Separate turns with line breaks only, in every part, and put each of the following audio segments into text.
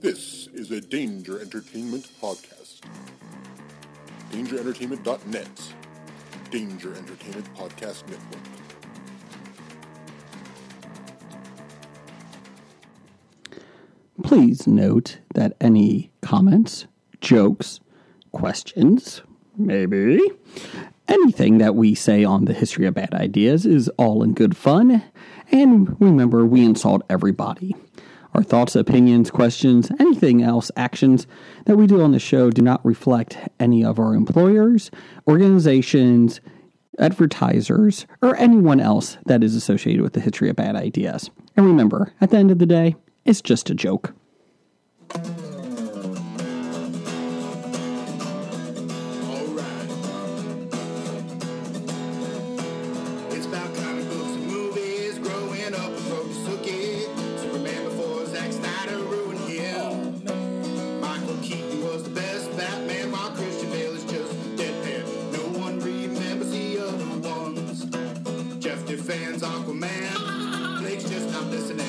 This is a Danger Entertainment podcast. DangerEntertainment.net. Danger Entertainment Podcast Network.
Please note that any comments, jokes, questions, maybe anything that we say on the history of bad ideas is all in good fun. And remember, we insult everybody. Our thoughts, opinions, questions, anything else, actions that we do on the show do not reflect any of our employers, organizations, advertisers, or anyone else that is associated with the history of bad ideas. And remember, at the end of the day, it's just a joke.
All right. It's about comic books and movies. Growing up, a folks took it. Superman before Zack Snyder ruined him. Michael Keaton was the best Batman, while Christian Bale is just deadpan. No one remembers the other ones. Jeff defends Aquaman. Blake's just not listening.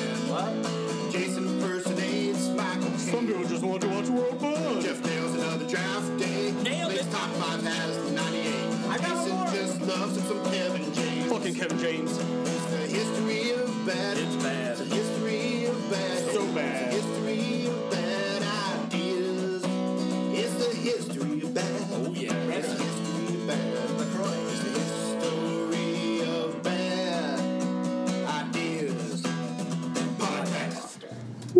Jason impersonates Michael Keaton.
just want to watch World Buzz.
Jeff nails another draft day.
Nailed
Blake's
it.
top five has 98.
I got
Jason
one more.
just loves him some Kevin James.
Fucking Kevin James.
It's the history of bad.
It's bad.
It's the history of bad.
So bad.
It's the history of bad ideas. It's the history of bad.
Oh, yeah.
It's the history of bad. It's the history of bad ideas. Podcast.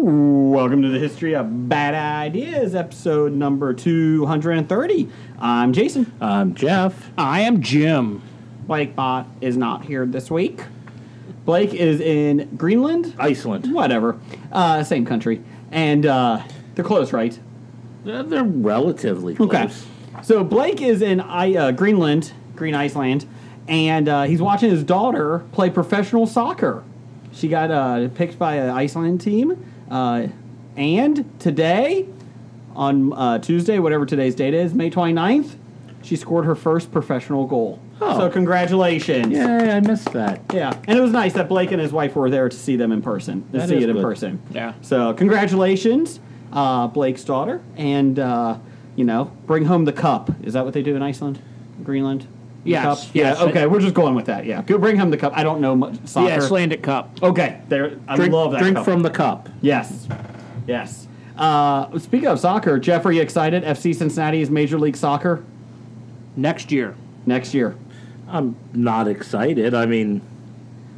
Welcome to the History of Bad Ideas, episode number 230. I'm Jason.
I'm Jeff.
I am Jim. Blakebot is not here this week. Blake is in Greenland.
Iceland.
Whatever. Uh, same country. And uh, they're close, right?
Uh, They're relatively close.
Okay. So Blake is in I, uh, Greenland, Green Iceland, and uh, he's watching his daughter play professional soccer. She got uh, picked by an Iceland team, uh, and today, on uh, Tuesday, whatever today's date is, May 29th, she scored her first professional goal.
Oh.
So congratulations!
Yay, I missed that.
Yeah, and it was nice that Blake and his wife were there to see them in person, to
That
see
is
it in
good.
person.
Yeah.
So congratulations, uh, Blake's daughter, and uh, you know, bring home the cup. Is that what they do in Iceland, Greenland? The
Yes,
cup?
yes.
Yeah. Okay, we're just going with that. Yeah. Go bring home the cup. I don't know much soccer.
Yeah, Icelandic cup.
Okay. There. I
drink
love that.
drink
cup.
from the cup.
Yes. Yes. Uh, speaking of soccer, Jeff, are you excited? FC Cincinnati is Major League Soccer
next year.
next year.
I'm not excited. I mean,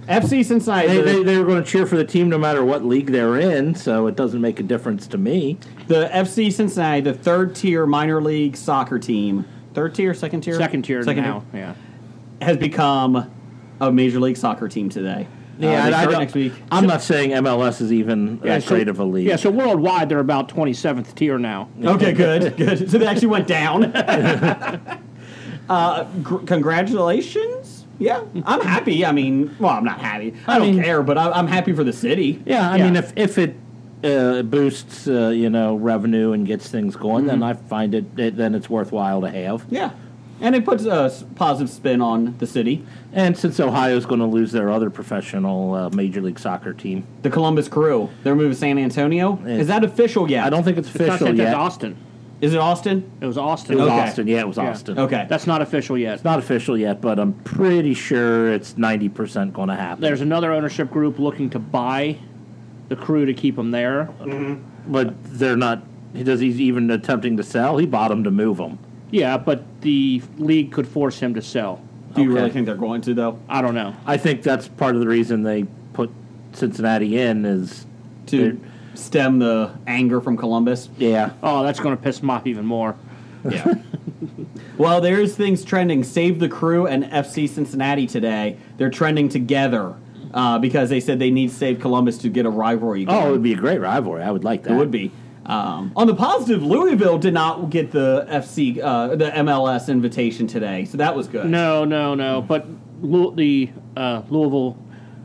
FC Cincinnati.
they,
the-
they, they were going to cheer for the team no matter what league they're in, so it doesn't make a difference to me.
The FC Cincinnati, the third tier minor league soccer team, third tier, second tier,
Second tier
second
now. Yeah.
tier, has become a major league soccer team today. Uh, they
and
start
don't-
next week.
I'm not saying MLS is even
yeah
as great of a league.
Yeah, so worldwide they're about 27th tier now.
Okay, good, good. So they actually went down. uh, gr- congratulations. Yeah, I'm happy. I mean, well, I'm not happy. I,
I
don't
mean-
care, but I, I'm happy for the city.
Yeah, I
Yeah.
mean, if if it uh, boosts uh, you know revenue and gets things going, then I find it, it then it's worthwhile to have.
Yeah, and it puts a s- positive spin on the city.
And since Ohio's going to lose their other professional uh, Major League Soccer team,
The Columbus Crew, they're moving to San Antonio. Is that official yet?
I don't think it's
It's not
official
sent-
yet.
That's Austin.
Is it Austin?
It was
It
Austin.
was
Okay.
Austin, yeah, it was
Yeah.
Austin.
Okay.
That's not official yet.
it's not official yet, but I'm pretty sure it's ninety percent going to happen.
There's another ownership group looking to buy the crew to keep them there.
but they're not. He does. He's even attempting to sell. He bought him to move him.
Yeah, but the league could force him to sell.
Do you
Okay.
really think they're going to though?
I don't know.
I think that's part of the reason they put Cincinnati in is
to stem the anger from Columbus.
yeah.
Oh, that's going to piss him off even more.
Yeah. well, there's things trending. Save the Crew and FC Cincinnati today. They're trending together uh, because they said they need Save Columbus to get a rivalry.
Oh, it
going.
would be a great rivalry. I would like that.
it would be. Um, on the positive, Louisville did not get the FC uh, the MLS invitation today, so that was good.
No, no, no. But Louis, the uh, Louisville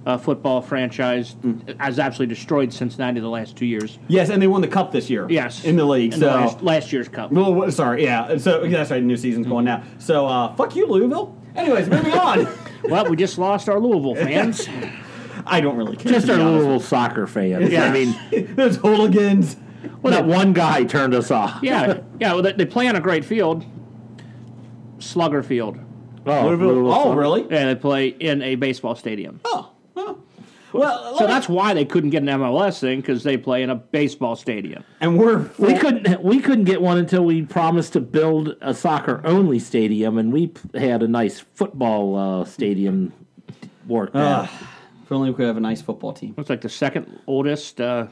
uh, football franchise
Hmm.
has absolutely destroyed Cincinnati the last two years.
Yes, and they won the cup this year.
Yes,
in the league.
In
so
last, last year's cup.
Well, what- sorry, yeah. So that's right. New season's going now. So uh, fuck you, Louisville. Anyways, moving on.
well, we just lost our Louisville fans.
I don't really care.
Just
to
our
be honest.
little soccer fans.
Yeah.
I mean,
There's hooligans.
Well,
Not
they-
one guy turned us off.
Yeah, yeah. Well, they, they play on a great field, Slugger Field.
Oh, Louisville
Oh,
Slugger.
really?
Yeah, they play in a baseball stadium.
Oh, well, well
So
let me-
that's why they couldn't get an MLS thing because they play in a baseball stadium.
and we're
We couldn't. We couldn't get one until we promised to build a soccer-only stadium, and we p- had a nice football uh, stadium
Oh,
worked out.
If only we could have a nice football team.
It's like the second oldest, uh,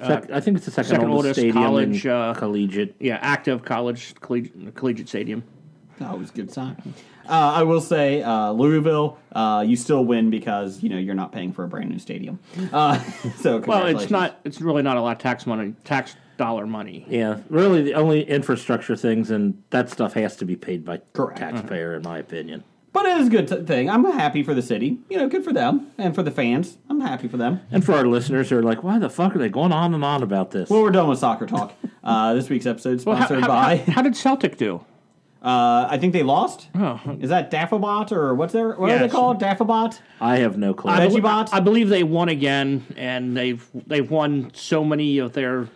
Sec- I think it's the second,
second
oldest,
oldest
stadium
college,
in
uh,
collegiate.
yeah, active college collegiate, collegiate stadium.
That was a good time. Uh, I will say, uh, Louisville, uh, you still win because you know you're not paying for a brand new stadium. Uh, so
Well,
congratulations.
Oh, it's not. It's really not a lot of tax money, tax dollar money.
Yeah, really, the only infrastructure things and that stuff has to be paid by
Correct.
taxpayer, in my opinion.
but it is a good t- thing. I'm happy for the city. You know, good for them and for the fans. I'm happy for them.
And for our listeners who are like, why the fuck are they going on and on about this?
Well, we're done with soccer talk. Uh, this week's episode is
Well, how,
sponsored
how-
by.
how- how did Celtic do?
Uh, I think they lost. Is that Daffobot or what's their what are they
Oh. Yes.
called? Daffobot.
I have no clue.
I- Veggiebot?
I believe they won again, and they've they've won so many of their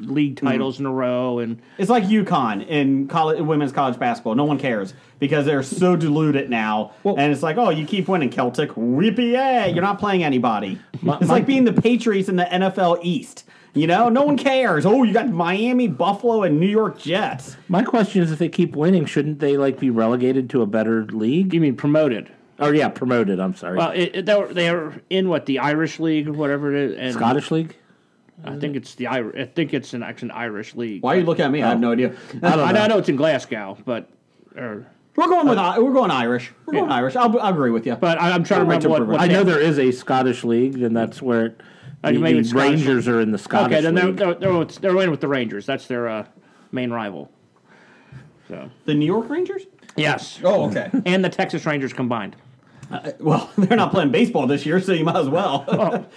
league
Hmm.
titles in a row, and
It's like UConn in college in women's college basketball. No one cares because they're so diluted now, and it's like, oh, you keep winning Celtic, whippy yeah, you're not playing anybody. it's like being the Patriots in the NFL East. You know, no one cares. Oh, you got Miami, Buffalo, and New York Jets.
my question is, if they keep winning, shouldn't they like be relegated to a better league?
you mean promoted?
Or yeah, promoted. I'm sorry,
Well, it, it- they were they were in what the Irish league, or whatever it is, and
Scottish league.
I think it's the Irish. I think it's an actually an Irish league.
Why are you looking at me? I have no idea.
I don't know. I know it's in Glasgow, but or,
We're going with I- we're going Irish. We're going Irish. I'll, I'll agree with you.
but I, I'm trying to
Right to
remember what,
prevent-
what
I know
they-
there is a Scottish league, and that's where it, the,
maybe
the
it's Scottish
Rangers are in the Scottish
Okay, then they're
league.
they're, they're, with- they're in with the Rangers. That's their uh, main rival. So
the New York Rangers.
yes,
Oh, okay.
and the Texas Rangers combined.
well, they're not playing baseball this year, so you might as well.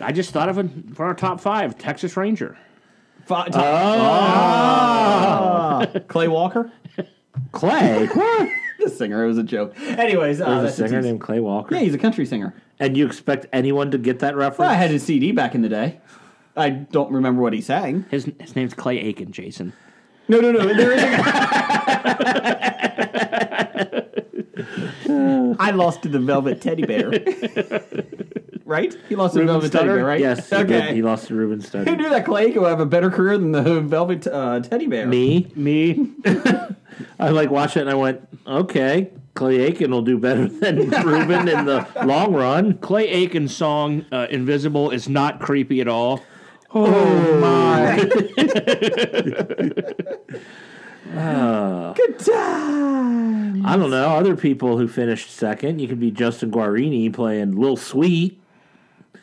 I just thought of it for our top five: Texas Ranger,
Fi- t- Ah. Clay Walker,
Clay,
the singer. It was a joke. Anyways, uh,
there's a
that's
singer
tease.
named Clay Walker,
Yeah, he's a country singer.
and you expect anyone to get that reference?
Well, I had his CD back in the day. I don't remember what he sang.
his his name's Clay Aiken. Jason,
No, no, no. There is. A- I lost to the Velvet Teddy Bear. right? He lost to the
Ruben
Velvet Teddy
Studdard?
Bear, right?
Yes. He
Okay.
did. He lost to Ruben
Who
Studdard.
knew that Clay could have a better career than the Velvet uh, Teddy Bear?
Me,
me,
I like watched it and I went, okay, Clay Aiken will do better than Ruben in the long run.
Clay Aiken's song uh, "Invisible" is not creepy at all.
Good time.
I don't know other people who finished second. You could be Justin Guarini playing Lil Sweet,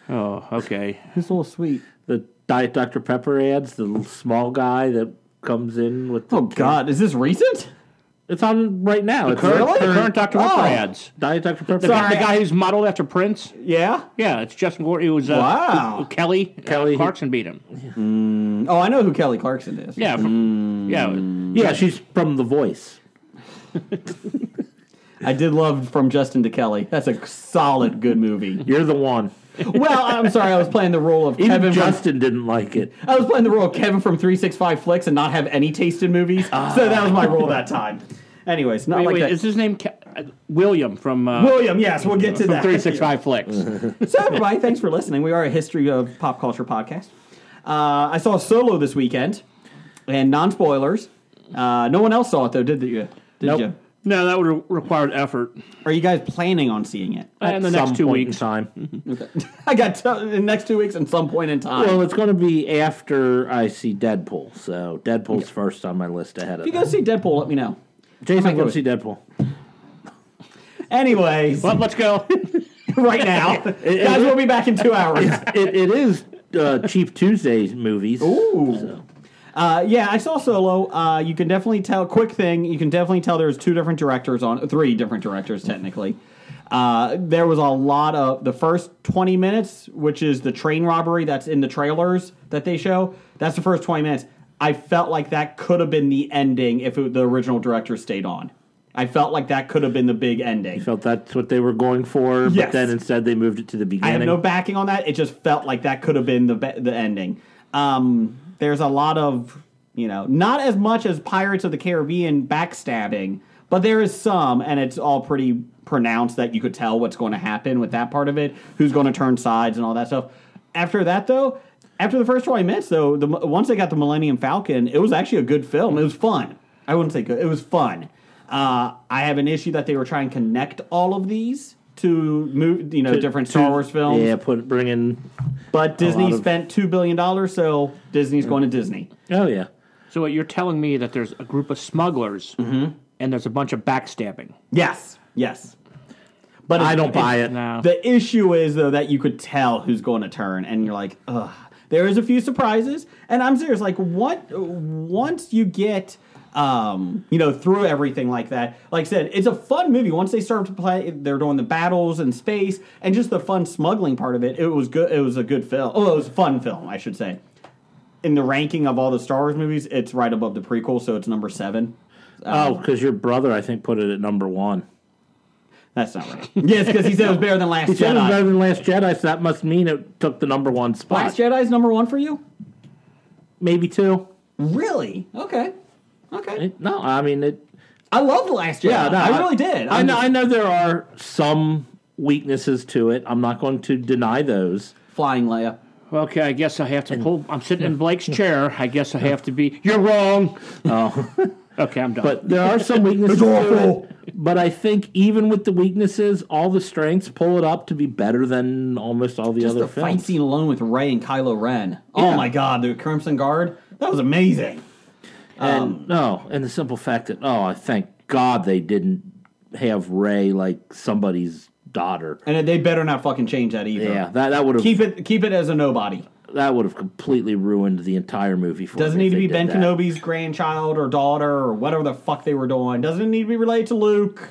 Oh, okay.
It's a little sweet.
the Diet Dr Pepper ads, the little small guy that comes in with. The
Oh God, is this recent?
It's on right now. It's
current-
like
the
Current Dr. Pepper
Oh.
ads.
Diet Dr Pepper.
The,
Sorry.
the guy who's modeled after Prince.
Yeah.
Yeah, it's Justin Gore. It was uh,
Wow.
who- who- Kelly.
Kelly.
Kelly Clarkson beat him.
Oh, I know who Kelly Clarkson is.
Yeah, from,
Hmm.
yeah.
Yeah, she's from The Voice.
I did love From Justin to Kelly. That's a solid, good movie.
You're the one.
well, I'm sorry, I was playing the role of
Even
Kevin. From,
Justin didn't like it.
I was playing the role of Kevin from 365 Flicks and not have any taste in movies.
Ah.
so that was my role that time. Anyways, not
Wait,
like
wait,
that.
is his name Ke- uh, William from uh,
William, yes, we'll get to
from
that.
Three Six Five Flicks?
So, everybody, thanks for listening. We are a history of pop culture podcast. Uh, I saw Solo this weekend, and non spoilers. Uh, no one else saw it though, did you? Did
Nope.
you?
no, that would have required effort.
Are you guys planning on seeing it?
And Uh, the
At
next
some
two
point in
weeks.
time.
I got t- in the next two weeks at some point in time.
Well, it's going to be after I see Deadpool, so Deadpool's first on my list ahead of
if you go
that.
see Deadpool, let me know.
Jason,
might
go
do it.
see Deadpool.
Anyways,
Well, let's go.
right now, guys, we'll be back in two hours.
It, it is uh, Cheap Tuesday's movies.
Ooh.
so.
Uh, yeah, I saw Solo. Uh, you can definitely tell. Quick thing, you can definitely tell there's two different directors on, three different directors technically. Uh, there was a lot of the first 20 minutes, which is the train robbery that's in the trailers that they show. That's the first 20 minutes. I felt like that could have been the ending if it, the original director stayed on. I felt like that could have been the big ending.
Felt that's what they were going for, but
Yes.
then instead they moved it to the
I have
beginning.
no backing on that. It just felt like that could have been the be- the ending. Um, there's a lot of you know not as much as Pirates of the Caribbean backstabbing, but there is some, and it's all pretty pronounced that you could tell what's going to happen with that part of it, who's going to turn sides and all that stuff. After that, though. After the first 20 minutes, though, the, once they got the Millennium Falcon, it was actually a good film. It was fun. I wouldn't say good. It was fun. Uh, I have an issue that they were trying to connect all of these to move, you know, different Star Wars films.
Yeah, put bring in.
But Disney
lot of-
spent two billion dollars, so Disney's going to Disney.
Oh yeah,
So what you're telling me that there's a group of smugglers
Mm-hmm.
and there's a bunch of backstabbing.
Yes, yes. But
I
it-
don't buy it.
No.
The issue is though that you could tell who's going to turn, and you're like, ugh. There is a few surprises, and I'm serious. Like, what once you get, um, you know, through everything like that. Like I said, it's a fun movie. Once they start to play, they're doing the battles in space, and just the fun smuggling part of it. It was good. It was a good film. Oh, it was a fun film, I should say. In the ranking of all the Star Wars movies, it's right above the prequel, so it's number seven.
Oh, because your brother, I think, put it at number one.
That's not right. yes, because he said it was better than Last
He said it was better
Jedi.
than Last Jedi, so that must mean it took the number one spot.
Last Jedi's number one for you?
Maybe two.
Really? Okay. Okay.
It- no, I mean it.
I loved Last Jedi.
Yeah, no,
I really did.
I
I'm
know.
just-
I know there are some weaknesses to it. I'm not going to deny those.
Flying Leia.
Okay, I guess I have to pull. I'm sitting in Blake's chair. I guess I have to be. You're wrong. Oh, okay, I'm done.
But there are some weaknesses. to it. But I think even with the weaknesses, all the strengths pull it up to be better than almost all the
Just
other
the fight
films.
scene alone with Rey and Kylo Ren. Oh
Yeah.
my God, the Crimson Guard. That was amazing. um,
And no, and the simple fact that oh, I thank God they didn't have Ray like somebody's daughter.
And they better not fucking change that either.
Yeah, that that would have
Keep it. Keep it as a nobody.
that would have completely ruined the entire movie for
Doesn't
me if
need to be
they
Ben
did that.
Kenobi's grandchild or daughter or whatever the fuck they were doing. Doesn't need to be related to Luke.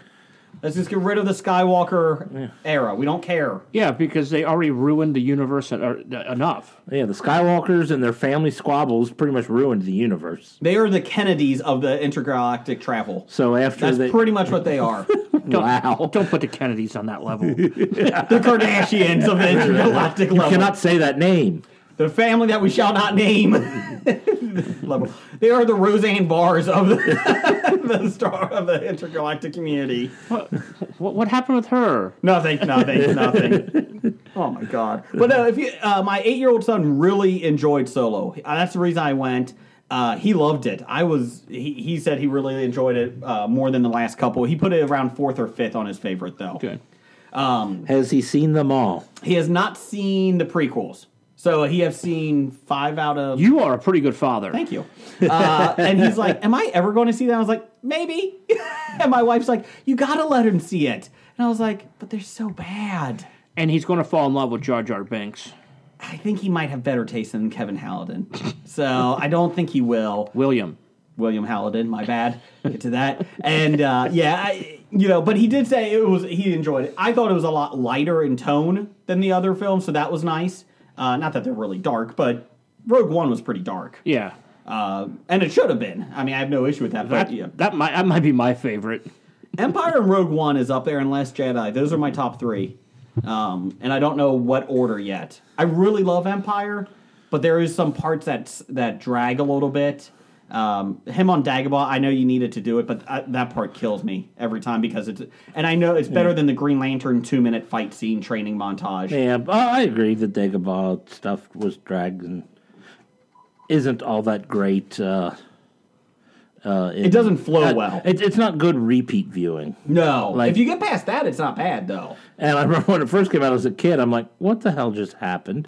Let's just get rid of the Skywalker era. We don't care.
yeah, because they already ruined the universe en- er, enough.
Yeah, the Skywalkers and their family squabbles pretty much ruined the universe.
They are the Kennedys of the intergalactic travel.
So after
That's
they,
pretty much what they are.
Don't,
Wow.
Don't put the Kennedys on that level.
the Kardashians of the intergalactic level.
cannot say that name.
the family that we shall not name. level. They are the Roseanne Bars of the, the star of the intergalactic community.
what, what happened with her?
Nothing, nothing, nothing. Oh my god! But no, if you, uh, my eight-year-old son really enjoyed Solo. Uh, that's the reason I went. Uh, he loved it. I was. He, he said he really enjoyed it uh, more than the last couple. He put it around fourth or fifth on his favorite though.
Good.
Has he seen them all?
He has not seen the prequels, so he has seen five out of.
You are a pretty good father.
Thank you. Uh, and he's like, "Am I ever going to see that?" I was like, "Maybe." and my wife's like, "You gotta let him see it." And I was like, "But they're so bad."
And he's going to fall in love with Jar Jar Binks.
I think he might have better taste than Kevin Halliday, so I don't think he will.
William.
William Halliday, my bad. Get to that. And uh, yeah, I, you know, but he did say it was he enjoyed it. I thought it was a lot lighter in tone than the other films, so that was nice. Uh, not that they're really dark, but Rogue One was pretty dark,
Yeah.
uh, and it should have been. I mean, I have no issue with that. But
That,
yeah.
that might that might be my favorite.
Empire and Rogue One is up there, and Last Jedi. Those are my top three, um, and I don't know what order yet. I really love Empire, but there is some parts that s- that drag a little bit. Um, him on Dagobah, I know you needed to do it, but I, that part kills me every time because it's. And I know it's better than the Green Lantern two minute fight scene training montage.
Yeah, but I agree that Dagobah stuff was dragged and isn't all that great. Uh, uh, in-
It doesn't flow
uh,
well.
It, it's not good repeat viewing.
no,
Like-
if you get past that, it's not bad though.
And I remember when it first came out as a kid, I'm like, what the hell just happened?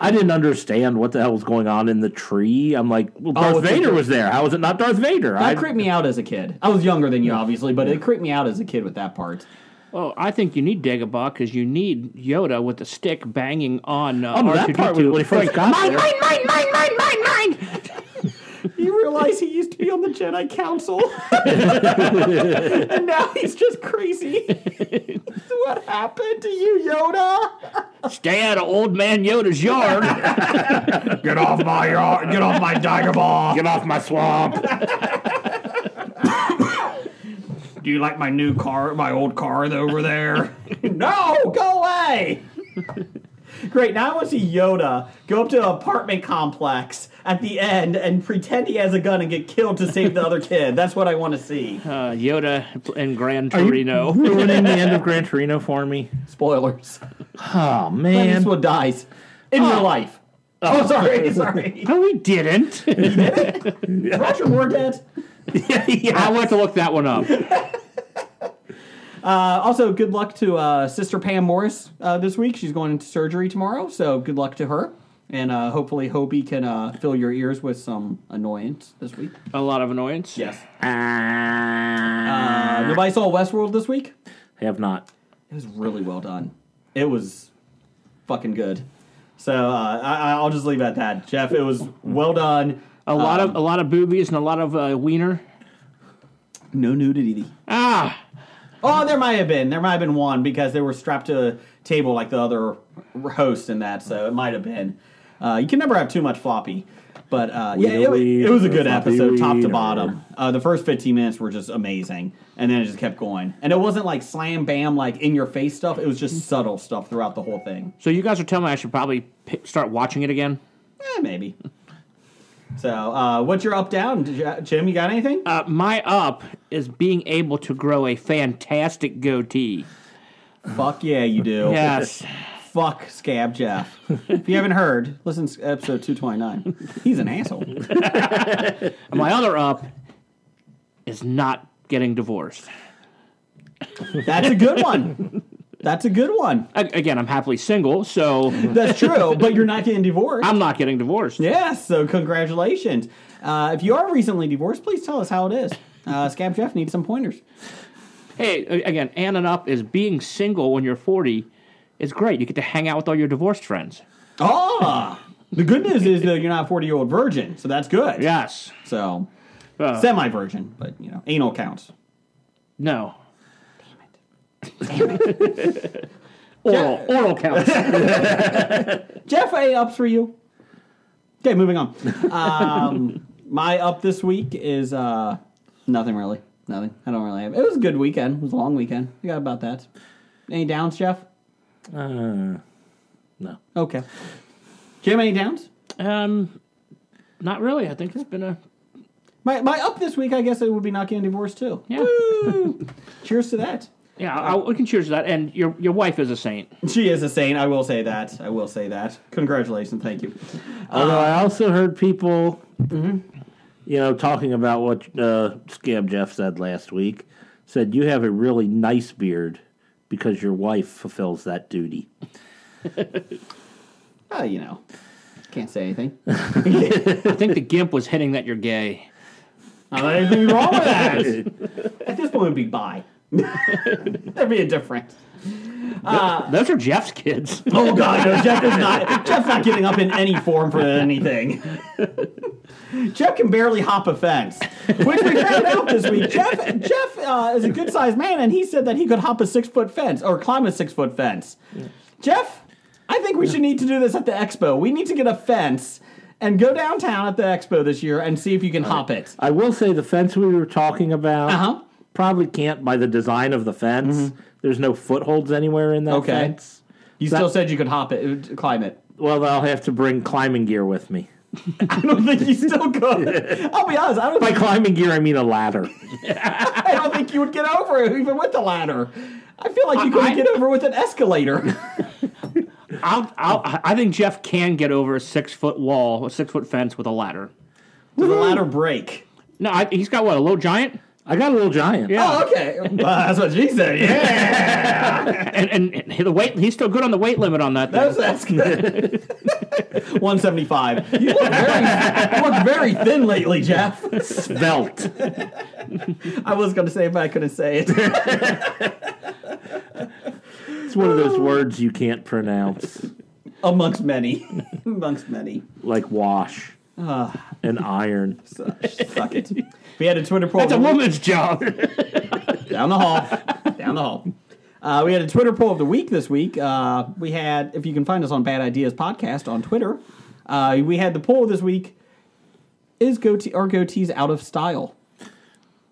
I didn't understand what the hell was going on in the tree. I'm like, well, Darth
it's
Vader
like-
was there. How is it not Darth Vader?
That
I,
creeped me out as a kid. I was younger than you, obviously, but it creeped me out as a kid with that part.
Oh, I think you need Dagobah because you need Yoda with the stick banging on uh,
Oh, no, that
R2D2.
part when he first got
mine,
there.
mine, mine, mine, mine, mine, mine.
You realize he used to be on the Jedi Council. and now he's just crazy. what happened to you, Yoda?
Stay out of old man Yoda's yard.
Get off my yard. Get off my Dagobah.
Get off my swamp.
Do you like my new car, my old car over there? no, go away. Great. Now I want to see Yoda go up to an apartment complex at the end and pretend he has a gun and get killed to save the other kid. That's what I want to see.
Uh, Yoda and Gran
Are you
Torino.
ruining the end of Gran Torino for me.
Spoilers.
Oh
This
man.
one dies in real life. Oh, sorry, sorry.
No, he didn't.
Roger Moore dead.
I'll have to look that one up.
Uh, also, good luck to uh, Sister Pam Morris uh, this week. She's going into surgery tomorrow, so good luck to her. And uh, hopefully, Hobie can uh, fill your ears with some annoyance this week.
A lot of annoyance.
Yes. Uh, nobody saw Westworld this week?
Have not.
It was really well done. It was fucking good. So uh, I, I'll just leave it at that, Jeff. It was well done.
A lot
Um,
of a lot of boobies and a lot of uh, wiener.
No nudity.
Ah,
Oh, there might have been. There might have been one because they were strapped to a table like the other host in that, so it might have been. Uh, you can never have too much floppy. But uh, yeah, it, wa-
weed,
it was a
or
good
floppy
episode, top
weed,
to
or-
bottom. Uh, the first 15 minutes were just amazing, and then it just kept going. And it wasn't like slam bam, like in your face stuff. It was just subtle stuff throughout the whole thing.
so you guys are telling me I should probably pick, start watching it again.
Eh, maybe. So, uh, what's your up down, J- Jim? You got anything?
Uh, my up is being able to grow a fantastic goatee.
Fuck yeah, you do.
Yes.
Fuck Scab Jeff. if you haven't heard, listen to episode 229. He's an asshole.
And my other up is not getting divorced.
That's a good one. That's a good one.
A- again, I'm happily single, so
That's true, but you're not getting divorced.
I'm not getting divorced.
Yes, so congratulations. Uh, if you are recently divorced, please tell us how it is. Uh, Scab Jeff needs some pointers.
Hey, a- again, and an up is being single when you're 40 is great. You get to hang out with all your divorced friends.
Ah! The good news is, though, you're not a 40 year old virgin, so that's good.
Yes.
So,
Uh,
semi virgin, but, you know, anal counts.
No. oral, oral counts.
Jeff, A ups for you. Okay, moving on. Um, my up this week is uh, nothing really. Nothing. I don't really have. It was a good weekend. It was a long weekend. I got about that. Any downs, Jeff? Uh,
No.
Okay. Jim, any downs?
Um, not really. I think it's been a
My, my up this week, I guess it would be not getting divorced too.
yeah.
Woo! Cheers to that.
Yeah, I, we can cheers to that. And your your wife is a saint.
She is a saint. I will say that. I will say that. Congratulations. Thank you.
Although
Um,
I also heard people,
mm-hmm.
you know, talking about what uh, Scab Jeff said last week. Said you have a really nice beard because your wife fulfills that duty.
Uh, you know, can't say anything.
I think the gimp was hitting that you're gay.
Anything wrong with that? At this point, it would be bi. That'd be a difference.
Those are Jeff's kids.
Oh god, no, Jeff is not. Jeff's not giving up in any form for anything. Jeff can barely hop a fence, which we found out this week. Jeff, Jeff uh, is a good sized man, and he said that he could hop a six foot fence or climb a six foot fence. Jeff, I think we should need to do this at the expo. We need to get a fence and go downtown at the expo this year and see if you can hop it.
I will say the fence we were talking about
Uh-huh.
probably can't by the design of the fence. There's no footholds anywhere in that
Okay.
fence.
You still said you could hop it, climb it.
Well, I'll have to bring climbing gear with me.
I don't think you still could. I'll be honest. I don't.
By
Think,
climbing gear, I mean a ladder.
I don't think you would get over it even with the ladder. I feel like you couldn't
I-
get over with an escalator.
I'll, I'll, I think Jeff can get over a six foot wall, a six foot fence with a ladder.
Does the ladder break?
No, I, he's got what a little giant.
I got a little giant.
Yeah.
Oh, okay. Well, that's what she said. Yeah,
and, and, and the weight he's still good on the weight limit on that.
that's,
thing.
that's good. One seventy five. You look very, you look very thin lately, Jeff.
Svelte.
I was going to say it, but I couldn't say it.
It's one of those words you can't pronounce,
Amongst many, amongst many.
like wash and iron.
So, suck it. We had a Twitter poll.
That's a woman's job.
down the hall, down the hall. Uh, we had a Twitter poll of the week this week. Uh, we had, if you can find us on Bad Ideas Podcast on Twitter, uh, we had the poll this week: Is goatee are goatees out of style?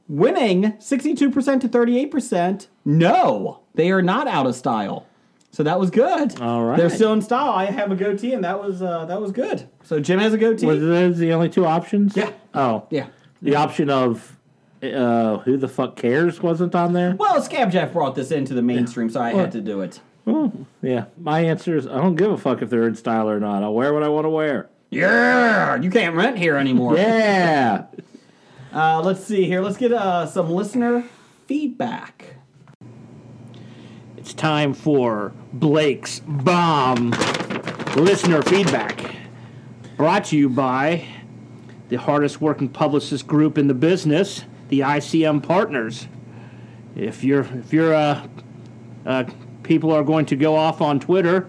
Winning sixty-two percent to thirty-eight percent. No, they are not out of style. So that was good.
All right.
They're still in style. I have a goatee, and that was uh, that was good. So Jim has a goatee.
Was those the only two options?
Yeah.
Oh.
yeah.
The option of uh, who the fuck cares wasn't on there.
Well, Scab Jeff brought this into the mainstream, so I had to do it.
Yeah. My answer is I don't give a fuck if they're in style or not. I'll wear what I want to wear.
Yeah, you can't rent here anymore.
Yeah.
Uh, let's see here. Let's get uh, some listener feedback.
It's time for Blake's Bomb Listener Feedback. Brought to you by the hardest working publicist group in the business, the ICM Partners. If you're if you're uh, uh, people are going to go off on Twitter,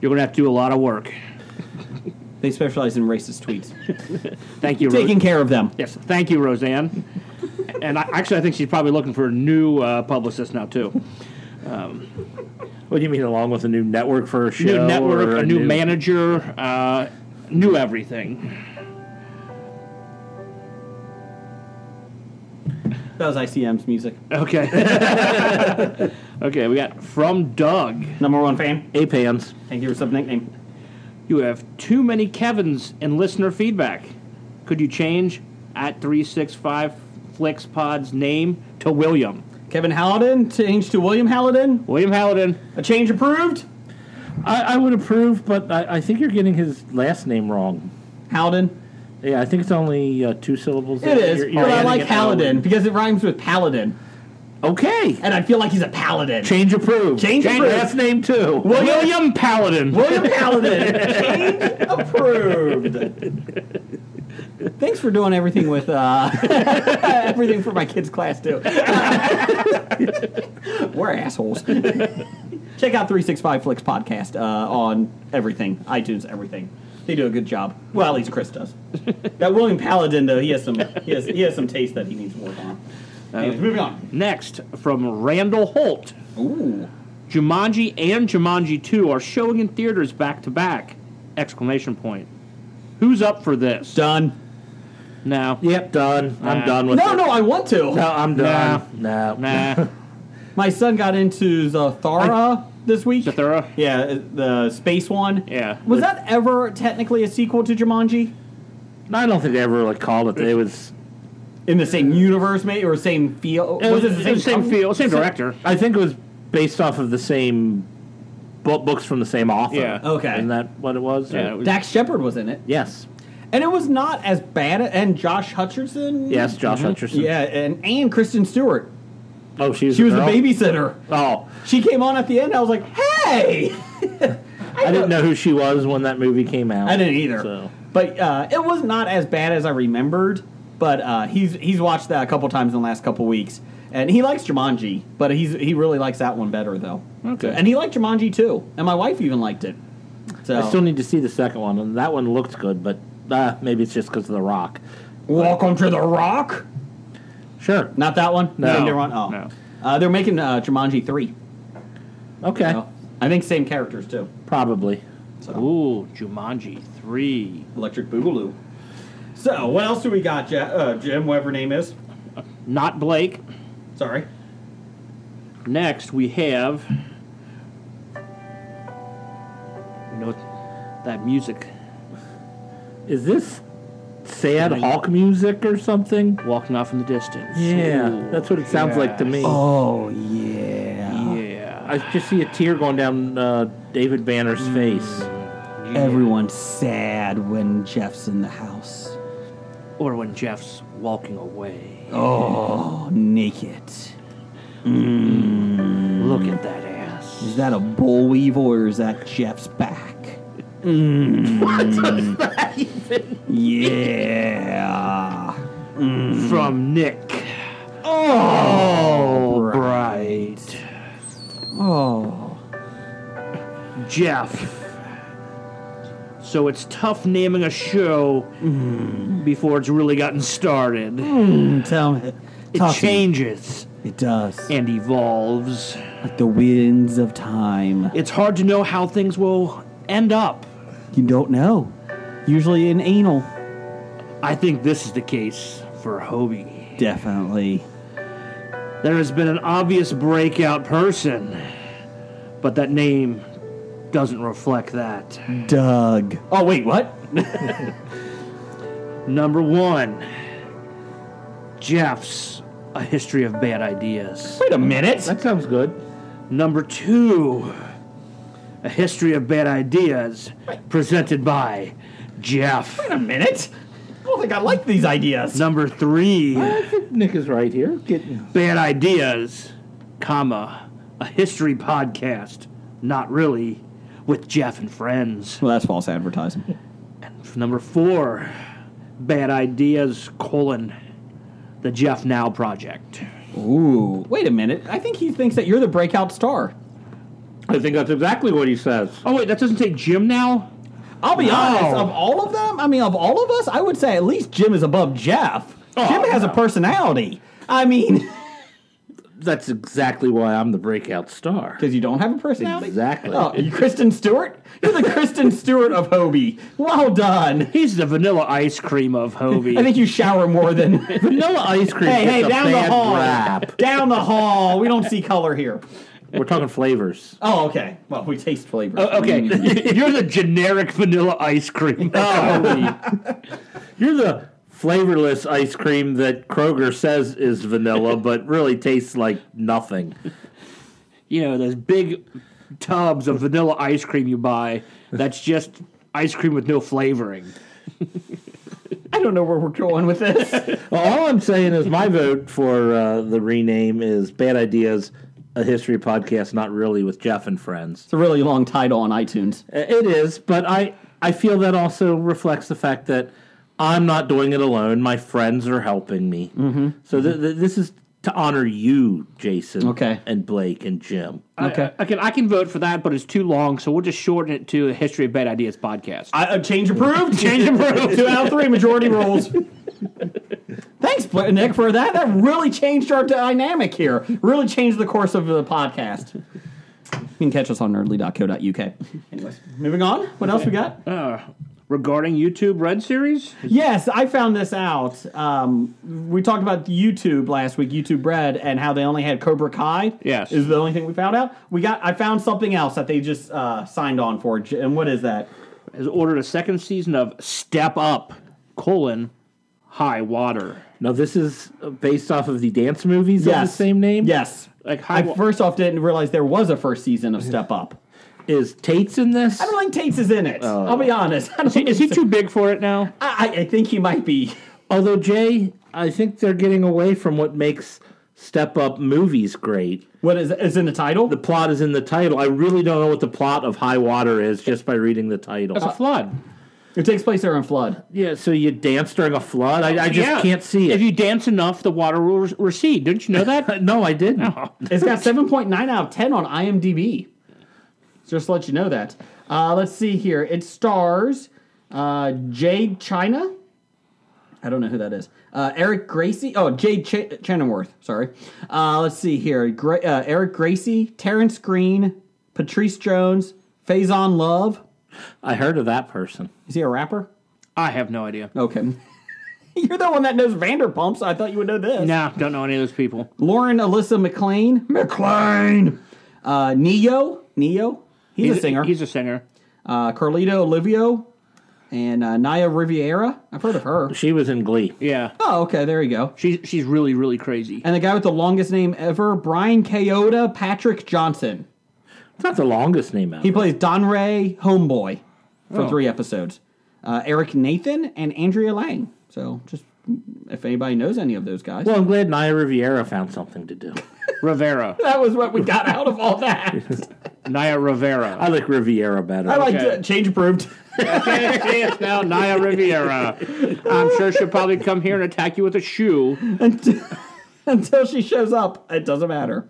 you're going to have to do a lot of work.
They specialize in racist tweets.
Thank you, Ro-
Taking care of them.
Yes, thank you, Roseanne. and I, actually, I think she's probably looking for a new uh, publicist now too.
What do you mean, along with a new network for a show?
new network,
or
a new, manager, uh, new everything.
That was ICM's music.
Okay. okay, we got from Doug.
Number one fan.
A pans.
Thank you for sub nickname.
You have too many Kevins in listener feedback. Could you change at three six five Flixpod's name to William?
Kevin Halliden changed to William Halliden.
William Halliden.
A change approved.
I, I would approve, but I, I think you're getting his last name wrong.
Halliden.
Yeah, I think it's only uh, two syllables.
It is,
You're- you're
but I
adding
like
it
Halliden because it rhymes with paladin,
Okay.
and I feel like he's a paladin.
Change approved.
Change approved.
last name too.
William, Paladin.
William Paladin. Change approved. Thanks for doing everything with uh, everything for my kids' class too. We're assholes. Check out 365 Flicks podcast uh, on everything, iTunes, everything. They do a good job. Well, at least Chris does. that William Paladin though, he has some he has, he has some taste that he needs to work on. Anyways, moving on.
Next, from Randall Holt.
Ooh.
Jumanji and Jumanji 2 are showing in theaters back to back! Exclamation point. Who's up for this?
Done.
No.
Yep, done. I'm
Nah.
done with
No,
it.
no, I want to.
no, I'm done. No,
Nah.
My son got into the Thara this week.
Zathura?
Yeah, uh, the space one.
Yeah.
Was that ever technically a sequel to Jumanji?
I don't think they ever like called it. It was.
In the same universe, maybe, or same feel?
It
was,
was-
it the same, company?
feel, same director.
I think it was based off of the same bu- books from the same author.
Yeah.
Okay.
Isn't that what it was?
Yeah, it was-
Dax Shepard was in it,
yes.
and it was not as bad. And Josh Hutcherson.
Yes. Josh
Mm-hmm.
Hutcherson.
Yeah, and and Kristen Stewart.
Oh, she was.
She was the
girl?
babysitter.
Oh,
She came on at the end. I was like, hey.
I didn't know who she was when that movie came out.
I didn't either.
So.
But uh, it was not as bad as I remembered. But uh, he's he's watched that a couple times in the last couple weeks, and he likes Jumanji. But he's he really likes that one better though.
Okay.
And he liked Jumanji too, and my wife even liked it. So
I still need to see the second one, and that one looked good, but uh, maybe it's just because of The Rock.
Welcome to the Rock.
Sure.
Not that one.
No.
Same different one? Oh.
No.
Uh, they're making uh, Jumanji three.
Okay.
So, I think same characters too.
Probably.
So
Ooh, Jumanji 3.
Electric Boogaloo. So what else do we got, ja- uh, Jim? Whatever her name is.
Not Blake.
Sorry.
Next, we have. You know what? That music.
Is this sad Hulk music or something?
Walking off in the distance.
Yeah,
Ooh,
that's what it sounds like to me.
Oh yeah.
Yeah.
I just see a tear going down uh, David Banner's
Mm.
face.
Everyone's sad when Jeff's in the house.
Or when Jeff's walking away.
Oh, naked.
Look at that ass.
Is that a bull weevil or is that Jeff's back? Yeah.
From Nick.
Oh,
Right.
Oh.
Jeff. So it's tough naming a show
Mm.
before it's really gotten started.
Tell me.
It
Talk to me.
changes
It does.
and evolves.
Like the winds of time.
It's hard to know how things will end up.
You don't know. Usually in anal.
I think this is the case for Hobie.
Definitely.
There has been an obvious breakout person, but that name doesn't reflect that.
Doug.
Oh wait, what?
Number one, Jeff's A History of Bad Ideas.
Wait a minute.
That sounds good.
Number two, A History of Bad Ideas, presented by Jeff.
Wait a minute. I don't think I like these ideas.
Number three,
I think Nick is right here. Getting
Bad Ideas, comma, A History Podcast, not really, with Jeff and friends.
Well, that's false advertising.
Number four, Bad Ideas, colon, The Jeff Now Project.
Ooh.
Wait a minute. I think he thinks that you're the breakout star.
I think that's exactly what he says.
Oh, wait, that doesn't say Jim now?
I'll be
No.
honest. Of all of them, I mean, of all of us, I would say at least Jim is above Jeff.
Oh,
Jim has a personality. I mean,
That's exactly why I'm the breakout star.
because you don't have a personality.
Exactly.
Oh, you Kristen Stewart? You're the Kristen Stewart of Hobie. Well done.
He's the vanilla ice cream of Hobie.
I think you shower more than. hey,
Vanilla ice cream.
hey,
gets a
down the
bad
hall.
rap.
Down the hall. We don't see color here.
We're talking flavors.
Oh, okay. Well, we taste flavor.
Oh, okay, you're the generic vanilla ice cream.
You're the flavorless ice cream that Kroger says is vanilla, but really tastes like nothing.
you know those big tubs of vanilla ice cream you buy. That's just ice cream with no flavoring.
I don't know where we're going with this.
Well, all I'm saying is my vote for uh, the rename is Bad Ideas, a history podcast, not really with Jeff and friends.
It's a really long title on iTunes.
Uh, It is, but I I feel that also reflects the fact that I'm not doing it alone. My friends are helping me. Mm-hmm. So th- th- this is to honor you, Jason,
Okay.
and Blake and Jim.
Okay.
I, I can I can vote for that, but it's too long, so we'll just shorten it to a History of Bad Ideas podcast.
I, uh, change approved. change approved. Two out of three. Majority rules. Thanks, Bla- Nick, for that. That really changed our dynamic here. Really changed the course of the podcast. You can catch us on nerdly.co.uk. Anyways, moving on. What else we got?
Regarding YouTube Red Series,
Yes, I found this out. Um, we talked about YouTube last week, YouTube Red, and how they only had Cobra Kai.
Yes.
is the only thing we found out. We got. I found something else that they just uh, signed on for, J- and what is that?
has ordered a second season of Step Up: colon High Water.
Now this is uh, based off of the dance movies of the same name.
Yes.
Like
I
high wa-
first off didn't realize there was a first season of Step Up.
is Tate's in this?
I don't think Tate's is in it.
Oh.
I'll be honest. I, don't think
Is he too big for it now?
I, I think he might be.
Although Jay, I think they're getting away from what makes Step Up movies great.
What is is in the title?
The plot is in the title. I really don't know what the plot of High Water is just by reading the title.
It's a flood.
It takes place there in Flood.
yeah, so you dance during a flood. I, I just
Yeah.
can't see
If
it.
you dance enough, the water will re- recede. Didn't you know that? Oh.
no, I didn't.
It's got seven point nine out of ten on IMDb. Just to let you know that. Uh, let's see here. It stars uh, Jade China. I don't know who that is. Uh, Eric Gracie. Oh, Jade Ch- Chenoweth. Sorry. Uh, let's see here. Gra- uh, Eric Gracie, Terrence Green, Patrice Jones, Faison Love.
I heard of that person.
Is he a rapper?
I have no idea.
Okay. You're the one that knows Vanderpump, so I thought you would know this.
Nah, don't know any of those people.
Lauren Alyssa McLean. McLean! Uh, Neo. Neo. He's, a singer.
He's a singer.
uh, Carlito Olivio and uh, Naya Riviera. I've heard of her.
She was in Glee.
Yeah,
Oh, okay. There you go.
she's she's really really crazy.
And the guy with the longest name ever, Brian Kayota Patrick Johnson.
It's not the longest name out.
He plays Don Ray Homeboy for three episodes. Uh, Eric Nathan and Andrea Lang. So just if anybody knows any of those guys.
well, I'm glad Naya Riviera found something to do.
Rivera,
that was what we got out of all that.
Naya Rivera.
I like Riviera better.
I like
Okay.
to- change approved.
Can't see us now, Naya Rivera. I'm sure she'll probably come here and attack you with a shoe.
Until she shows up, it doesn't matter.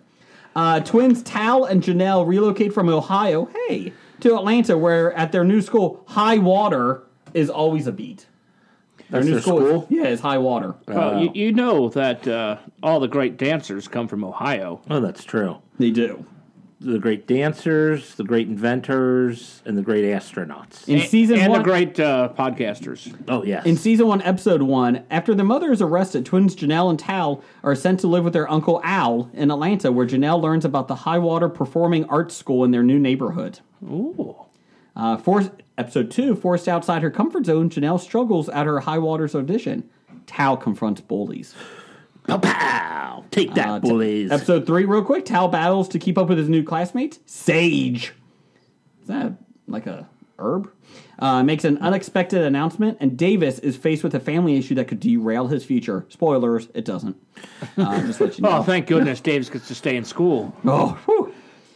Uh, twins Tal and Janelle relocate from Ohio, hey, to Atlanta, where at their new school, high water is always a beat.
That's
new
their
is-
school.
yeah, is high water.
Well, you, uh, you know that uh, all the great dancers come from Ohio.
Oh, that's true.
They do.
the great dancers, the great inventors, and the great astronauts.
In season
and
one,
the great uh, podcasters.
oh yes,
In season one, episode one, after their mother is arrested, twins Janelle and Tal are sent to live with their uncle Al in Atlanta, where Janelle learns about the High Water Performing Arts School in their new neighborhood. Ooh. Uh, forced, episode two, forced outside her comfort zone, Janelle struggles at her High Water's audition. Tal confronts bullies.
pow, Oh, pow. take that,
Uh, t-
bullies.
Episode three, real quick, Tal battles to keep up with his new classmates. Sage. Is that like a herb? Uh, makes an unexpected announcement, and Davis is faced with a family issue that could derail his future. Spoilers, it doesn't. Uh, just let you know.
Oh, thank goodness Davis gets to stay in school.
Oh, whew.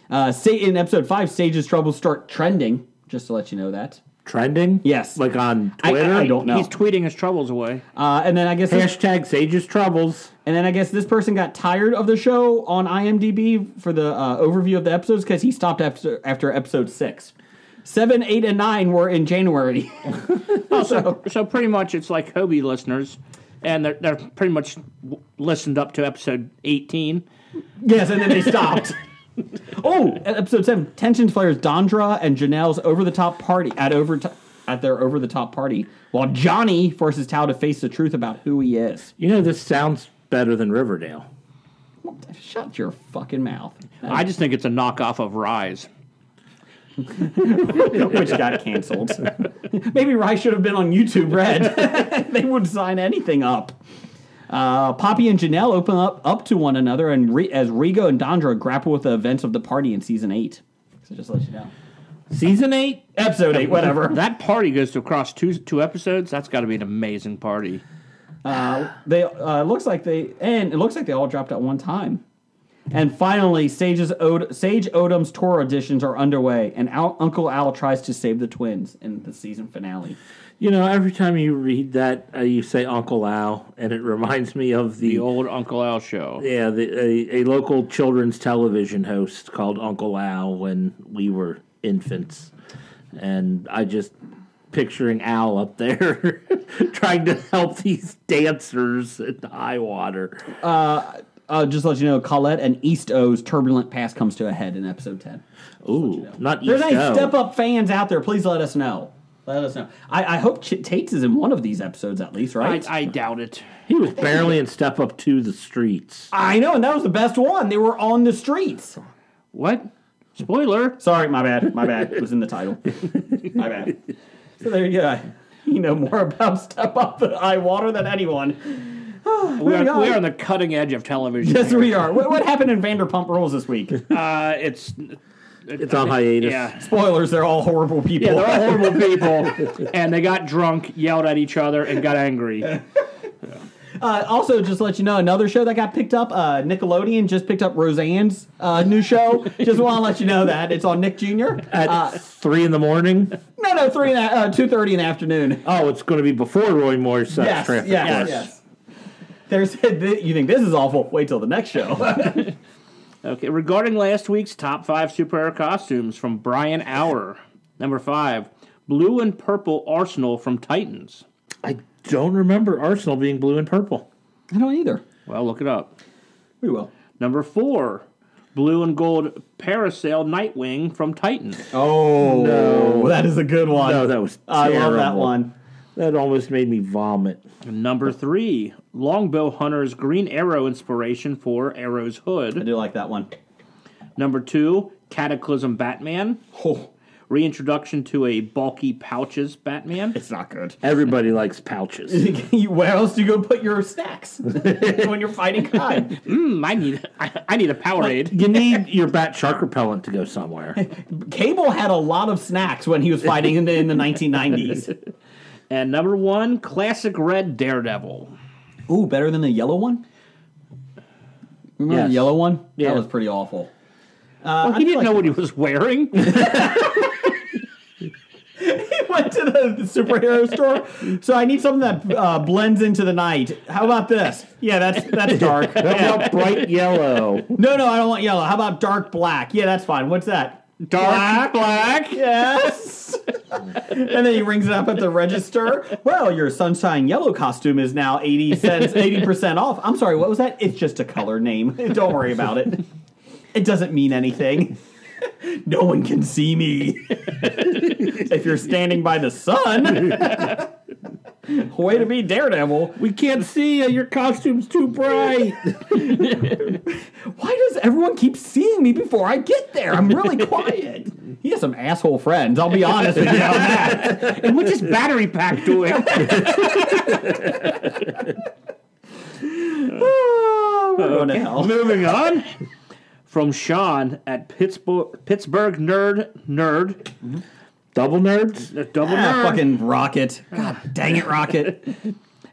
Uh, Sa- in episode five, Sage's troubles start trending, just to let you know that.
Trending,
Yes.
like on
I- I-
Twitter.
I don't know. No.
He's tweeting his troubles away.
Uh, and then I guess this,
Hashtag Sage's troubles.
and then I guess this person got tired of the show on IMDb for the uh, overview of the episodes because he stopped after after episode six. Seven, eight, and nine were in January.
Oh, so, so pretty much it's like Hobie listeners, and they're, they're pretty much w- listened up to episode 18.
Yes, and then they stopped. oh, at episode seven. Tensions flares Dondra and Janelle's over-the-top party at over at their over-the-top party, while Johnny forces Tao to face the truth about who he is.
You know this sounds better than Riverdale.
Shut your fucking mouth.
I just think it's a knockoff of Rise.
Which got canceled. Maybe Rye should have been on YouTube Red. they would sign anything up. Uh, Poppy and Janelle open up, up to one another, and Re- as Rigo and Dondra grapple with the events of the party in season eight. So just let you know.
Season eight.
Episode eight, whatever.
That party goes to across two two episodes. That's got to be an amazing party.
They uh, it looks like they and it looks like they all dropped at one time. And finally, Sage's Od- Sage Odom's tour auditions are underway, and Al- Uncle Al tries to save the twins in the season finale.
You know, every time you read that, uh, you say Uncle Al, and it reminds me of the,
The old Uncle Al show.
yeah, the, a, a local children's television host called Uncle Al when we were infants, and I just picturing Al up there trying to help these dancers in the high water.
Uh, just to let you know, Colette and East O's turbulent past comes to a head in episode ten.
Ooh, not
If There's
East
any
O.
step up fans out there, please let us know. Let us know. I, I hope Ch- Tates is in one of these episodes at least,
I,
right?
I doubt it.
He was barely in step up to the streets.
I know, and that was the best one. They were on the streets.
What? Spoiler.
Sorry, my bad. My bad. It was in the title. my bad. So there you go. You know more about Step Up and High Water than anyone.
We are,
Oh,
Moving on.
we are on the cutting edge of television. Uh,
Yes,
here.
we are. What, what happened in Vanderpump Rules this week?
Uh, it's
It's on hiatus.
yeah.
Spoilers, they're all horrible people.
Yeah, they're all horrible people, and they got drunk, yelled at each other, and got angry.
uh, also, just to let you know, another show that got picked up, uh, Nickelodeon just picked up Roseanne's uh, new show. just want to let you know that. It's on Nick Jr.
At three in the morning.
No, no, 3 in the, uh, 2.30 in the afternoon.
Oh, it's going to be before Roy Moore's sex
Yes, yes,
traffic. course.
yes, There's, you think this is awful? Wait till the next show.
Okay, regarding last week's top five superhero costumes from Brian Auer. Number five, blue and purple Arsenal from Titans.
I don't remember Arsenal being blue and purple.
I don't either.
Well, look it up.
We will.
Number four, blue and gold Parasail Nightwing from Titans.
Oh, that is a good one.
No, that was
I love that
terrible.
one.
That almost made me vomit.
Number three, Longbow Hunter's Green Arrow inspiration for Arrow's
I
hood.
do like that one.
Number two, Cataclysm Batman.
Oh,
Reintroduction to a bulky pouches Batman.
it's not good.
Everybody likes pouches.
Where else do you go put your snacks when you're fighting crime?
Hmm, I need I, I need a Powerade.
You need your bat shark repellent to go somewhere.
Cable had a lot of snacks when he was fighting in the, in the 1990s.
And number one, classic red Daredevil.
Ooh, better than the yellow one. Remember
Yes.
the yellow one?
Yeah.
That was pretty awful.
Well, Uh, he didn't know what he was wearing.
Went to the, the superhero store, so I need something that uh, blends into the night. How about this? Yeah, that's that's dark.
How about bright yellow?
No, no, I don't want yellow. How about dark black? Yeah, that's fine. What's that?
Dark black.
Yes. and then he rings it up at the register. Well, your sunshine yellow costume is now 80 cents, 80% off. I'm sorry, what was that? It's just a color name. Don't worry about it. It doesn't mean anything. No one can see me. if you're standing by the sun. Way to be Daredevil.
We can't see you. Your costume's too bright.
Why does everyone keep seeing me before I get there? I'm really quiet. He has some asshole friends, I'll be honest with you on that.
And what does battery pack do it?
Ah, We're going to hell.
Moving on. From Sean at Pittsburgh, Pittsburgh Nerd Nerd.
Double nerds.
uh, Double
Ah,
nerd.
fucking Rocket. God dang it, Rocket.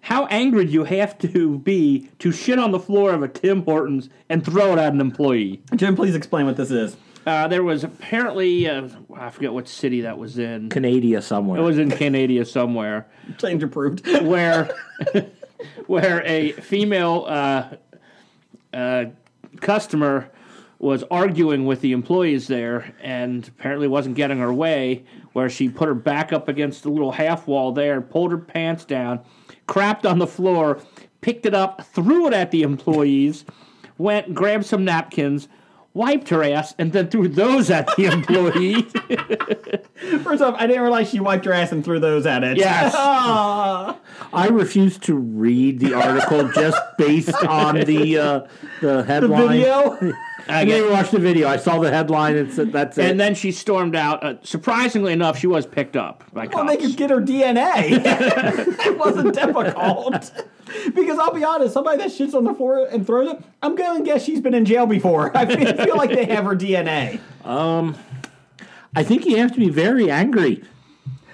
How angry do you have to be to shit on the floor of a Tim Hortons and throw it at an employee?
Jim, please explain what this is.
Uh, there was apparently, uh, I forget what city that was in.
Canada
It
somewhere.
was in Canada somewhere.
Change approved.
where where a female uh, uh, customer was arguing with the employees there and apparently wasn't getting her way where she put her back up against the little half wall there pulled her pants down crapped on the floor picked it up threw it at the employees went grabbed some napkins wiped her ass and then threw those at the employee
First off, I didn't realize she wiped her ass and threw those at it.
yes
I refuse to read the article just based on the uh, the headline.
Video.
I didn't even watch the video. I saw the headline and said, "That's it."
and then she stormed out uh, surprisingly enough she was picked up by cops.
Well, they could get her DNA. it wasn't difficult. Because I'll be honest, somebody that shits on the floor and throws it, I'm going to guess she's been in jail before. I feel, feel like they have her DNA.
I think you have to be very angry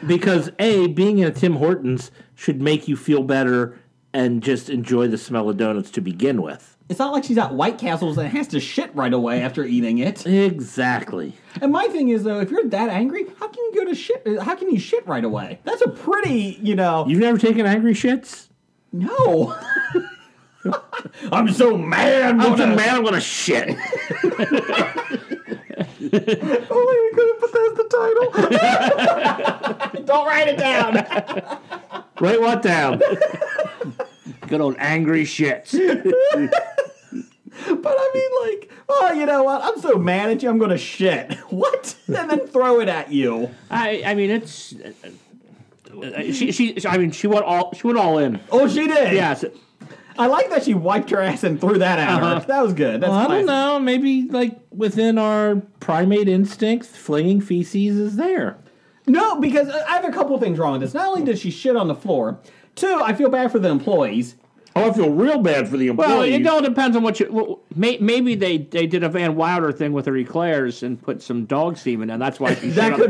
because a being in a Tim Hortons should make you feel better and just enjoy the smell of donuts to begin with.
It's not like she's at White Castles and has to shit right away after eating it.
Exactly.
And my thing is though, if you're that angry, how can you go to shit? uh, How can you shit right away? That's a pretty, you know,
You've never taken angry shits?
no. I'm so mad.
I'm the man. I'm gonna shit.
Only Oh, we could have put that as the title. Don't write it down.
Write what down?
Good old angry shits.
But I mean, like, oh, you know what? I'm so mad at you, I'm gonna shit. What? And then throw it at you.
I, I mean, it's. uh, uh, she, she, I mean, she went all, she went all in.
Oh, she did.
Yes.
I like that she wiped her ass and threw that at
Uh-huh.
her. That was good. That's
I don't
classy.
know. Maybe like within our primate instincts, flinging feces is there.
No, because I have a couple things wrong with this. Not only did she shit on the floor, two, I feel bad for the employees.
Oh, I feel real bad for the employees.
Well, it all depends on what you. Well, may, maybe they, they did a Van Wilder thing with her eclairs and put some dog semen in. That's why she
That
shit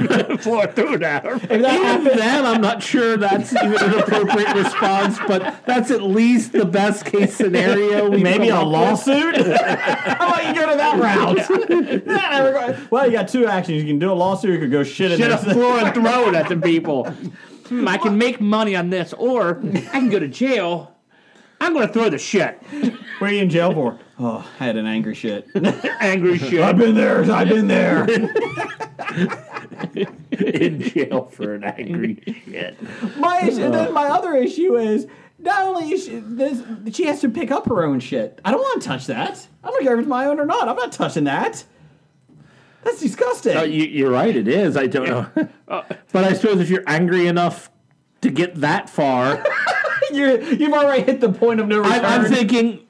on
could-
the floor through that.
If that
Even
happened,
then, I'm not sure that's even an appropriate response, but that's at least the best case scenario. We
Maybe
come
a
up with.
lawsuit? How about you go to that route? Nah, I regret- well, you got two actions. You can do a lawsuit, or you could go shit in
Shit
their-
on the floor and throw it at the people. Hmm, I can make money on this, or I can go to jail. I'm going to throw the shit.
What are you in jail for? Oh, I had an angry shit.
Angry shit.
I've been there. I've been there.
in jail for an angry shit.
My issue, then my other issue is not only is she, this, she has to pick up her own shit. I don't want to touch that. I don't care if it's my own or not. I'm not touching that. That's disgusting.
you, are right. It is. I don't know,
Uh,
but I suppose if you're angry enough to get that far,
You're, you've already hit the point of no
I,
return.
I'm thinking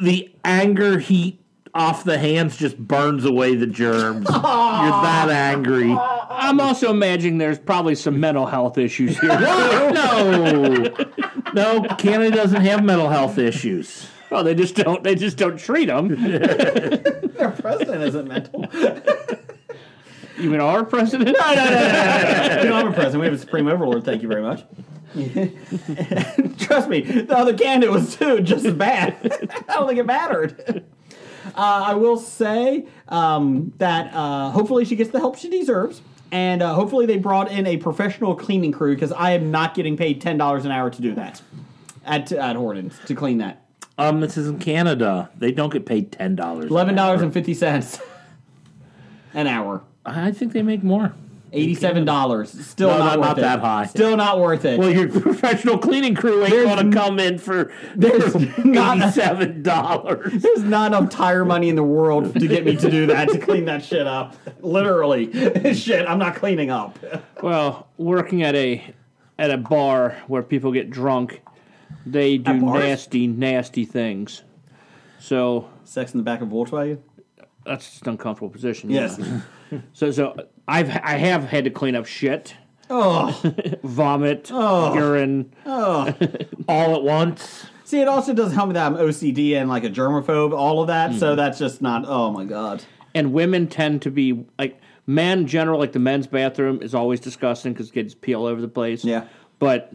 the anger heat off the hands just burns away the germs. you're that angry.
I'm also imagining there's probably some mental health issues here.
no, no. Canada doesn't have mental health issues.
Well, they just don't. They just don't treat them.
Their president isn't mental.
You mean our president?
we don't have a president. We have a supreme overlord. Thank you very much. Trust me, the other candidate was too just as bad. I don't think it mattered. Uh, I will say um, that uh, hopefully she gets the help she deserves, and uh, hopefully they brought in a professional cleaning crew because I am not getting paid ten dollars an hour to do that at at Hortons to clean that.
Um, this is in Canada. They don't get paid ten dollars.
Eleven dollars and fifty cents an hour.
I think they make more.
Eighty-seven dollars. Still
No,
not,
not-
worth
not
it.
that high.
Still not worth it.
Well, your professional cleaning crew ain't
There's-
going to come in for
there's not-
eighty-seven dollars.
There's not enough tire money in the world to get me to do that to clean that shit up. Literally, shit. I'm not cleaning up.
Well, working at a at a bar where people get drunk, they do
bars?
nasty, nasty things. So
Sex in the back of Volkswagen.
that's just an uncomfortable position.
Yes.
yeah. So so I've I have had to clean up shit,
Oh,
vomit, urine.
All at once.
see, it also doesn't help me that I'm OCD and like a germaphobe. All of that. So that's just not. Oh my god.
and women tend to be like men in general like the men's bathroom is always disgusting because kids pee all over the place
Yeah.
but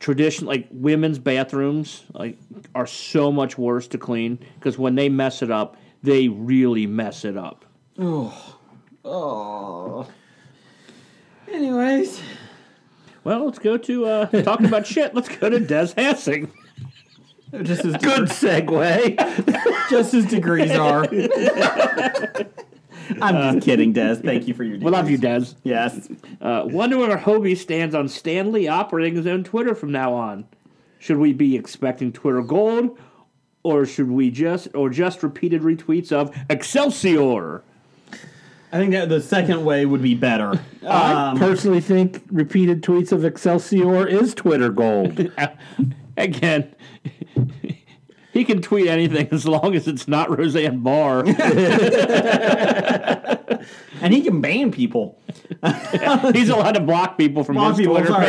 tradition like women's bathrooms like are so much worse to clean because when they mess it up they really mess it up
Oh. Anyways,
well let's go to uh talking about shit let's go to des hassing
just as
Good segue.
just as degrees are. I'm just kidding, Des. Thank Uh, you for your.
we love you
degrees.
des
Yes.
uh, wonder where hobie stands on stanley operating his own twitter from now on should we be expecting twitter gold or should we just or just repeated retweets of excelsior
I think that the second way would be better.
I personally think repeated tweets of Excelsior is Twitter gold.
again he can tweet anything as long as it's not roseanne barr
and he can ban people.
he's allowed to block people from
Block
his
people,
twitter
sorry.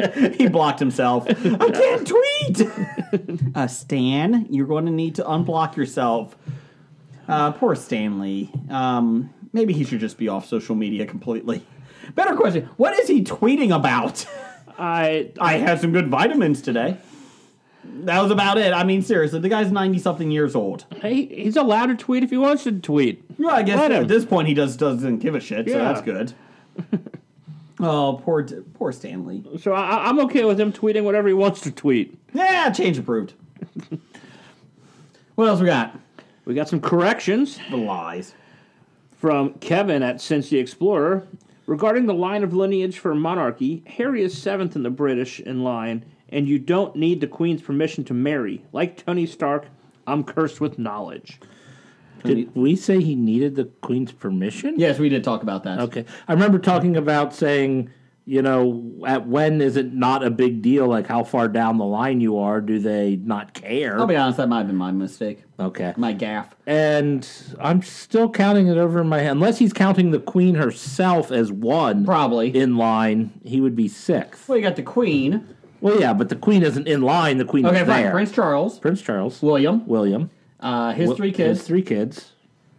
page
He blocked himself. I can't tweet. uh, Stan, you're going to need to unblock yourself. Uh, poor Stanley. Um, maybe he should just be off social media completely. Better question: What is he tweeting about?
I,
I had some good vitamins today. That was about it. I mean, seriously, the guy's ninety something years old.
he, he's allowed to tweet if he wants to tweet
Well, I guess
Let him.
at this point he does doesn't give a shit, so
Yeah.
that's good. oh, poor poor Stanley.
so I, i'm okay with him tweeting whatever he wants to tweet
Yeah, change approved. what else we got?
we got some corrections
The lies.
from Kevin at Since the Explorer. Regarding the line of lineage for monarchy, Harry is seventh in the British in line, and you don't need the Queen's permission to marry. Like Tony Stark, I'm cursed with knowledge.
Did we say he needed the Queen's permission?
Yes, we did talk about that.
Okay. I remember talking about saying, you know, at when is it not a big deal? Like how far down the line you are, do they not care?
I'll be honest, that might have been my mistake.
okay.
My gaff.
And I'm still counting it over in my head. Unless he's counting the Queen herself as one
Probably.
in line, he would be sixth.
Well, you got the Queen.
Well, yeah, but the Queen isn't in line. The Queen
Okay,
is
fine.
there.
Prince Charles,
Prince Charles,
William,
William,
uh, his
Wi-
three
his
kids,
three kids,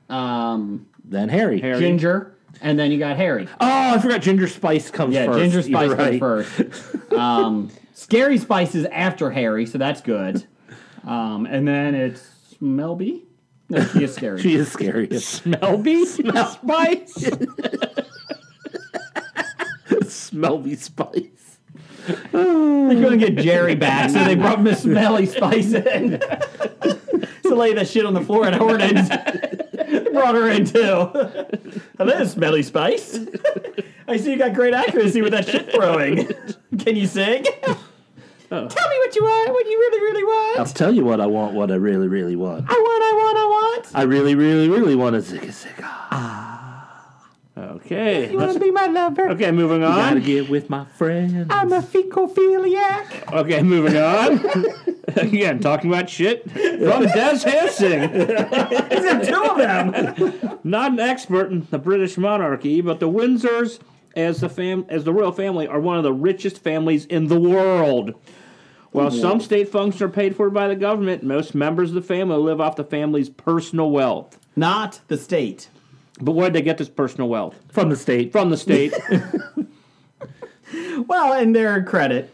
um,
then Harry.
Harry.
Ginger, and then you got Harry.
Oh, I forgot Ginger Spice comes
Yeah,
first.
Ginger Spice
You're right.
comes first. Um, Scary Spice is after Harry, so that's good. Um, and then it's Melby. No, she is scary.
She is scary.
Melby? Smell Spice?
Smelly Spice.
They're going to get Jerry back, so they brought Miss Smelly Spice in to lay that shit on the floor at Hornets. They brought her in too. Hello, Smelly Spice. I see you got great accuracy with that shit throwing. Can you sing? Tell me what you want, what you really, really
I'll
want.
tell you what I want. What I really, really want.
I want, I want, I want.
I really, really, really want a Zigga Zigga.
Ah. Okay.
You want to be my lover?
Okay, moving
Gotta
on.
get with my friend.
I'm a fecophiliac.
Okay, moving on. Again, talking about shit from Des Hansing.
Is there two of them?
not an expert in the British monarchy, but the Windsors, as the fam- as the royal family, are one of the richest families in the world. While some state functions are paid for by the government, most members of the family live off the family's personal wealth.
Not the state.
But where did they get this personal wealth?
From the state.
From the state.
Well, in their credit.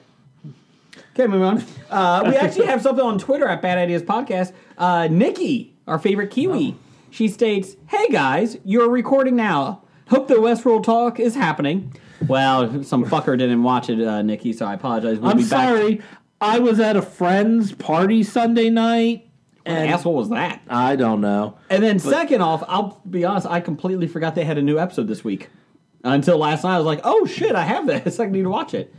Okay, moving on. Uh, we actually have something on Twitter at Bad Ideas Podcast. Uh, Nikki, our favorite Kiwi, she states, "Hey guys, you're recording now. Hope the Westworld talk is happening." Well, some fucker didn't watch it, uh, Nikki, so I apologize. We'll
I'm
be back.
sorry. I was at a friend's party Sunday night.
What an asshole was that?
I don't know.
And then second off, I'll be honest, I completely forgot they had a new episode this week. Until last night, I was like, "Oh shit, I have this. I need to watch it."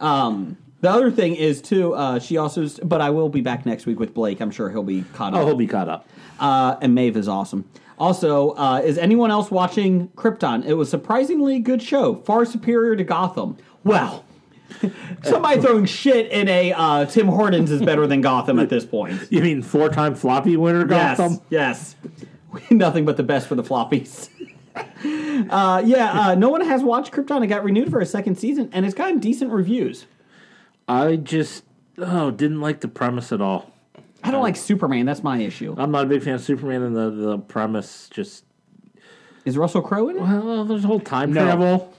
Um, the other thing is too. Uh, she also, is, but I will be back next week with Blake. I'm sure he'll be caught up.
Oh, he'll be caught up.
Uh, and Maeve is awesome. Also, uh, is anyone else watching Krypton? It was surprisingly good show, far superior to Gotham. Well, somebody throwing shit in a uh, Tim Hortons is better than Gotham at this point.
You mean four time floppy winner Gotham?
Yes, yes. Nothing but the best for the floppies. uh, yeah, uh, no one has watched Krypton. It got renewed for a second season, and it's gotten decent reviews.
I just oh didn't like the premise at all.
I don't like Superman. That's my issue.
I'm not a big fan of Superman and the, the premise just
Is Russell Crowe in it?
well, there's whole time
No.
travel.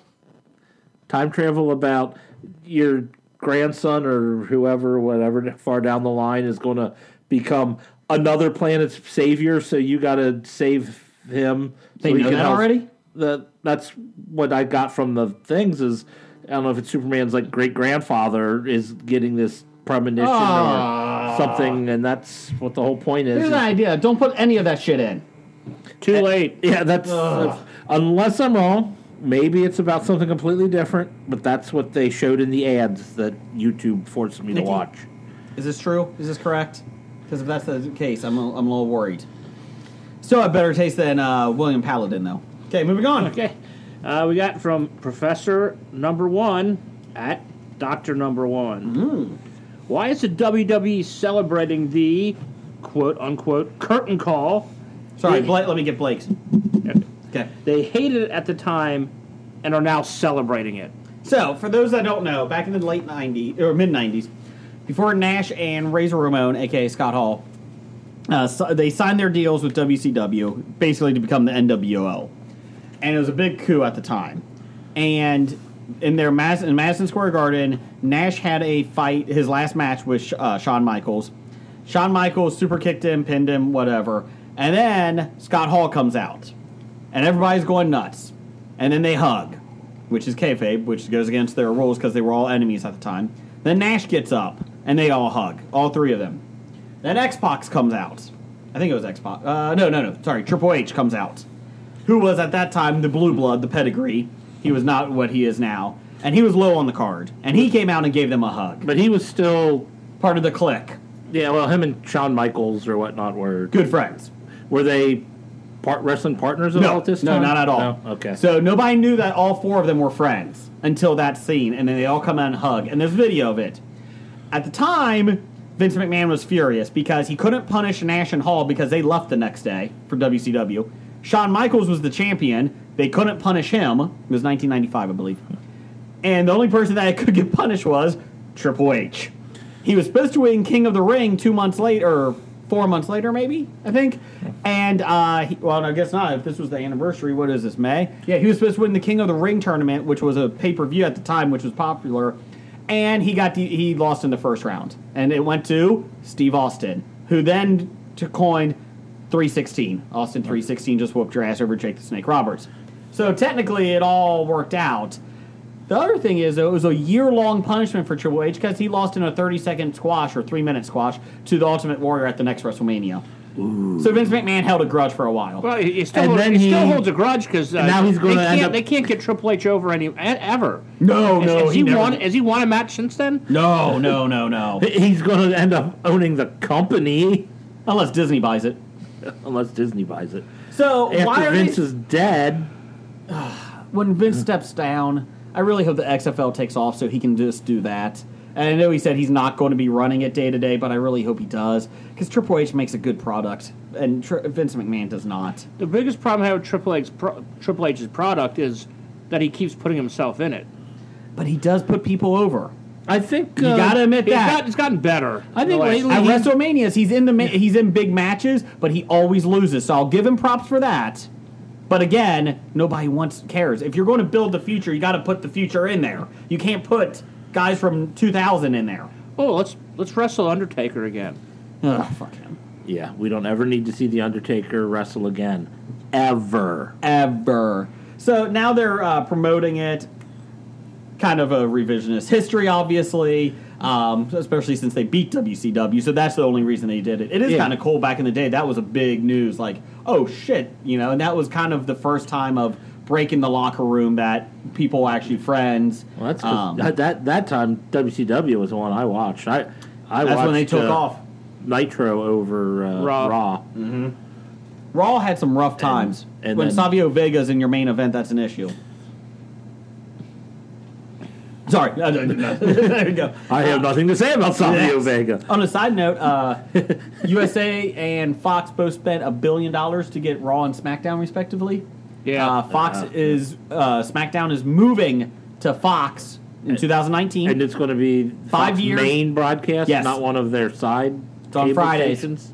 Time travel about your grandson or whoever, whatever far down the line is gonna become another planet's savior, so you gotta save him.
They
so he
know
can
that
help-
already?
The, that's what I got from the things is I don't know if it's Superman's like great grandfather is getting this premonition
Ah.
or something, and that's what the whole point is.
Here's
is
an idea. Don't put any of that shit in.
Too late.
yeah, that's that's- unless I'm wrong. Maybe it's about something completely different, but that's what they showed in the ads that YouTube forced me to
Nikki.
watch.
Is this true? Is this correct? Because if that's the case, I'm a, I'm a little worried. Still have better taste than uh, William Paladin, though. Okay, moving on.
Okay. Uh, we got from Professor Number One at Doctor Number One.
Hmm.
Why is the WWE celebrating the quote unquote curtain call?
Sorry,
Yeah.
Blake, let me get Blake's. Okay.
They hated it at the time and are now celebrating it.
So, for those that don't know, back in the late 90s or mid 90s, before Nash and Razor Ramon, aka Scott Hall, uh, so- they signed their deals with WCW basically to become the NWO. And it was a big coup at the time. And in their Mas- in Madison Square Garden, Nash had a fight, his last match with uh, Shawn Michaels. Shawn Michaels super kicked him, pinned him, whatever. And then Scott Hall comes out. And everybody's going nuts. And then they hug, which is kayfabe, which goes against their rules because they were all enemies at the time. Then Nash gets up, and they all hug, all three of them. Then Xbox comes out. I think it was Xbox. Uh, no, no, no. Sorry, Triple H comes out, who was at that time the blue blood, the pedigree. He was not what he is now, and he was low on the card. And he came out and gave them a hug,
But he was still,
part of the clique,
yeah. Well, him and Shawn Michaels or whatnot were
good friends.
were they part wrestling partners at all
No,
at this
no,
time?
not at all.
Oh,
No? Okay.
So nobody knew that all four of them were friends until that scene, and then they all come out and hug, and there's video of it. At the time, Vince McMahon was furious because he couldn't punish Nash and Hall because they left the next day for WCW. Shawn Michaels was the champion. They couldn't punish him. It was 1995, I believe. And the only person that could get punished was Triple H. He was supposed to win King of the Ring two months later, or four months later, maybe I think. And uh, he, well, no, I guess not. If this was the anniversary, what is this May? Yeah, he was supposed to win the King of the Ring tournament, which was a pay per view at the time, which was popular. And he got the, he lost in the first round, and it went to Steve Austin, who then t- coined 316. Austin 316 just whooped your ass over Jake the Snake Roberts. So technically, it all worked out. The other thing is, though, it was a year long punishment for Triple H because he lost in a 30 second squash or three minute squash to the Ultimate Warrior at the next WrestleMania. So Vince McMahon held a grudge for a while.
Well, he, he still,
And
holds,
then
he still
he-
holds a grudge because uh,
now he's gonna
they,
end
can't-
up-
they can't get Triple H over any e- ever.
No,
Has-
no,
has
he
he,
never-
won? Has he won a match since then?
No, no, no, no.
he's going to end up owning the company
Unless Disney buys it.
unless Disney buys it.
So why
After
are
Vince
these-
is dead,
when Vince steps down, I really hope the XFL takes off so he can just do that. And I know he said he's not going to be running it day to day, but I really hope he does because Triple H makes a good product, and Tri- Vince McMahon does not.
The biggest problem I have with Triple H's, pro- Triple H's product is that he keeps putting himself in it.
But he does put people over.
I think uh,
You gotta admit
He's,
that.
got, he's gotten better.
I think
Like,
lately
At
he-
WrestleManias, he's in the ma- he's in big matches, but he always loses. So I'll give him props for that. But again, nobody wants cares. If you're going to build the future, you got to put the future in there. You can't put guys from 2000 in there.
Oh, let's let's wrestle Undertaker again.
Ugh, fuck him.
Yeah, we don't ever need to see The Undertaker wrestle again. Ever.
Ever. So now they're uh, promoting it. Kind of a revisionist history, obviously, um, especially since they beat WCW. So that's the only reason they did it. It is
Yeah.
kind of cool back in the day. That was a big news, like, oh shit, you know, and that was kind of the first time of break in the locker room that people were actually friends.
Well, that's 'cause
Um,
that, that that time WCW was the one I watched. I I
that's
watched,
when they took
uh,
off. Mm-hmm.
Nitro over uh,
Raw.
Raw.
Raw had some rough times.
and
when
then-
Savio Vega's in your main event, that's an issue. Sorry, No, no, no. there we go.
I have nothing to say about Savio
Yes. Um,
Vega.
On a side note, uh, USA and Fox both spent a billion dollars to get Raw and SmackDown respectively.
Yeah.
uh, Fox
Uh-huh.
is uh, SmackDown is moving to Fox in 2019.
And it's going to be
Five
Fox
years.
main broadcast,
Yes.
not one of their side.
It's on
cable
Fridays.
stations.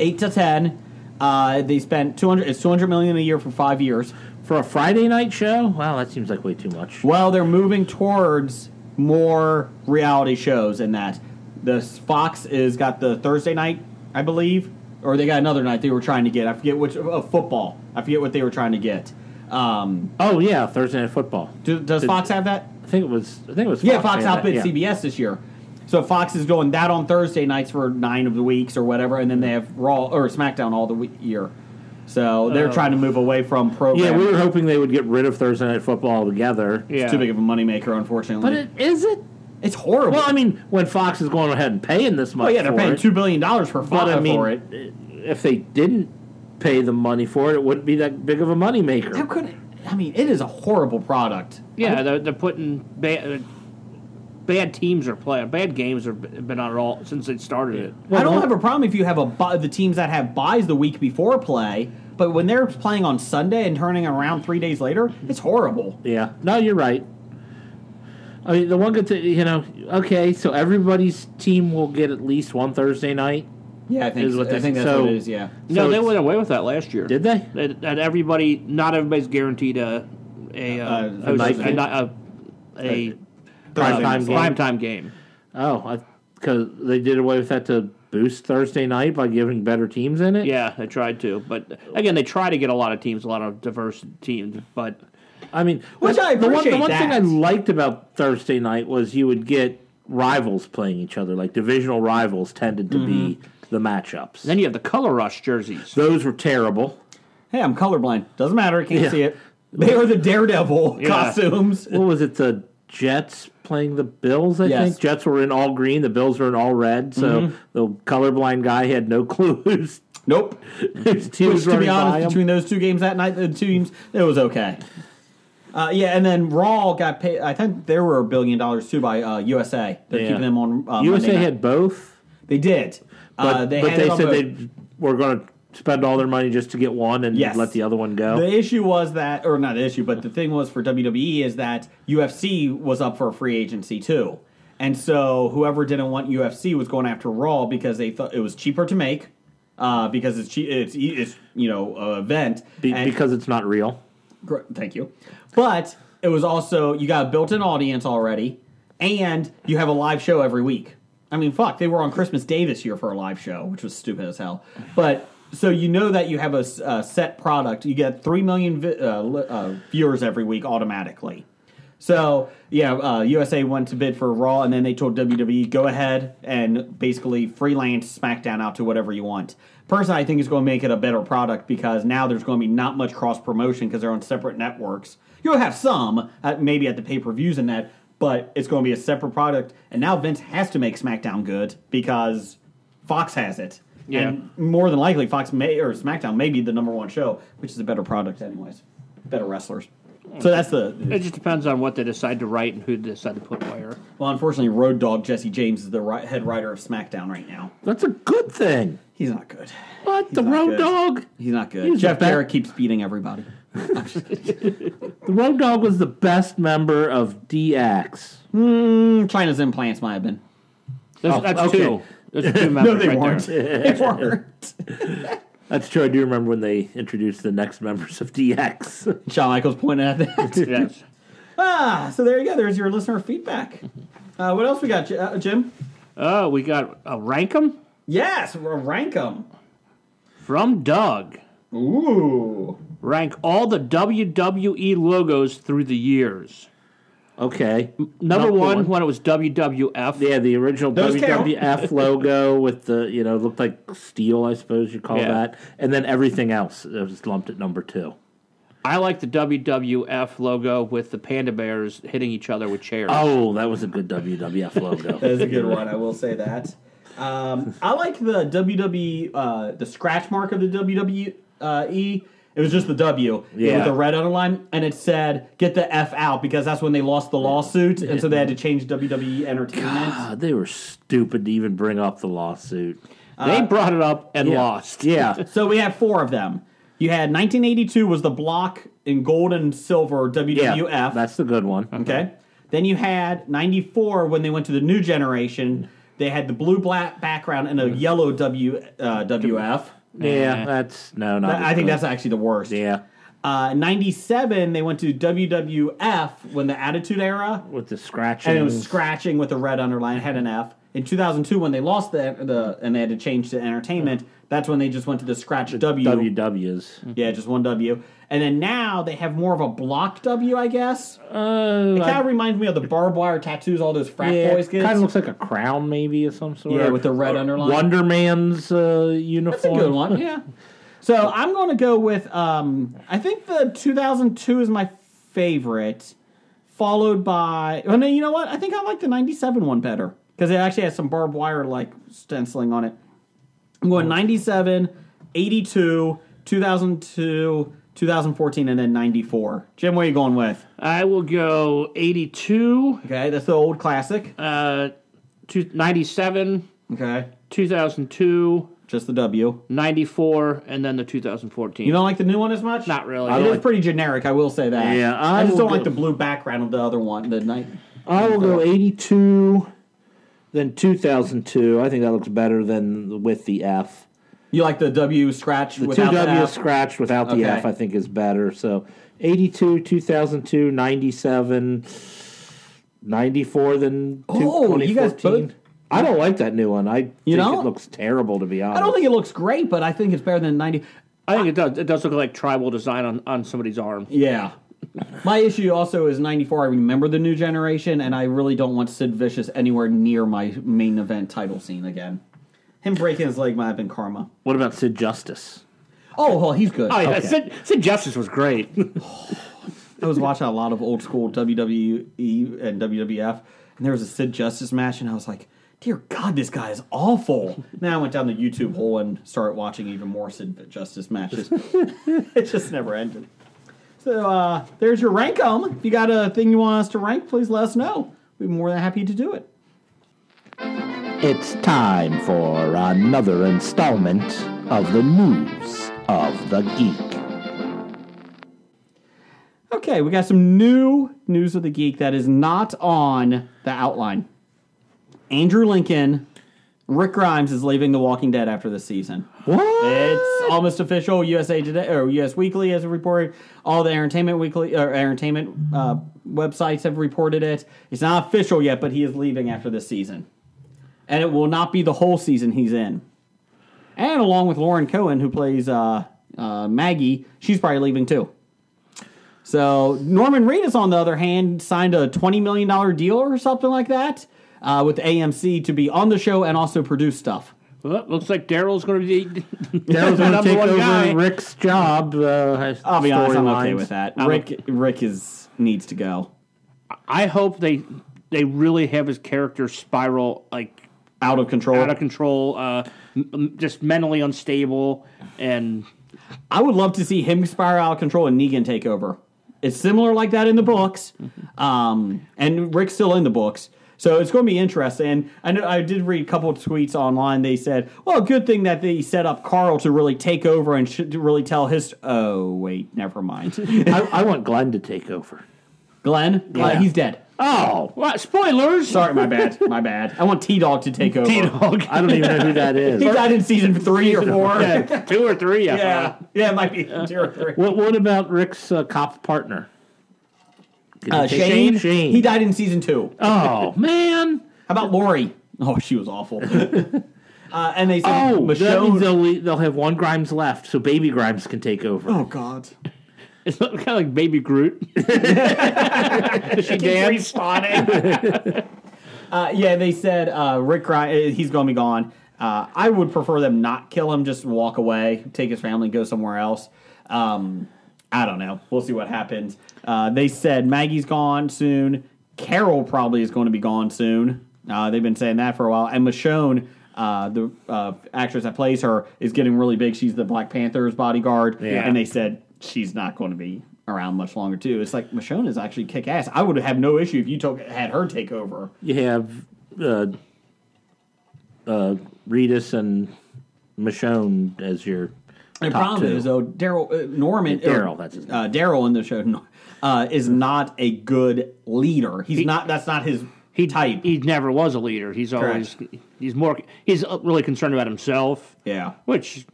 Eight to ten. Uh, they spent 200. It's 200 million a year for five years.
for a Friday night show. Wow, that seems like way too much.
Well, they're moving towards more reality shows in that the Fox is got the Thursday night, I believe, or they got another night they were trying to get. I forget which of football. I forget what they were trying to get. Um,
Oh yeah, Thursday night football.
do, does
Did-
Fox have that?
I think it was. I think it was.
Yeah, Fox
had
outbid
that, yeah.
CBS this year. So Fox is going that on Thursday nights for nine of the weeks or whatever, and then they have Raw or SmackDown all the we- year. So they're trying to move away from
Oh. Yeah,
programming.
we were hoping they would get rid of Thursday night football altogether.
Yeah.
It's too big of a moneymaker, unfortunately.
but it is it.
it's horrible.
Well, I mean, when Fox is going ahead and paying this much,
Oh yeah, they're
for
paying
it,
two billion dollars for
But
Fox
I mean,
for it.
if they didn't pay the money for it, it wouldn't be that big of a
How
moneymaker.
could I mean? It is a horrible product.
Yeah, they're, they're putting bad, bad teams are playing. Bad games have been on it all since they started it.
I don't
well-
have a problem if you have a bu- the teams that have buys the week before play, but when they're playing on Sunday and turning around three days later, it's horrible.
Yeah, no, you're right. I mean, the one good thing, you know, okay, so everybody's team will get at least one Thursday night.
Yeah, I think
Is what
I
they-
think that's
so-
what it is. Yeah,
No,
So
they
it's-
went away with that last year.
Did they?
That, that everybody, not everybody's guaranteed a a uh,
Uh,
a,
a night
a,
game?
a, a,
Prime time game.
prime time game.
Oh, because they did away with that to boost Thursday night by giving better teams in it.
Yeah, they tried to, but again, they try to get a lot of teams, a lot of diverse teams. But
I mean,
Which I
the one, the
appreciate
one thing I
that.
liked about Thursday night was you would get rivals playing each other. Like divisional rivals tended to be
Mm-hmm.
the matchups.
then you have the color rush jerseys.
Those were terrible.
hey, I'm colorblind. Doesn't matter. I can't
Yeah.
see it. They are the daredevil
Yeah.
costumes.
What was it? The Jets playing the Bills. I
Yes. Mm-hmm.
think Jets were in all green. The Bills were in all red. So the colorblind guy had no clue whose
Nope.
whose team
Which,
was
to be
running by
honest,
him.
between those two games that night, the two teams, it was okay. Uh, yeah, and then Raw got paid. I think they were a billion dollars too by uh, USA. They're
Yeah.
keeping them on. Uh,
USA
Monday night.
had both.
They did.
But
uh,
but they,
they, had it on
said
both.
they were going to spend all their money just to get one and
Yes.
let the other one go.
The issue was that, or not the issue, but the thing was for WWE is that UFC was up for a free agency too, and so whoever didn't want UFC was going after Raw because they thought it was cheaper to make, uh, because it's cheap, it's e- it's you know a event
Be-
and-
because it's not real.
Gr- Thank you. But it was also you got a built-in audience already, and you have a live show every week. I mean, fuck, they were on Christmas Day this year for a live show, which was stupid as hell. But so you know that you have a, s- a set product. You get three million vi- uh, li- uh, viewers every week automatically. So yeah, uh, USA went to bid for Raw, and then they told WWE, "Go ahead and basically freelance SmackDown out to whatever you want." Personally, I think it's going to make it a better product because now there's going to be not much cross promotion because they're on separate networks. You'll have some, uh, maybe at the pay per views and that, but it's going to be a separate product. And now Vince has to make SmackDown good because Fox has it,
Yeah.
and more than likely, Fox may or SmackDown may be the number one show, which is a better product, anyways, better wrestlers. So that's the
It just depends on what they decide to write and who they decide to put where.
well, unfortunately, Road Dog Jesse James is the ri- head writer of SmackDown right now.
That's a good thing.
He's not good.
What the
not
road
good.
dog?
He's not good.
He's
Jeff
a bad-
Barrett keeps beating everybody.
The road dog was the best member of DX.
Mm, China's implants might have been.
That's,
Oh,
that's
okay.
two. That's two members right there.
they weren't.
That's true. I do remember when they introduced the next members of DX.
Shawn Michaels pointed at that.
Yes.
ah, so there you go. There's your listener feedback. Uh, what else we got, J- uh, Jim?
Uh, we got a rank 'em
Yes, r- rank them.
from Doug.
Ooh.
Rank all the
E
WWE logos through the years.
okay.
Number
Number
one,
one.
when it was WWF.
Yeah, the original
Those count.
WWF logo with the, you know, looked like steel, I suppose you call
Yeah.
that. And then everything else that was lumped at number two. I like the WWF logo Oh, with the panda bears hitting each other with chairs.
Oh, that was a good WWF logo.
That's a good one. I will say that. Um, I like the WWE, uh, the scratch mark of the WWE. Uh, E. It was just the W
Yeah.
with the red underline, and it said "Get the F out" because that's when they lost the lawsuit, and so they had to change WWE Entertainment.
God, Ah, they were stupid to even bring up the lawsuit.
they brought it up and
Yeah.
lost.
Yeah.
So we have four of them. You had 1982 was the block in gold and silver
Yeah.
WWF.
That's the good one.
Okay. Then you had 94 when they went to the new generation. They had the blue black background and a
Mm-hmm.
yellow W uh, WF.
Yeah, that's no, not.
I I
as
think
good.
that's actually the worst.
yeah.
Uh, 97 they went to WWF when the Attitude Era
With the scratching.
and it was scratching with a red underline had an F. In 2002 when they lost the the and they had to change to entertainment, that's when they just went to the scratch W.
WWs.
Yeah, just one W. And then now they have more of a block W, I guess.
Uh,
It kind of reminds me of the barbed wire tattoos all those frat boys get.
kind of looks like a crown, maybe of some sort.
Yeah, with the red
Or
underline.
Wonder Man's uh, uniform.
That's a good one. Yeah. So I'm going to go with. Um, I think the 2002 is my favorite, followed by. Oh no, you know what? I think I like the 97 one better because it actually has some barbed wire like stenciling on it. I'm going 97, 82, 2002, 2014, and then 94. Jim, what are you going with?
I will go 82,
Okay, that's the old classic.
uh, two, 97,
Okay,
2002,
just the W.
94, and then the 2014.
You don't like the new one as much? Uh,
Not really.
It is
like-
pretty generic, I will say that.
Yeah, I
I, just
will
don't
go-
like the blue background of the other one. The night.
I will go 82, then 2002. I think that looks better than the- with the F.
You like the W scratch
The
without
2W
the F?
scratched without the
Okay.
F, I think, is better. So 82, 2002, 97, 94, then two-
Oh, you guys
2014.
both-
I don't like that new one. I think
You know?
it looks terrible, to be honest.
I don't think it looks great, but I think it's better than ninety.
I think it does. It does look like tribal design on, on somebody's arm.
Yeah. My issue also is ninety four. I remember the new generation, and I really don't want Sid Vicious anywhere near my main event title scene again. Him breaking his leg might have been karma.
What about Sid Justice?
Oh well, he's good.
Oh, yeah.
Okay.
Sid, Sid Justice was great.
I was watching a lot of old school WWE and WWF, and there was a Sid Justice match, and I was like, "Dear God, this guy is awful." Now I went down the YouTube hole and started watching even more Sid Justice matches. it just never ended. So uh, there's your rank 'em. If you got a thing you want us to rank, please let us know. We'd be more than happy to do it.
It's time for another installment of the News of the Geek.
Okay, we got some new news of the geek that is not on the outline. Andrew Lincoln, Rick Grimes is leaving The Walking Dead after this season. It's almost official. USA Today or US Weekly has reported. All the Entertainment Weekly or Entertainment uh, websites have reported it. It's not official yet, but he is leaving after this season, and it will not be the whole season he's in. And along with Lauren Cohen, who plays uh, uh, Maggie, she's probably leaving too. So Norman Reedus, on the other hand, signed a twenty million dollar deal or something like that uh, with AMC to be on the show and also produce stuff.
well, looks like Daryl's going to be.
Daryl's going to
Number
take
one
over
guy.
Rick's job. Uh,
I'll be honest, I'm okay
storylines.
with that.
I'm
Rick Rick is needs to go
I hope they they really have his character spiral like
out of control.
out of control, uh, m- m- just mentally unstable, and
I would love to see him spiral out of control and Negan take over. It's similar like that in the books, um, and Rick's still in the books. So it's going to be interesting. And I know I did read a couple of tweets online. They said, "Well, good thing that they set up Carl to really take over and should to really tell his." Oh wait, never mind.
I, I want Glenn to take over.
Glenn, Glenn, he's dead.
oh, what spoilers!
Sorry, my bad, my bad. I want T Dog to take over.
Dog.
I don't even know who that is.
He died in season three or four.
Yeah, two or three. Yeah.
Yeah, yeah, it might be two or three.
What, what about Rick's uh, cop partner? Did he
Uh,
take-
Shane,
Shane.
he died in season two. How
Oh man!
about Lori? Oh, she was awful. uh, and they said
Oh, that
Michonne.
means they'll le- they'll have one Grimes left, so Baby Grimes can take over.
oh God,
It's kind of like Baby Groot.
she danced on it. uh, yeah, they said uh, Rick. Gri- uh, he's going to be gone. Uh, I would prefer them not kill him. Just walk away, take his family, go somewhere else. Um, I don't know. We'll see what happens. Uh, they said Maggie's gone soon. Carol probably is going to be gone soon. Uh, they've been saying that for a while. And Michonne, uh, the uh, actress that plays her, is getting really big. She's the Black Panther's bodyguard.
Yeah.
And they said she's not going to be around much longer, too. It's like Michonne is actually kick ass. I would have no issue if you took had her take over.
You have uh, uh, Redis and Michonne as your
The
top
problem
two.
is though, Daryl uh, Norman
Daryl,
or,
that's his name.
uh, Daryl in the show uh, is not a good leader. He's not. That's not his
He
type.
He never was a leader. He's always he's more he's uh, really concerned about himself.
yeah.
Which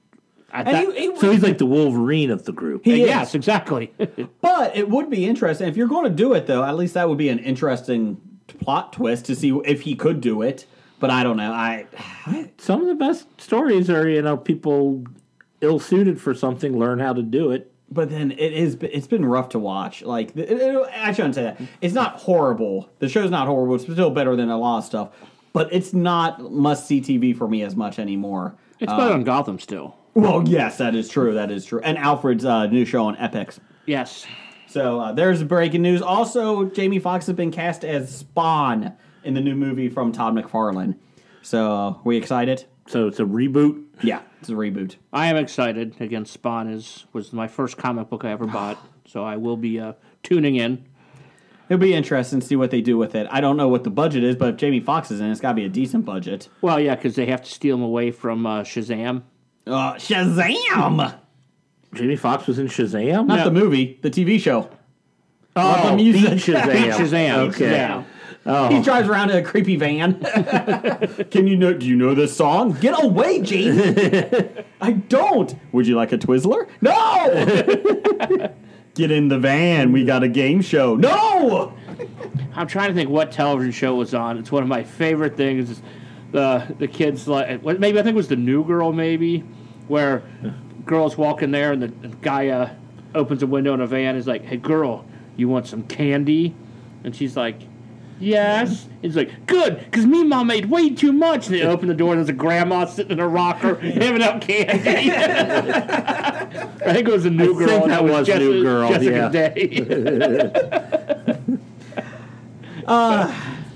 I
And
thought.
he- he-
so he's like the Wolverine of the group.
He is.
uh, yes, exactly.
But it would be interesting if you're going to do it though. At least that would be an interesting plot twist to see if he could do it. But I don't know. I
Some of the best stories are you know people ill suited for something learn how to do it.
but then it is it's been rough to watch like it, it, i shouldn't say that it's not horrible the show's not horrible it's still better than a lot of stuff but it's not must see tv for me as much anymore
it's better
Um,
than Gotham still.
well yes that is true that is true and alfred's uh, new show on epics
Yes.
so uh, there's breaking news also jamie foxx has been cast as spawn in the new movie from todd mcfarlane so uh, we excited
So it's a reboot.
yeah it's a reboot
I am excited. Again, Spawn is was my first comic book I ever bought, so I will be uh, tuning in.
it'll be interesting to see what they do with it i don't know what the budget is but if jamie foxx is in it, it's got to be a decent budget
Well, yeah, because they have to steal him away from uh, Shazam.
Uh, Shazam! Not
Jamie Foxx was in Shazam.
the movie, the TV show.
oh,
the music.
beat Shazam.
Beat Shazam.
Okay.
Yeah.
He drives around in a creepy van. Can you know? Do you know this song? Get away, Jamie! I don't. Would you like a Twizzler? No. Get in the van. We got a game show. No.
I'm trying to think what television show was on. It's one of my favorite things. is The the kids like what- maybe I think it was the New Girl maybe, where girls walk in there and the the guy uh, opens a window in a van. is like, "Hey girl, you want some candy?" And she's like, "Yes." He's like, "Good, because me and mom made way too much." And they open the door and there's a grandma sitting in a rocker giving out candy. I think it was the New
I
Girl.
think
and it
that was
Jessica,
New Girl,
Jessica
yeah.
Day.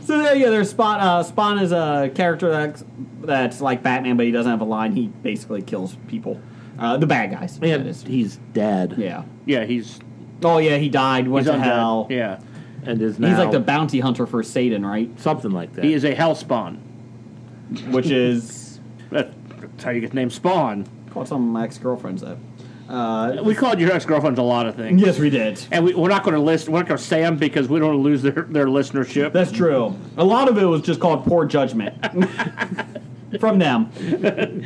So there you go. There's Spawn. Uh, Spawn is a character that's, that's like Batman, but he doesn't have a line. He basically kills people. Uh, the bad guys. that
And
is.
he's dead.
Yeah.
yeah, he's
Oh yeah, he died. Went
he's
to
undead.
hell.
Yeah.
And is now
He's like the bounty hunter for Satan, right?
something like that.
He is a hell spawn.
Which is
That- That's how you get the name Spawn.
called some of my ex girlfriends that. Uh,
We called your ex girlfriends a lot of things.
yes, we did.
And we, we're not going to list, we're not going to say them because we don't want to lose their, their listenership.
That's true. A lot of it was just called poor judgment from them.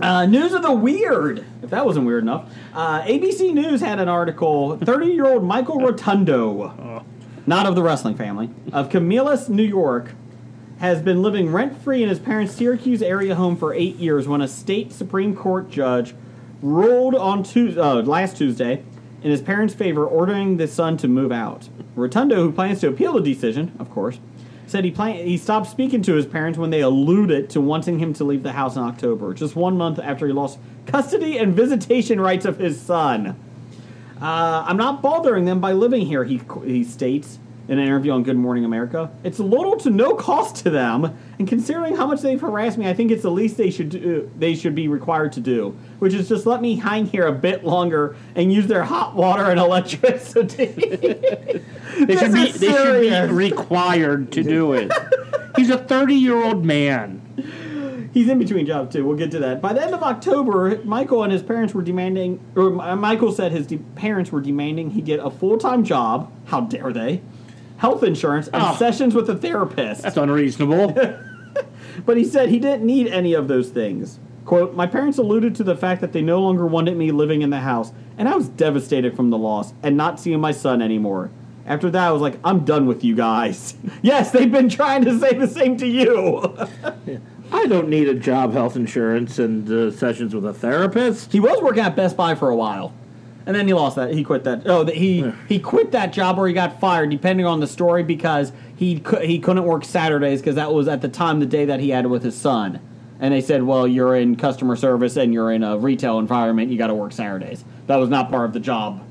Uh, news of the weird. If that wasn't weird enough, uh, ABC News had an article. Thirty-year-old Michael Rotundo, not of the wrestling family, of Camillus, New York, has been living rent-free in his parents' Syracuse area home for eight years when a state Supreme Court judge ruled on Tues uh, last Tuesday in his parents' favor, ordering the son to move out. Rotundo, who plans to appeal the decision, of course, said he plan- he stopped speaking to his parents when they alluded to wanting him to leave the house in October, just one month after he lost custody and visitation rights of his son. Uh, I'm not bothering them by living here, he, he states in an interview on Good Morning America. It's little to no cost to them, and considering how much they've harassed me, I think it's the least they should do, they should be required to do, which is just let me hang here a bit longer and use their hot water and electricity.
they, should be,
this is
they should
serious.
be required to do it. He's a 30 year old man.
He's in between jobs too. We'll get to that. By the end of October, Michael and his parents were demanding, or uh, Michael said his de- parents were demanding he get a full time job. How dare they? Health insurance and
Oh.
sessions with a therapist.
That's unreasonable.
But he said he didn't need any of those things. Quote, my parents alluded to the fact that they no longer wanted me living in the house, and I was devastated from the loss and not seeing my son anymore. After that, I was like, I'm done with you guys. yes, they've been trying to say the same to you.
I don't need a job, health insurance, and uh, sessions with a therapist.
He was working at Best Buy for a while, and then he lost that. He quit that. Oh, that he he quit that job or he got fired, depending on the story, because he cou- he couldn't work Saturdays because that was at the time the day that he had with his son. And they said, "Well, you're in customer service and you're in a retail environment. You got to work Saturdays. That was not part of the job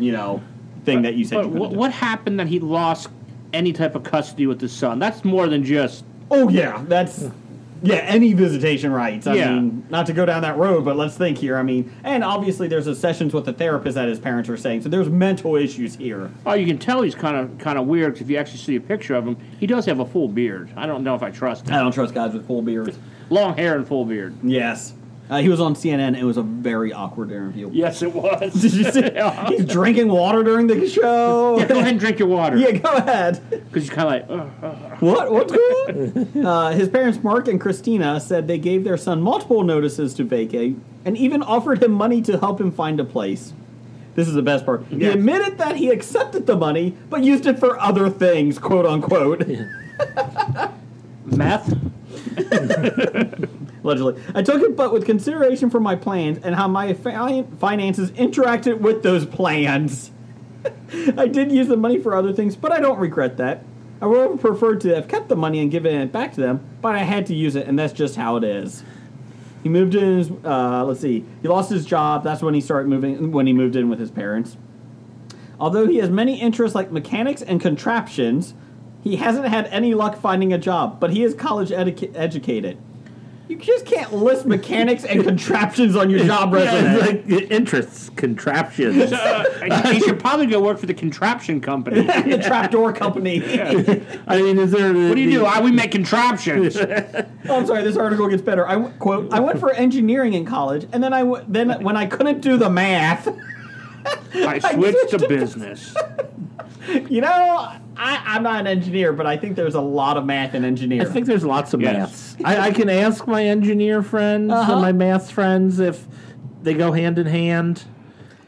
you know, thing that you said.
But
you couldn't
what,
do.
what happened that he lost any type of custody with his son? That's more than just
Oh yeah, that's yeah. Any visitation rights. I
Yeah.
mean, not to go down that road, but let's think here. I mean, and obviously there's a sessions with the therapist that his parents are saying. So there's mental issues here.
Oh, you can tell he's kind of kind of weird 'cause if you actually see a picture of him, he does have a full beard. I don't know if I trust him.
I don't trust guys with full beards.
Long hair and full beard.
Yes. Uh, he was on CNN. It was a very awkward interview.
Yes, it was.
Did you see? He's drinking water during the show.
yeah, go ahead and drink your water.
Yeah, go ahead.
because you're kind of like, "Uh, "Ugh, ugh."
What? What's going on? Uh, his parents, Mark and Christina, said they gave their son multiple notices to vacate and even offered him money to help him find a place. This is the best part. He
Yeah.
admitted that he accepted the money, but used it for other things, quote unquote.
meth.
Allegedly. I took it, but with consideration for my plans and how my fi- finances interacted with those plans. I did use the money for other things, but I don't regret that. I would have preferred to have kept the money and given it back to them, but I had to use it, and that's just how it is. He moved in. His, uh, let's see. He lost his job. That's when he started moving. When he moved in with his parents. Although he has many interests like mechanics and contraptions, he hasn't had any luck finding a job. But he is college educa- educated. You just can't list mechanics and contraptions on your job resume.
Yeah, it's like interests, contraptions.
Uh, he should probably go work for the contraption company. What
the trapdoor company.
I mean, is there?
do you do? I, we make contraptions.
Oh, I'm sorry. This article gets better. I w- quote: I went for engineering in college, and then I w- then when I couldn't do the math,
I switched to business.
you know, I, I'm not an engineer, but I think there's a lot of math in engineering.
I think there's lots of
Yes.
maths. I, I can ask my engineer friends and my math friends if they go hand in hand.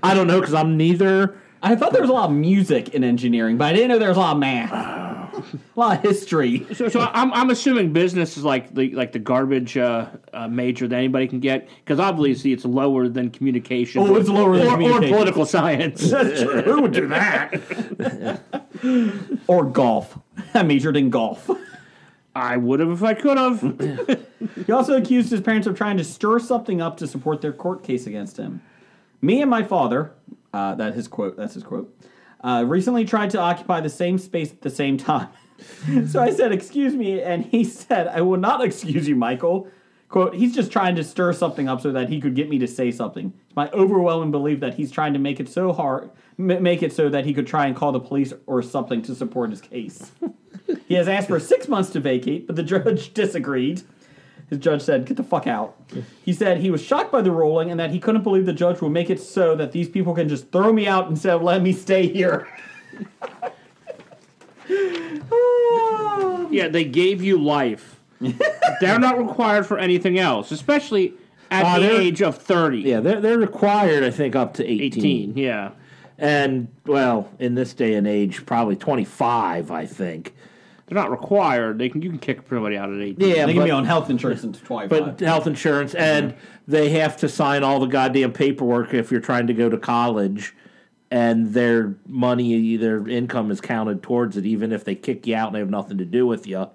I don't know because I'm neither.
I thought there was a lot of music in engineering, but I didn't know there was a lot of math, a lot of history.
So, so I'm, I'm assuming business is like the like the garbage uh, uh, major that anybody can get because obviously it's lower than communication.
Oh, it's lower than
or,
communication.
or political science.
That's true. Who would do that? or golf. I majored in golf.
I would have if I could have.
He also accused his parents of trying to stir something up to support their court case against him. Me and my father, uh, that his quote, that's his quote, uh, recently tried to occupy the same space at the same time. so I said, "Excuse me," and he said, "I will not excuse you, Michael." Quote, he's just trying to stir something up so that he could get me to say something. It's my overwhelming belief that he's trying to make it so hard, m- make it so that he could try and call the police or something to support his case. he has asked for six months to vacate, but the judge disagreed. His judge said, "Get the fuck out." He said he was shocked by the ruling and that he couldn't believe the judge will make it so that these people can just throw me out instead of letting me stay here.
yeah, they gave you life. They're not required for anything else, especially at
Uh,
the
they're-
age of thirty.
Yeah, they're they're required, I think, up to 18.
Eighteen. Yeah.
and well, in this day and age, probably twenty five. I think.
They're not required. They can you can kick somebody out at eighteen.
Yeah,
they can
but,
be on health insurance until
but
twenty-five.
health insurance, and
Mm-hmm.
they have to sign all the goddamn paperwork if you're trying to go to college, and their money, their income is counted towards it, even if they kick you out and they have nothing to do with you,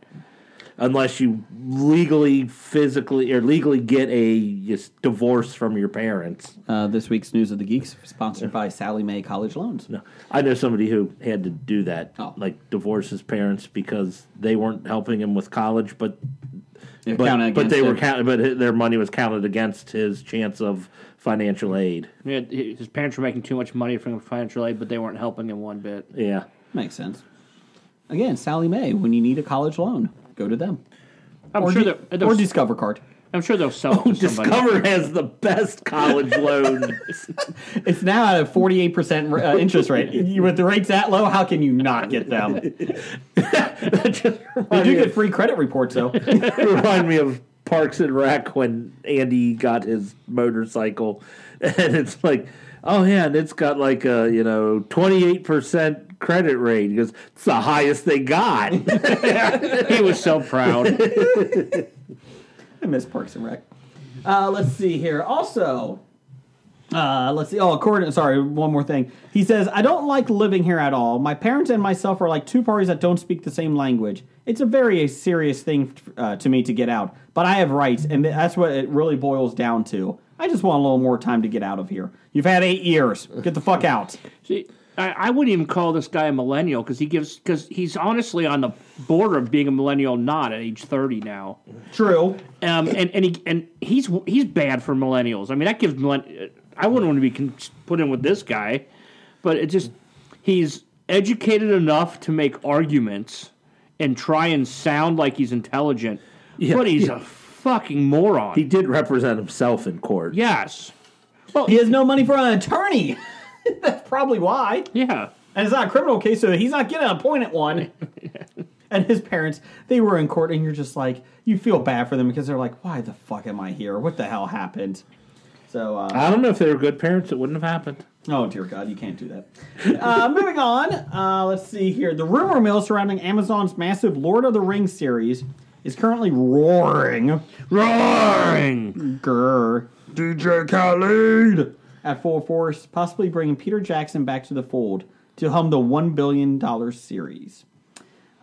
unless you legally, physically, or legally get a just divorce from your parents.
Uh, this week's news of the geeks sponsored by Sally May College Loans.
No, I know somebody who had to do that,
Oh.
like divorce his parents because they weren't helping him with college, but
They're counting
but, but they
against
were
it.
counted, but hi- their money was counted against his chance of financial aid.
Yeah, his parents were making too much money from financial aid, but they weren't helping him one bit.
Yeah,
Makes sense. Again, Sally May. When you need a college loan, go to them.
I'm
or,
sure
di-
they're,
or
they'll-
Discover Card.
I'm sure they'll sell it to somebody.
Discover has the best college loan.
It's now at a forty-eight percent uh, interest rate. You- With the rates that low, how can you not get them? They do get free credit reports though.
remind me of Parks and Rec when Andy got his motorcycle, and it's like, oh yeah, and it's got like a you know twenty eight percent credit rate. He goes, it's the highest they got.
he was so proud.
I miss Parks and Rec. Uh, let's see here. Also, uh, let's see. Oh, according. Sorry, one more thing. He says, "I don't like living here at all. My parents and myself are like two parties that don't speak the same language. It's a very serious thing uh, to me to get out, but I have rights, and that's what it really boils down to. I just want a little more time to get out of here. You've had eight years. Get the fuck out.
See, I, I wouldn't even call this guy a millennial because he gives because he's honestly on the border of being a millennial, not at age thirty now.
True.
Um, and and he and he's he's bad for millennials. I mean, that gives millenn- I wouldn't want to be con- put in with this guy, but it just he's educated enough to make arguments and try and sound like he's intelligent,
Yeah.
but he's
Yeah.
a fucking moron.
He did represent himself in court.
yes.
He has no money for an attorney. That's probably why.
Yeah.
And it's not a criminal case, so he's not getting a point at one. and his parents, they were in court, and you're just like, you feel bad for them because they're like, why the fuck am I here? What the hell happened? So, uh,
I don't know if they were good parents. It wouldn't have happened.
Oh dear God, you can't do that. uh, moving on, uh, let's see here. The rumor mill surrounding Amazon's massive Lord of the Rings series is currently roaring,
Roaring.
grr,
DJ Khaled.
at full force, possibly bringing Peter Jackson back to the fold to helm the one billion dollar series.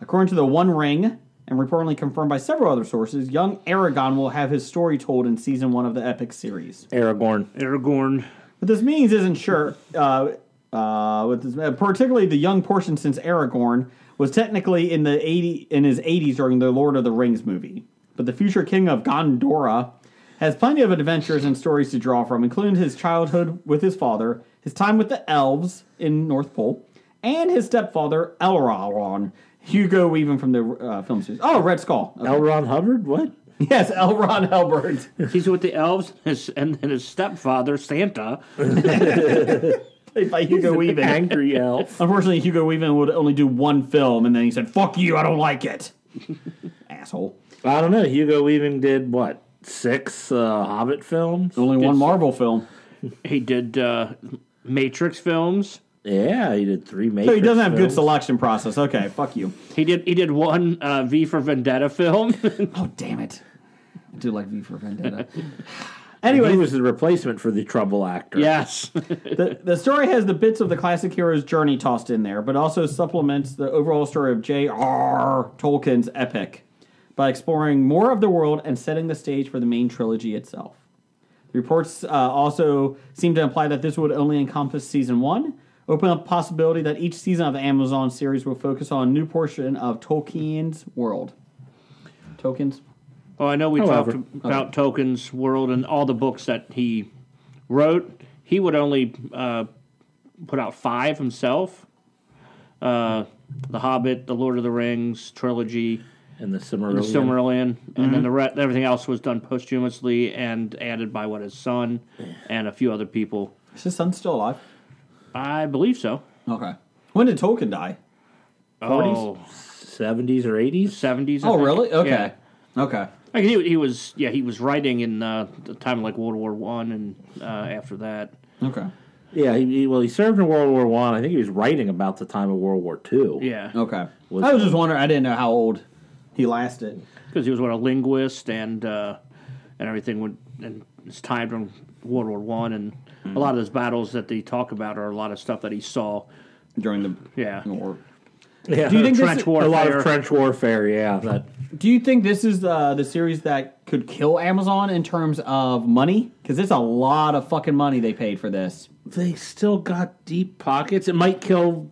According to the One Ring, and reportedly confirmed by several other sources, young Aragon will have his story told in season one of the epic series.
Aragorn.
Aragorn.
What this means isn't sure. Uh, uh, what this, uh, particularly the young portion, since Aragorn was technically in the eighty in his eighties during the Lord of the Rings movie, but the future king of Gondora has plenty of adventures and stories to draw from, including his childhood with his father, his time with the elves in North Pole, and his stepfather Elrond. Hugo Weaving from the uh, film series. Oh, Red Skull. Okay.
L. Ron Hubbard? What?
yes, Elrond Helbert.
He's with the elves and his, and, and his stepfather Santa.
Played by Hugo Weaving.
Angry elf.
Unfortunately, Hugo Weaving would only do one film, and then he said, "Fuck you, I don't like it." Asshole.
I don't know. Hugo Weaving did what? Six uh, Hobbit films?
Only one Marvel film.
He did uh, Matrix films.
Yeah, he did three Matrix
So he doesn't have good
films.
selection process. Okay, fuck you.
He did he did one uh, V for Vendetta film.
Oh damn it! I do like V for Vendetta.
He
anyway,
was the replacement for the trouble actor.
yes.
the, the story has the bits of the classic hero's journey tossed in there, but also supplements the overall story of J.R. Tolkien's epic by exploring more of the world and setting the stage for the main trilogy itself. The reports uh, also seem to imply that this would only encompass season one, opening up the possibility that each season of the Amazon series will focus on a new portion of Tolkien's world. Tolkien's?
Well, I know we
However.
talked about Tolkien's world and all the books that he wrote. He would only uh, put out five himself: uh, The Hobbit, The Lord of the Rings trilogy,
And the Cimmerillion.
The Silmarillion, and
Mm-hmm.
then the re- everything else was done posthumously and added by what his son and a few other people.
Is his son still alive?
I believe so.
Okay. When did Tolkien die?
40s?
70s or 80s?
70s. Oh, I
Oh,
think.
really? Okay.
Yeah.
Okay.
Like he, he was, yeah, he was writing in uh, the time like World War One and uh, after that.
Okay.
Yeah, he, he- well, he served in World War One. I. think he was writing about the time of World War Two.
Yeah,
Okay.
Was-
I was just wondering. I didn't know how old he lasted.
because he was what a linguist and uh, and everything would and his time during World War One and
Mm-hmm.
a lot of those battles that they talk about are a lot of stuff that he saw.
during the
Yeah.
war.
Yeah.
Do you think
Trench
this,
war.
a lot
warfare.
of trench warfare? Yeah, that
Do you think this is uh, the series that could kill Amazon in terms of money? Because it's a lot of fucking money they paid for this.
they still got deep pockets. It might kill.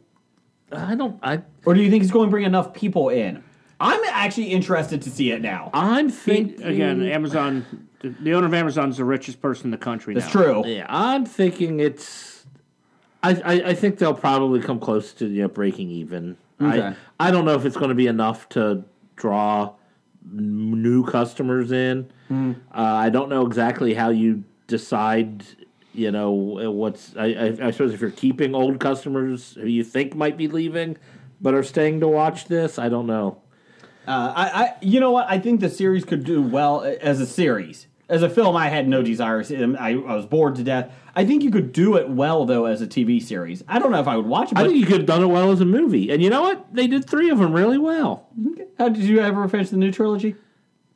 I don't. I
Or do you think it's going to bring enough people in? I'm actually interested to see it now.
I'm thinking
Again, Amazon, the- the owner of Amazon's the richest person in the country.
That's
now.
true.
Yeah, I'm thinking it's. I, I, I think they'll probably come close to you know, breaking even.
Okay.
I I don't know if it's going to be enough to draw n- new customers in.
Hmm.
Uh, I don't know exactly how you decide. You know what's I, I, I suppose if you're keeping old customers who you think might be leaving, but are staying to watch this. I don't know.
Uh, I, I, you know what? I think the series could do well as a series. As a film, I had no desire. I, I was bored to death. I think you could do it well though as a TV series. I don't know if I would watch it.
I
But
think you could have done it well as a movie, and you know what? They did three of them really well.
how did you ever finish the new trilogy?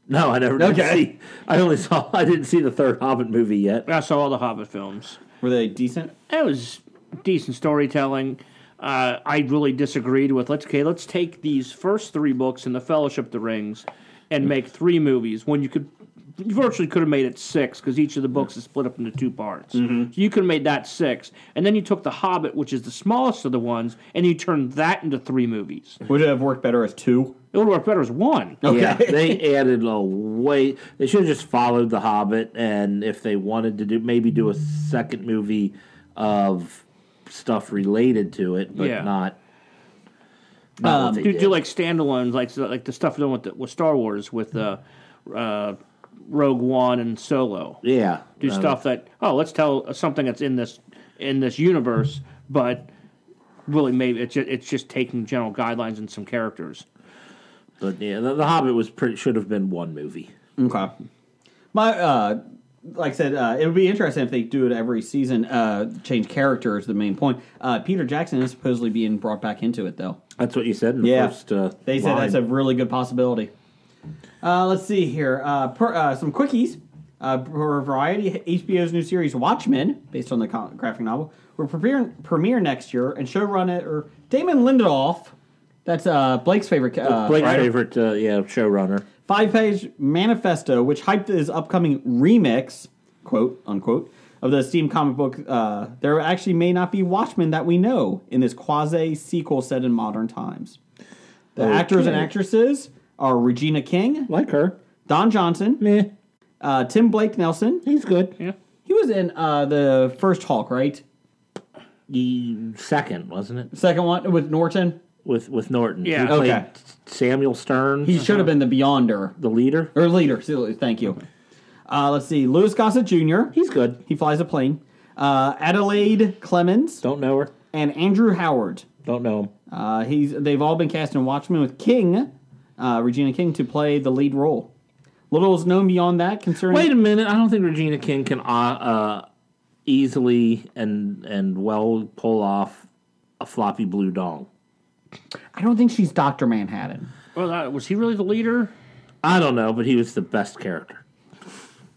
No, I never. Did
Okay.
see, I only saw. I didn't see the third Hobbit movie yet.
I saw all the Hobbit films.
Were they decent?
That was decent storytelling. Uh, I really disagreed with let's okay, let's take these first three books in the Fellowship of the Rings and make three movies when you could you virtually could have made it six because each of the books is split up into two parts.
Mm-hmm.
So you could have made that six, and then you took The Hobbit, which is the smallest of the ones, and you turned that into three movies.
Would it have worked better as two?
It would work better as one.
Yeah, they added a way. They should have just followed The Hobbit, and if they wanted to do maybe do a second movie of stuff related to it, but
Yeah.
not. not what they
Um, do,
did.
do like standalones, like so- like the stuff done with the, with Star Wars with uh,
Mm-hmm.
uh, Rogue One and Solo.
yeah,
Do
um,
stuff that oh, let's tell something that's in this in this universe, but really maybe it's just, it's just taking general guidelines and some characters.
But yeah, the, the Hobbit was pretty, should have been one movie.
Okay. My uh like I said, uh, it would be interesting if they do it every season. Uh, change character is the main point. Uh, Peter Jackson is supposedly being brought back into it, though.
That's what you said in the
Yeah.
first. Uh,
They said
line.
that's a really good possibility. Uh, let's see here. Uh, per, uh, some quickies. Uh, for Variety, HBO's new series Watchmen, based on the co- graphic novel, will premiere, premiere next year, and showrunner Damon Lindelof, that's uh, Blake's favorite uh,
Blake's
writer,
favorite, uh, yeah, showrunner.
five page manifesto, which hyped his upcoming remix, quote unquote, of the Steam comic book. Uh, there actually may not be Watchmen that we know in this quasi sequel set in modern times. The actors and actresses are Regina King,
Like her,
Don Johnson,
meh,
uh, Tim Blake Nelson.
he's good.
Yeah.
He was in uh, the first Hulk, right?
He, second, wasn't it?
Second one with Norton.
With with Norton,
Yeah.
He played
Okay.
Samuel Stern,
He should have been the Beyonder
the leader.
or leader. so- Thank you. Uh, let's see, Louis Gossett Jr.
He's good.
He flies a plane. Uh, Adelaide Clemens
Don't know her.
and Andrew Howard.
Don't know him.
Uh, he's they've all been cast in Watchmen with King, uh, Regina King, to play the lead role. Little is known beyond that concerning.
Wait a minute. I don't think Regina King can uh, uh, easily and and well pull off a floppy blue dong.
I don't think she's Doctor Manhattan.
Well, Oh, that, was he really the leader?
I don't know, but he was the best character.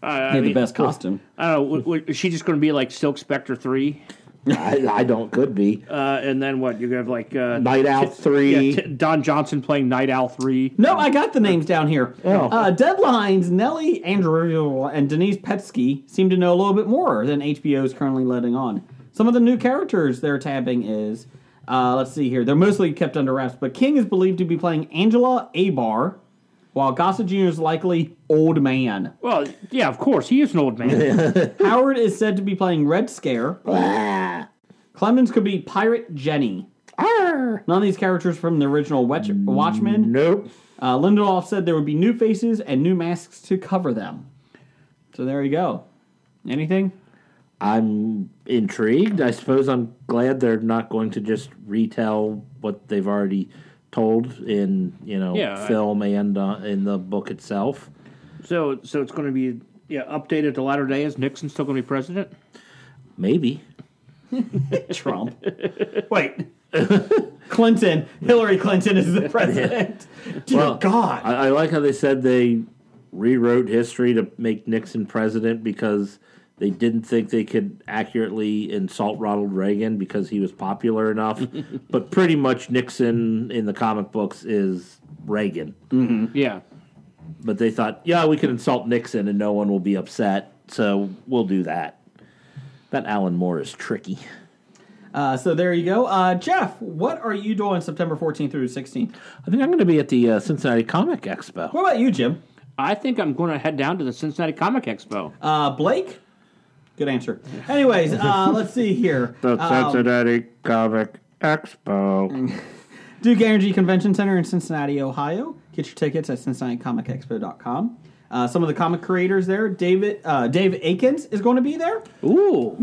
I, I
He had
mean,
the best costume.
I don't know. w- w- Is she just going to be like Silk Spectre three,
I, I don't could be
uh, and then what? You're going to have like uh,
Night Owl three.
yeah, T- Don Johnson playing Night Owl three.
No, I got the names down here.
Oh.
Uh, Deadlines, Nellie Andrew and Denise Petsky seem to know a little bit more than HBO is currently letting on. Some of the new characters they're tapping is, uh, let's see here, they're mostly kept under wraps, but King is believed to be playing Angela Abar, while Gossett Jr. is likely Old Man.
Well, yeah, of course he is an old man.
Howard is said to be playing Red Scare. Clemens could be Pirate Jenny. None of these characters from the original Wetch- Watchmen.
nope.
Uh, Lindelof said there would be new faces and new masks to cover them. So there you go. Anything?
I'm intrigued. I suppose I'm glad they're not going to just retell what they've already told in you know
Yeah, I-
film and uh, in the book itself.
so, so it's going to be yeah updated to latter day. Is Nixon still going to be president?
Maybe
Trump. Wait. Clinton. Hillary Clinton is the president. Dear
Well,
God.
I, I like how they said they rewrote history to make Nixon president because they didn't think they could accurately insult Ronald Reagan because he was popular enough. but pretty much Nixon in the comic books is Reagan.
Yeah.
But they thought, yeah, we can insult Nixon and no one will be upset, so we'll do that. That Alan Moore is tricky.
Uh, so there you go. Uh, Jeff, what are you doing September 14th through 16th?
I think I'm going to be at the uh, Cincinnati Comic Expo.
What about you, Jim?
I think I'm going to head down to the Cincinnati Comic Expo.
Uh, Blake? Good answer. Anyways, uh, let's see here. Um,
Cincinnati Comic
Mm.
Expo.
Duke Energy Convention Center in Cincinnati, Ohio. Get your tickets at CincinnatiComicExpo.com. Uh, some of the comic creators there. David uh, Dave Akins is going to be there.
Ooh.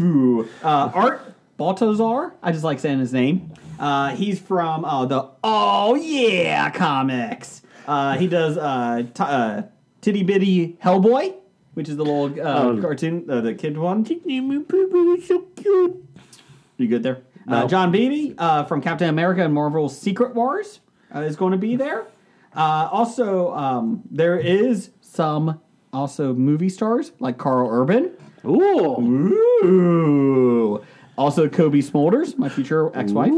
Ooh. Uh, Art Baltazar. I just like saying his name. Uh, he's from uh, the Oh Yeah comics. Uh, he does uh, t- uh, Titty Bitty Hellboy, which is the little uh,
Oh.
cartoon, uh, the kid one.
so cute.
You good there? Uh, John Beatty uh, from Captain America and Marvel's Secret Wars uh, is going to be there. Uh, also, um, there is some also movie stars like Carl Urban.
Ooh.
Ooh. Also, Kobe Smolders, my future ex-wife.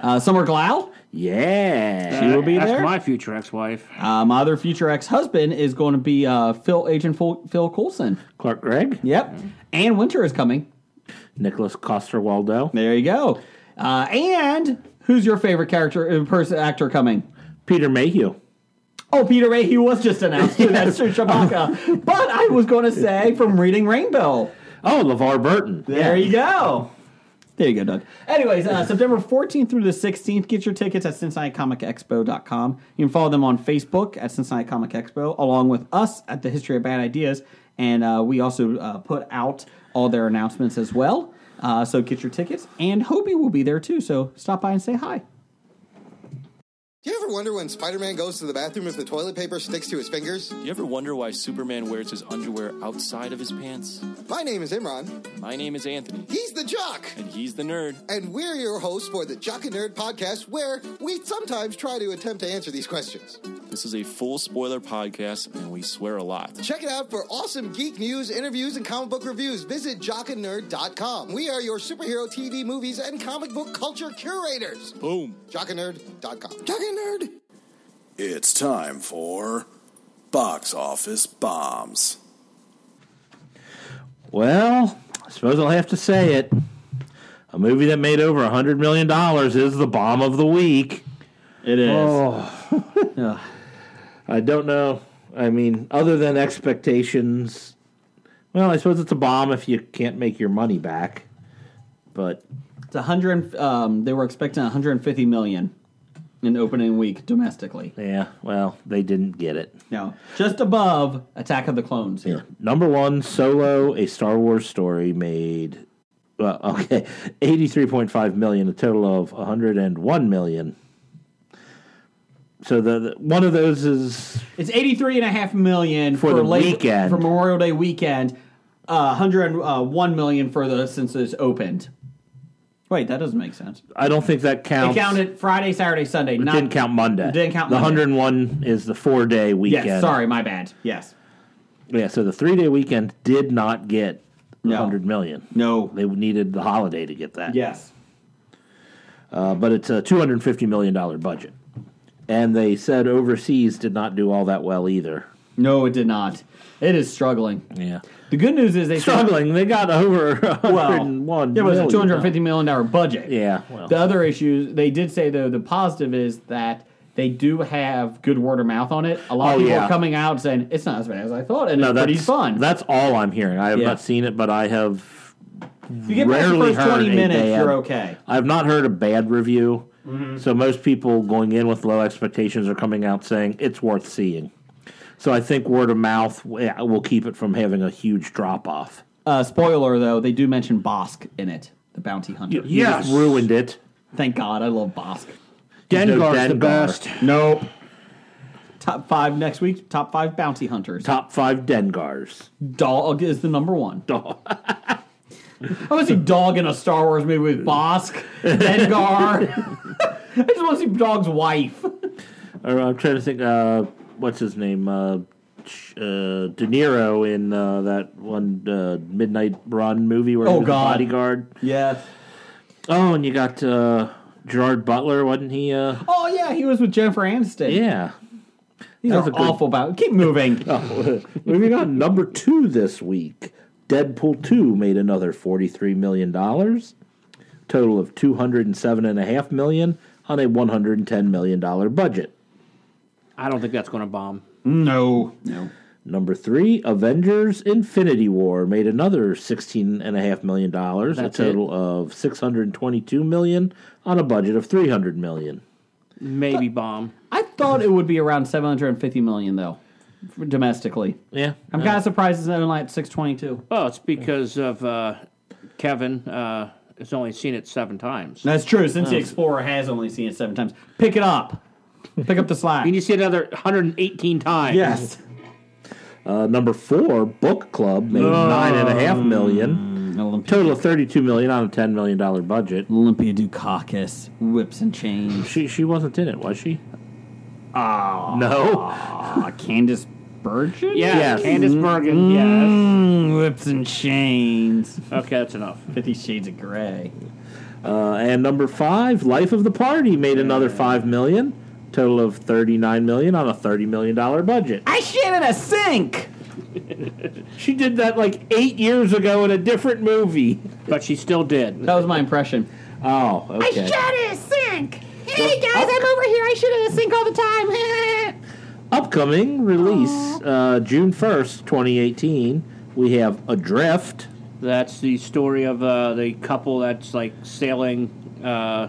Uh, Summer Glau,
Yeah.
she will be
Uh, That's
there.
my future ex-wife.
Uh, my other future ex-husband is going to be uh, Phil Agent Phil, Phil Coulson.
Clark Gregg.
Yep. And Winter is coming.
Nicholas Coster Waldo.
There you go. Uh, and who's your favorite character, uh, person, actor coming?
Peter Mayhew.
Oh, Peter Mayhew was just announced to that Sir Chewbacca. but I was going to say from reading Rainbow.
Oh, LeVar Burton.
There you go. There you go, Doug. Anyways, uh, September 14th through the 16th, get your tickets at CincinnatiComicExpo.com. You can follow them on Facebook at Cincinnati Comic Expo, along with us at the History of Bad Ideas. And uh, we also uh, put out all their announcements as well. Uh, so get your tickets. And Hobie will be there too. So stop by and say hi.
Do you ever wonder when Spider Man goes to the bathroom if the toilet paper sticks to his fingers?
Do you ever wonder why Superman wears his underwear outside of his pants?
My name is Imran.
My name is Anthony,
He's the Jock!
and he's the nerd.
And we're your hosts for the Jock and Nerd podcast, where we sometimes try to attempt to answer these questions.
This is a full spoiler podcast, and we swear a lot.
Check it out for awesome geek news, interviews, and comic book reviews. Visit jockandnerd.com. We are your superhero TV, movies, and comic book culture curators.
Boom.
Jockandnerd.com. Jock and Nerd!
It's time for box office bombs.
Well, I suppose I'll have to say it. A movie that made over a $100 million is the bomb of the week.
It is.
Oh. I don't know. I mean, other than expectations, well, I suppose it's a bomb if you can't make your money back. But
It's 100, um, they were expecting 150 million in opening week domestically.
yeah, well, they didn't get it.
No, just above Attack of the Clones here.
Number one, Solo, a Star Wars story, made well, okay, eighty-three point five million, a total of hundred and one million. So the, the one of those is
It's 83 and a half million
For the
Lab-
weekend.
for Memorial Day weekend. Uh, 101 million for the since it's opened. Wait, that doesn't make sense.
I don't think that
They
counts.
counted Friday, Saturday, Sunday.
It
not,
didn't count Monday.
Didn't count
The
Monday.
hundred and one is the four-day
Yes,
weekend.
sorry, my bad. Yes,
Yeah, so the three day weekend did not get the
No.
100 million.
no,
They needed the holiday to get that.
yes,
Uh, but it's a $250 million budget. And they said overseas did not do all that well either.
no, it did not. It is struggling.
Yeah.
The good news is they
Struggling. They got over
Well,
101
it was a
million.
two hundred fifty million dollar budget.
Yeah, well.
The other issues they did say though the positive is that they do have good word of mouth on it. A lot
Oh,
of people
yeah.
are coming out saying it's not as bad as I thought, and
No,
it's
that's,
pretty fun.
that's all I'm hearing. I have
Yeah.
not seen it, but I have
you get past the
rarely
first twenty
heard a
minutes,
bad-
you're okay.
I've not heard a bad review. So most people going in with low expectations are coming out saying it's worth seeing. So I think word of mouth w- will keep it from having a huge drop off.
Uh, spoiler though, they do mention Bosk in it, the bounty hunter.
You just ruined it.
Thank God, I love Bosk.
No
Dengar's the
Dengar.
best.
Nope. Top five next week. Top five bounty hunters.
Top five Dengars.
Dog is the number one. Dog. I want to see dog in a Star Wars movie with Bosk, Dengar. I just want to see dog's wife.
Or I'm trying to think. Uh, what's his name? Uh, Ch- uh, De Niro in uh, that one uh, Midnight Run movie where
Oh,
he was a
God.
bodyguard.
Yes.
Oh, and you got uh, Gerard Butler, wasn't he? Uh,
Oh yeah, he was with Jennifer Aniston.
yeah.
These
that was
are
a good-
awful about. Keep moving.
Moving on, number two this week, Deadpool two made another forty-three million dollars, total of two hundred and seven and a half million on a one hundred and ten million dollar budget.
I don't think that's going to bomb.
No. No.
Number three, Avengers: Infinity War made another sixteen and a half million dollars, a
That's it.
total of six hundred and twenty-two million on a budget of three hundred million.
Maybe bomb.
I thought it would be around seven hundred and fifty million though, for- domestically.
Yeah,
I'm kind of surprised it's only at six twenty two.
Well, it's because of uh, Kevin uh, has only seen it seven times.
That's true. Since the Explorer has only seen it seven times, pick it up. Pick up the slack.
You need to see it another 118 times.
yes.
Uh, number four, Book Club made nine and a half million,
Mm.
total of thirty-two million on a ten million dollar budget.
Olympia Dukakis, whips and chains.
She she wasn't in it, was she? Ah, no. Mm-hmm.
Ah, Candace Bergen?
Yeah, Candace Bergen.
Mm, whips and chains.
Okay, that's enough.
Fifty Shades of Grey.
Uh, and number five, Life of the Party made another five million, total of thirty-nine million on a thirty million dollar budget.
I shit in a sink.
She did that like eight years ago in a different movie.
But she still did.
That was my impression.
Oh, okay.
in a sink. Hey guys, I'm over here. I shit in a sink all the time.
Upcoming release, uh, June first, twenty eighteen. We have Adrift.
That's the story of uh, the couple that's like sailing, uh,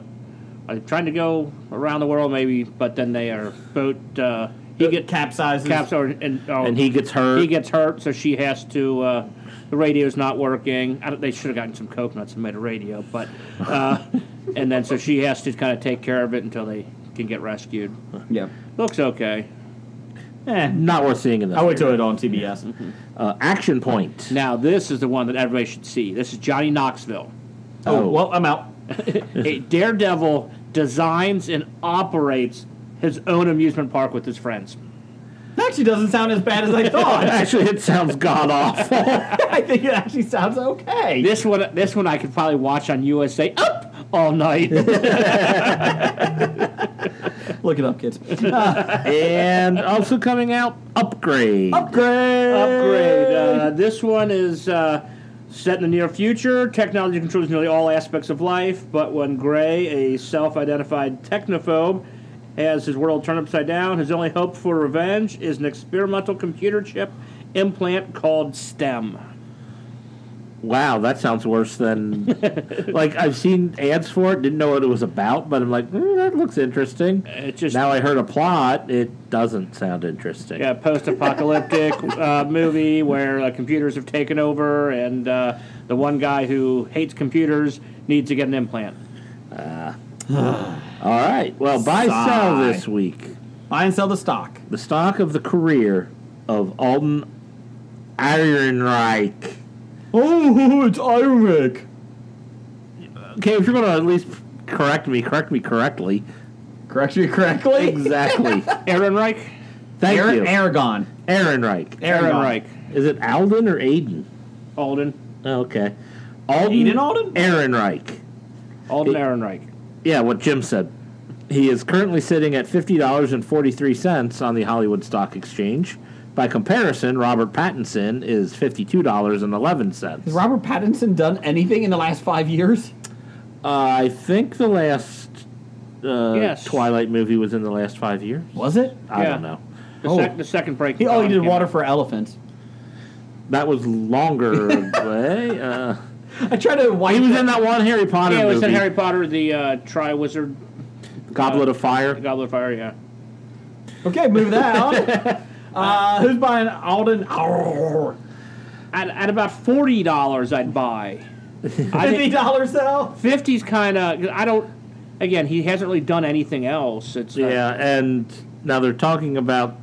like, trying to go around the world maybe, but then they are boat. Uh, he gets
capsizes.
caps or and, oh,
And he gets hurt.
He gets hurt, so she has to. Uh, the radio's not working. I don't, they should have gotten some coconuts and made a radio, but uh, and then so she has to kind of take care of it until they can get rescued.
yeah.
Looks okay.
Eh, Not worth seeing in this.
I went to it on TBS.
Uh, Action Point.
Now this is the one that everybody should see. This is Johnny Knoxville.
Oh, well, I'm out.
a daredevil designs and operates his own amusement park with his friends.
That actually doesn't sound as bad as I thought.
Actually, it sounds god awful.
I think it actually sounds okay.
This one, this one, I could probably watch on USA Up all night.
Look it up, kids.
and also coming out, Upgrade.
Upgrade.
upgrade. Uh, this one is uh, set in the near future. Technology controls nearly all aspects of life, but when Gray, a self identified technophobe, has his world turned upside down, his only hope for revenge is an experimental computer chip implant called STEM.
Wow, that sounds worse than. like, I've seen ads for it, didn't know what it was about, but I'm like, "Hmm, that looks interesting.
It just
now I heard a plot, it doesn't sound interesting.
yeah, post-apocalyptic uh, movie where uh, computers have taken over, and uh, the one guy who hates computers needs to get an implant.
All right, well, buy
Sigh.
sell this week.
Buy and sell the stock.
The stock of the career of Alden Ehrenreich.
Oh, it's Ironwick.
Okay, if you're going to at least correct me, correct me correctly.
Correct you correctly.
Exactly.
Aaron Reich?
Thank
Ar-
you.
Aragon.
Ehrenreich.
Aragon.
Reich.
Is it Alden or Aiden?
Alden.
Oh, Okay. Alden.
Aiden Alden?
Ehrenreich.
Alden Aaron Reich.
Yeah, what Jim said. He is currently sitting at $50.43 on the Hollywood Stock Exchange. By comparison, Robert Pattinson is $52.11.
Has Robert Pattinson done anything in the last five years?
I think the last uh,
Yes.
Twilight movie was in the last five years.
Was it?
I
Yeah.
don't know.
The,
Oh.
sec- the second break.
He, oh, he did
came
Water
out.
for Elephants.
That was longer away. Uh,
I tried to wipe
he was in that one Harry Potter
Yeah, it was
movie,
in Harry Potter, the uh, Tri Wizard,
Goblet of Fire.
Goblet of Fire, yeah.
Okay, move that on. Uh, who's buying Alden? Arrgh.
At, at about $40, I'd buy. I
Fifty
think
dollars though.
50's kind of. I don't. Again, he hasn't really done anything else. It's uh,
Yeah, and now they're talking about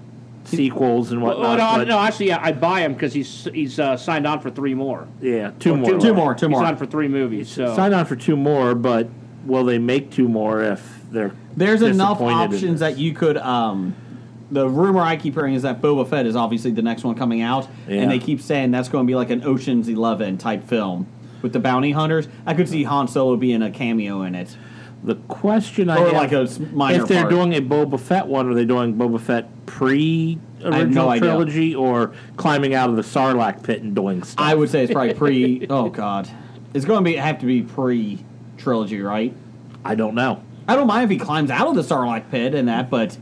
sequels and
Well,
whatnot.
Oh, no,
but-
no, actually, yeah, I buy him because he's he's uh, signed on for three more.
yeah, two more.
Oh,
Two more. Two
He's
more.
on for three movies. So
Sign on for two more, but will they make two more if they're
There's enough
disappointed in
options
this?
that you could. Um, the rumor I keep hearing is that Boba Fett is obviously the next one coming out,
Yeah.
and they keep saying that's going to be like an Ocean's Eleven type film with the bounty hunters. I could see Han Solo being a cameo in it.
The question I
Or
have,
like a s- minor
if they're
part.
doing a Boba Fett one, are they doing Boba Fett pre
have
original
no idea.
trilogy or climbing out of the Sarlacc pit and doing stuff?
I would say it's probably pre. oh God, it's going to be have to be pre trilogy, right?
I don't know.
I don't mind if he climbs out of the Sarlacc pit and that, but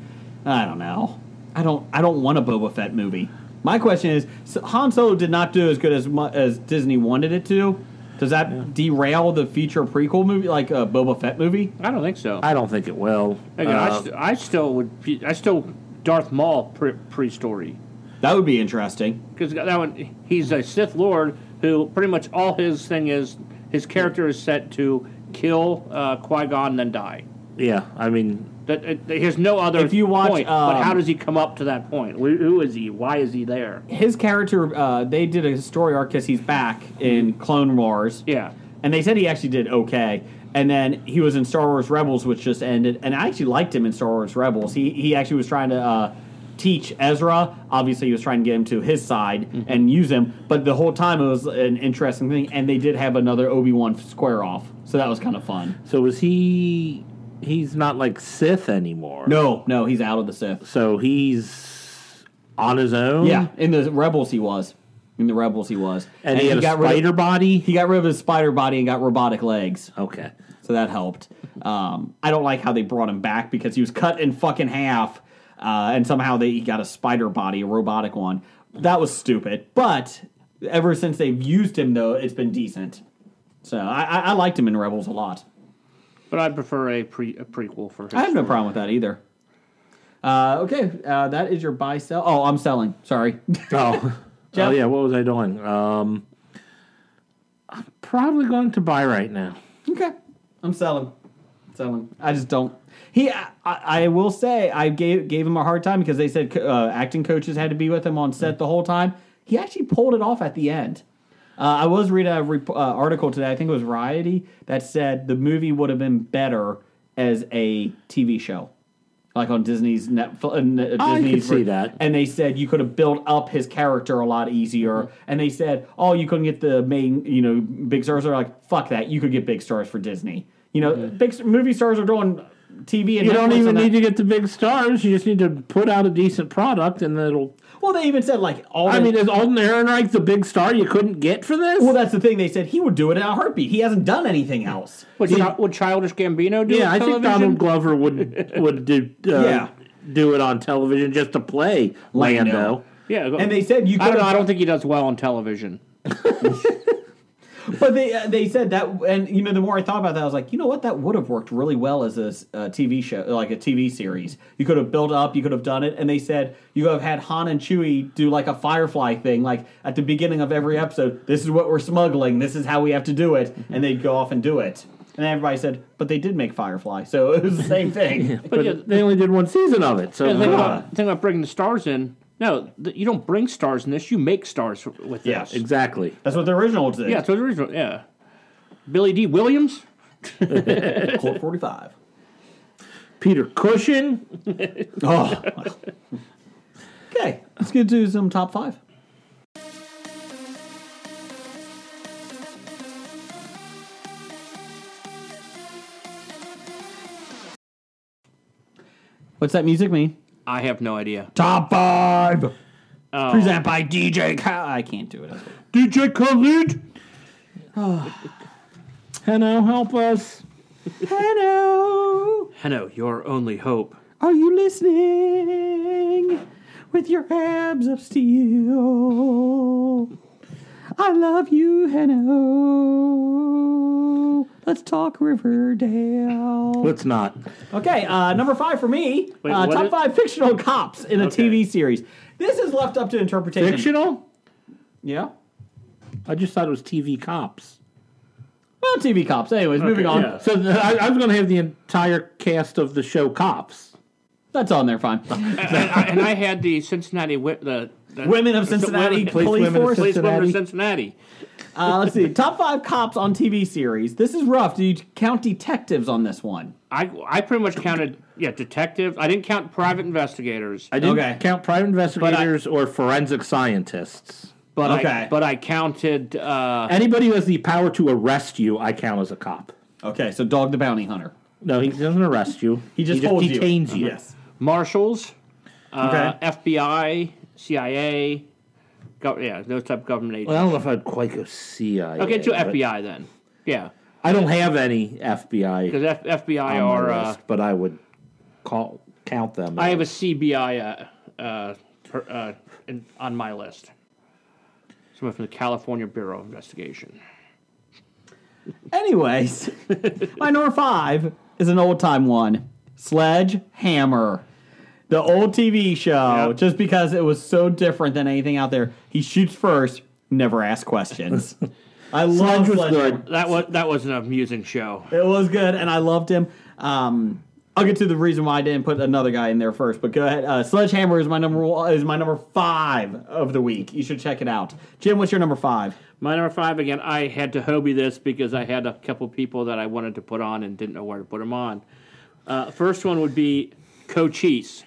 I don't know. I don't. I don't want a Boba Fett movie. My question is, so Han Solo did not do as good as mu- as Disney wanted it to. Does that derail the future prequel movie, like a Boba Fett movie?
I don't think so.
I don't think it will.
Again, I,
Uh,
st- I still would. be- I still Darth Maul pre- pre-story
That would be interesting.
because that one he's a Sith Lord who pretty much all his thing is his character is set to kill uh, Qui Gon then die.
yeah, I mean,
That uh, there's no other.
If you watch,
point, but how
um,
does he come up to that point? Who, who is he? Why is he there?
His character, uh, they did a story arc because he's back in Clone Wars.
Yeah.
and they said he actually did okay. And then he was in Star Wars Rebels, which just ended. And I actually liked him in Star Wars Rebels. He he actually was trying to uh, teach Ezra. Obviously, he was trying to get him to his side
Mm-hmm.
and use him, but the whole time it was an interesting thing. And they did have another Obi Wan square off, so that was kind of fun.
So was he? He's not like Sith anymore.
No, no, he's out of the Sith.
So he's on his own.
Yeah, in the Rebels he was. In the Rebels he was,
And he had a spider
body. He got rid of his spider body and got robotic legs.
Okay.
so that helped. Um, I don't like how they brought him back because he was cut in fucking half, uh, and somehow they he got a spider body, a robotic one. That was stupid. But ever since they've used him, though, it's been decent. So I, I, I liked him in Rebels a lot.
But I prefer a, pre- a prequel for his
I have no problem with that either. Uh, okay, uh, that is your buy sell. Oh, I'm selling. Sorry.
Oh.
Jeff?
Oh yeah. What was I doing? Um, I'm probably going to buy right now.
Okay, I'm selling. Selling. I just don't. He. I, I will say I gave gave him a hard time because they said uh, acting coaches had to be with him on set the whole time. He actually pulled it off at the end. Uh, I was reading a rep- uh, article today. I think it was Variety that said the movie would have been better as a TV show, like on Disney's Netflix. Uh, Net-
I could
Disney's
see that.
and they said you could have built up his character a lot easier. And they said, oh, you couldn't get the main, you know, big stars. They're like, fuck that. You could get big stars for Disney. You know, big st- movie stars are doing TV. And
You don't
Netflix
even
and
need to
that.
get the big stars. You just need to put out a decent product, and it'll.
Well, they even said like all.
I
the-
mean, is Alden Ehrenreich the big star you couldn't get for this?
well, that's the thing. They said he would do it in a heartbeat. He hasn't done anything else.
Would, Chi- would Childish Gambino do it
yeah, I
on
think
television?
Donald Glover would would do uh,
Yeah.
do it on television just to play
Lando.
Lando.
Yeah, go-
And they said you
I don't
could've-
know. I don't think he does well on television.
But they uh, they said that, and you know, the more I thought about that, I was like, you know what, that would have worked really well as a s- uh, TV show, like a TV series. You could have built up, you could have done it, and they said you could have had Han and Chewie do like a Firefly thing, like at the beginning of every episode, this is what we're smuggling, this is how we have to do it,
Mm-hmm.
and they'd go off and do it. And everybody said, but they did make Firefly, so it was the same thing.
But,
yeah,
they only did one season of it. So
The thing about, the thing about bringing the stars in, no, th- you don't bring stars in this. You make stars with this.
Yeah,
exactly.
That's what the original did.
Yeah, so the original, yeah. Billy D. Williams.
Colt 45.
Peter Cushing.
Oh. okay, let's get to some top five. What's that music mean?
I have no idea.
Top five.
Oh.
Present by DJ. Ka- I can't do it.
DJ Khalid. Hello, help us.
Hello.
Hello, your only hope.
Are you listening with your abs of steel? I love you, Hanno. Let's talk Riverdale.
Let's not.
Okay, uh, number five for me
Wait,
uh,
what
top
is-
five fictional cops in a
Okay.
TV series. This is left up to interpretation.
Fictional?
Yeah.
I just thought it was TV cops.
Well, TV cops. Anyways, moving on.
Yeah. So th- I, I was going to have the entire cast of the show Cops.
That's on there, fine.
and, I, and I had the Cincinnati wi- the, the
Women of
the
Cincinnati
women-
Police,
women of
Force.
Police women of
Cincinnati.
Cincinnati.
Uh, let's see. Top five cops on TV series. This is rough. Do you count detectives on this one?
I I pretty much counted yeah detectives. I didn't count private investigators,
I didn't
Okay.
count private investigators or forensic scientists.
but
okay.
I, but I counted uh,
Anybody who has the power to arrest you, I count as a cop.
Okay, so Dog the Bounty Hunter.
No, he doesn't arrest you.
He just, holds
detains you.
Yes.
marshals, uh,
Okay.
FBI, CIA, gov- yeah those type of government agents.
Well, I don't know if I'd quite go CIA.
okay, to
but-
FBI then. Yeah,
I don't have any FBI
because F- FBI
on
are.
my
Uh,
list, but I would call count them.
I have a
as-
CBI uh, uh, per, uh, in, on my list. Someone from the California Bureau of Investigation.
Anyways, my number five is an old time one Sledge Hammer. The old TV show,
Yep.
just because it was so different than anything out there. He shoots first, never asks questions. I love
Sledge was
Sledge
good.
Hammer.
That was that was an amusing show.
It was good, and I loved him. Um, I'll get to the reason why I didn't put another guy in there first, but go ahead. Uh, Sledgehammer is my number one, is my number five of the week. You should check it out. Jim, what's your number five?
My number five again. I had to Hobie this because I had a couple people that I wanted to put on and didn't know where to put them on. Uh, first one would be Cochise.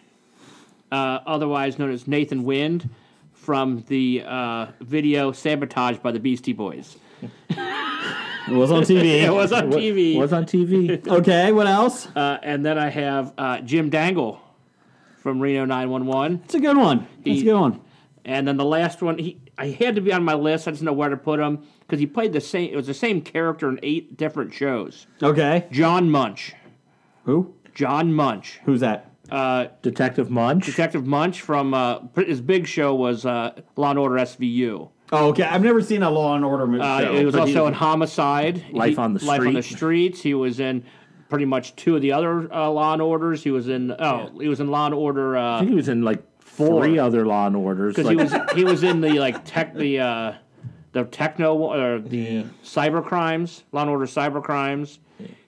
uh, otherwise known as Nathan Wind, from the uh, video "Sabotage" by the Beastie Boys.
It was on TV.
it was on TV.
on TV.
Okay, what else?
Uh, and then I have uh, Jim Dangle from Reno 911.
It's a good one. It's
He-
a good one.
And then the last one, he I had to be on my list. I just know where to put him because he played the same. It was the same character in eight different shows.
Okay.
John Munch.
Who?
John Munch.
Who's that?
Uh,
Detective Munch.
Detective Munch from uh, his big show was uh, Law and Order SVU.
Oh, okay. I've never seen a Law and Order movie.
Uh,
show,
he was
but
also in Homicide,
Life
He-
on the
Life on the
Street.
Streets. He was in pretty much two of the other uh, Law and Orders. He was in oh, he was in Law and Order.
I
Uh,
think he was in like
Four.
three other Law and Orders.
because
like-
he was he was in the like tech the uh, the techno or the cyber crimes, Law and Order cyber crimes.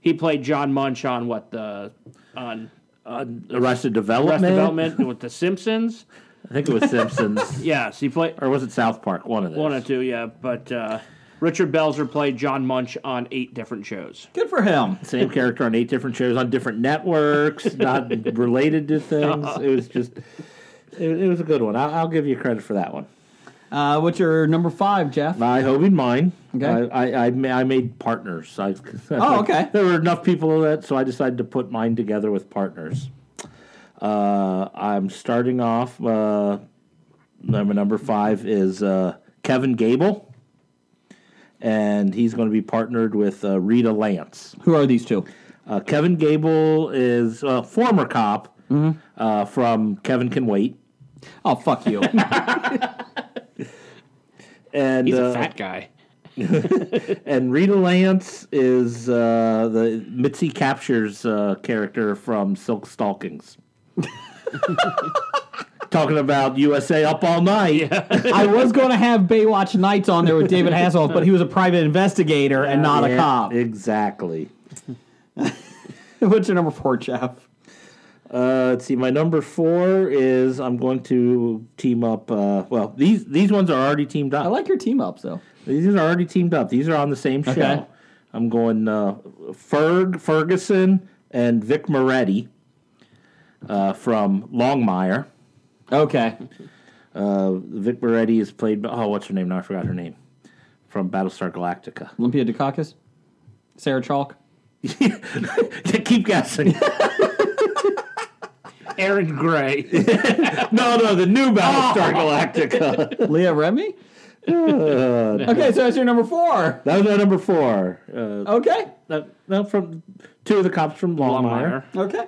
He played John Munch on what the on
uh, Arrested Development.
Arrest Development with the Simpsons.
I think it was Simpsons.
Yes, he played
Or was it South Park? One of those.
one or two. Yeah, but uh, Richard Belzer played John Munch on eight different shows.
good for him.
Same character on eight different shows on different networks, not related to things. It was just, it, it was a good one. I'll, I'll give you credit for that one.
Uh, what's your number five, Jeff?
I hope in mine.
Okay.
I, I, I, ma- I made partners. I,
Oh, okay.
There were enough people that, so I decided to put mine together with partners. Uh, I'm starting off. Uh, number number five is uh, Kevin Gable, and he's going to be partnered with uh, Rita Lance.
Who are these two?
Uh, Kevin Gable is a former cop
Mm-hmm.
uh, from Kevin Can Wait,
Oh, fuck you.
and
He's
uh,
a fat guy.
and Rita Lance is uh, the Mitzi captures uh, character from Silk Stockings. Talking about USA up all night.
I was going to have Baywatch Nights on there with David Hasselhoff, but he was a private investigator and not a
Yeah,
cop.
Exactly.
What's your number four, Jeff?
Uh, let's see. My number four is I'm going to team up. Uh, well, these these ones are already teamed up.
I like your team ups, though.
These are already teamed up. These are on the same show.
Okay.
I'm going uh, Ferg Ferguson and Vic Moretti uh, from Longmire.
Okay.
Uh, Vic Moretti is played by oh, what's her name? Now I forgot her name from Battlestar Galactica.
Olympia Dukakis? Sarah Chalk?
Keep guessing.
Aaron Gray.
no, no, the new Battlestar
Oh.
Galactica.
Leah Remy? Uh, okay, so that's your number four.
That was my number four. Uh,
Okay.
that, no, from two of the cops from Longmire.
Longmire.
Okay.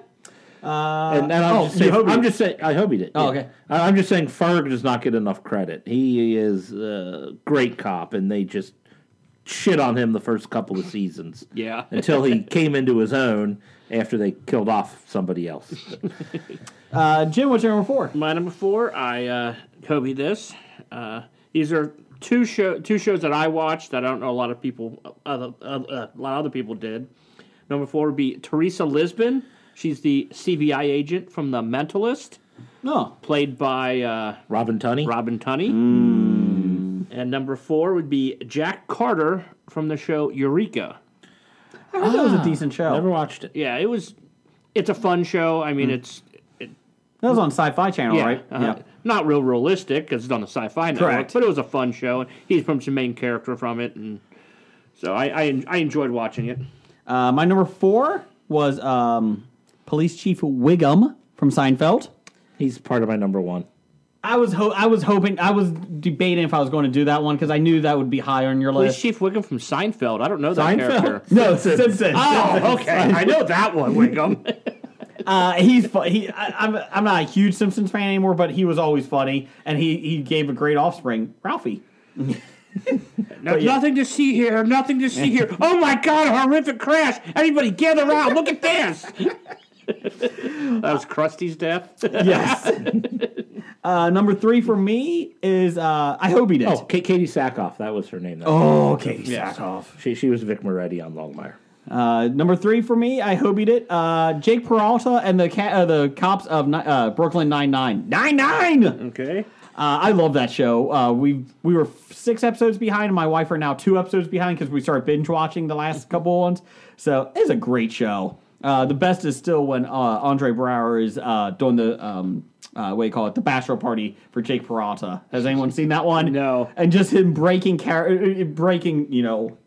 and, and I'm,
oh,
just
you
saying,
hope he
I'm
did.
just saying, I hope he did.
Oh,
yeah.
okay.
I- I'm just saying, Ferg does not get enough credit. He is a great cop, and they just shit on him the first couple of seasons.
Yeah.
until he came into his own after they killed off somebody else.
Uh, Jim, what's your number four?
My number four, I uh, Kobe this. Uh, these are two show two shows that I watched that I don't know a lot of people, other, uh, uh, a lot of other people did. Number four would be Teresa Lisbon. She's the CBI agent from The Mentalist,
No.
played by uh,
Robin Tunney.
Robin Tunney. And number four would be Jack Carter from the show Eureka.
I heard that was
Ah.
a decent show.
Never watched it.
Yeah, it was. It's a fun show. I mean, it's
That was on Sci Fi Channel,
Mm. Yeah,
right?
uh-huh. Not real realistic because it's on the Sci-Fi network,
Correct.
but it was a fun show, and he's from some main character from it, and so I I, en- I enjoyed watching it.
Uh, my number four was um, Police Chief Wiggum from Seinfeld.
He's part of my number one.
I was ho- I was hoping I was debating if I was going to do that one because I knew that would be high on your
Police
list.
Chief Wiggum from Uh, Seinfeld. I don't know that character.
No, Simpson.
Oh, okay. I know that one, Wiggum.
Uh, he's fu- he. I, I'm I'm not a huge Simpsons fan anymore, but he was always funny, and he he gave a great offspring, Ralphie.
No, Nothing to see here. Nothing to see here. Oh my God! A horrific crash. Everybody, gather around. Look at this. that was Krusty's death.
Yes. uh, number three for me is uh, I hope he did.
Oh, Ka- Katie Sackhoff. That was her name. That
Oh, okay. Sackhoff.
She she was Vic Moretti on Longmire.
Uh, number three for me, I hobied it. Uh, Jake Peralta and the ca- uh, the cops of Ni- uh, Brooklyn Nine Nine Nine Nine. Uh,
Okay.
I love that show. Uh, we we were six episodes behind, and my wife are now two episodes behind because we started binge watching the last couple ones. So it's a great show. Uh, the best is still when uh, Andre Brower is uh, doing the um, uh, what do you call it, the bachelor party for Jake Peralta. Has anyone seen that one? No. And just him breaking char- uh, uh, breaking you know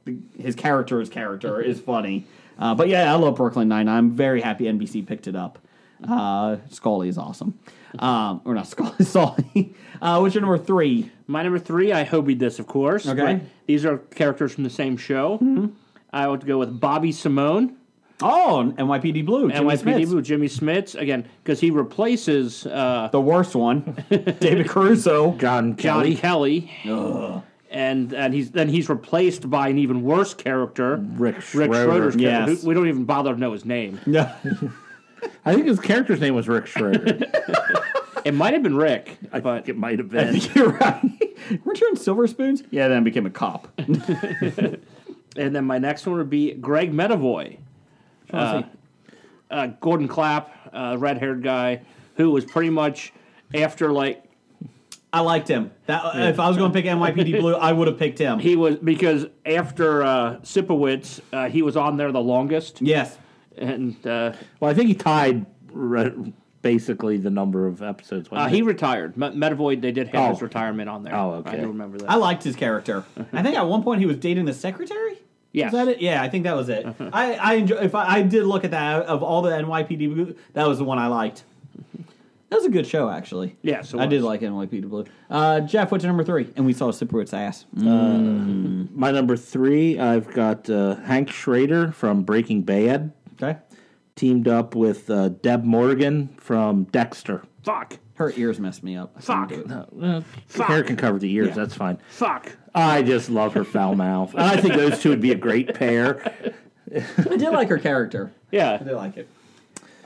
his character's character is funny. Uh, but yeah, I love Brooklyn Nine. I'm very happy NBC picked it up. Uh, Scully is awesome. Um, or not Scully, Scully. Uh, what's your number three?
My number three, I Hobie this, of course.
Okay.
but These are characters from the same show. I would go with Bobby Simone.
Oh, NYPD Blue. Jimmy
NYPD
Smits.
Blue, Jimmy Smits, again, because he replaces uh,
The worst one, David Caruso.
John
Johnny
Kelly.
Kelly. And and he's then he's replaced by an even worse character,
Rick
Rick
Schroeder.
Schroeder's character.
Yes.
who- we don't even bother to know his name.
Yeah.
I think his character's name was Rick Schroeder.
It might have been Rick,
I
but
think it might have
I
been.
think you're right. Weren't you in Silver Spoons? Yeah, then I became a cop.
and then my next one would be Greg Medavoy, uh, Gordon Clapp, uh, red-haired guy, who was pretty much after like
I liked him. That if I was going to pick NYPD Blue, I would have picked him.
He was because after uh, Sipowicz, uh, he was on there the longest,
yes.
and uh,
Well, I think he tied re- basically the number of episodes.
uh,
wasn't
he
it?
retired. Me- Metavoid, they did have
Oh.
his retirement on there.
Oh, okay.
I do remember that.
I liked his character. I think at one point he was dating the secretary.
Yes. Uh-huh.
Was that it? Yeah, I think that was it. I I enjoy, if I, I did look at that of all the NYPD Blue, that was the one I liked. That was a good show, actually.
Yes, it
I did
was.
like NYPD Blue. Uh, Jeff, what's your number three? And we saw Siprowitz's ass.
My number three, I've got uh, Hank Schrader from Breaking Bad,
Okay,
teamed up with uh, Deb Morgan from Dexter.
fuck,
her ears messed me up. I couldn't
Fuck.
do it.
Fuck. Hair can cover the ears. That's fine.
fuck.
I just love her foul mouth. And I think those two would be a great pair.
I did like her character. I
Yeah,
did like it.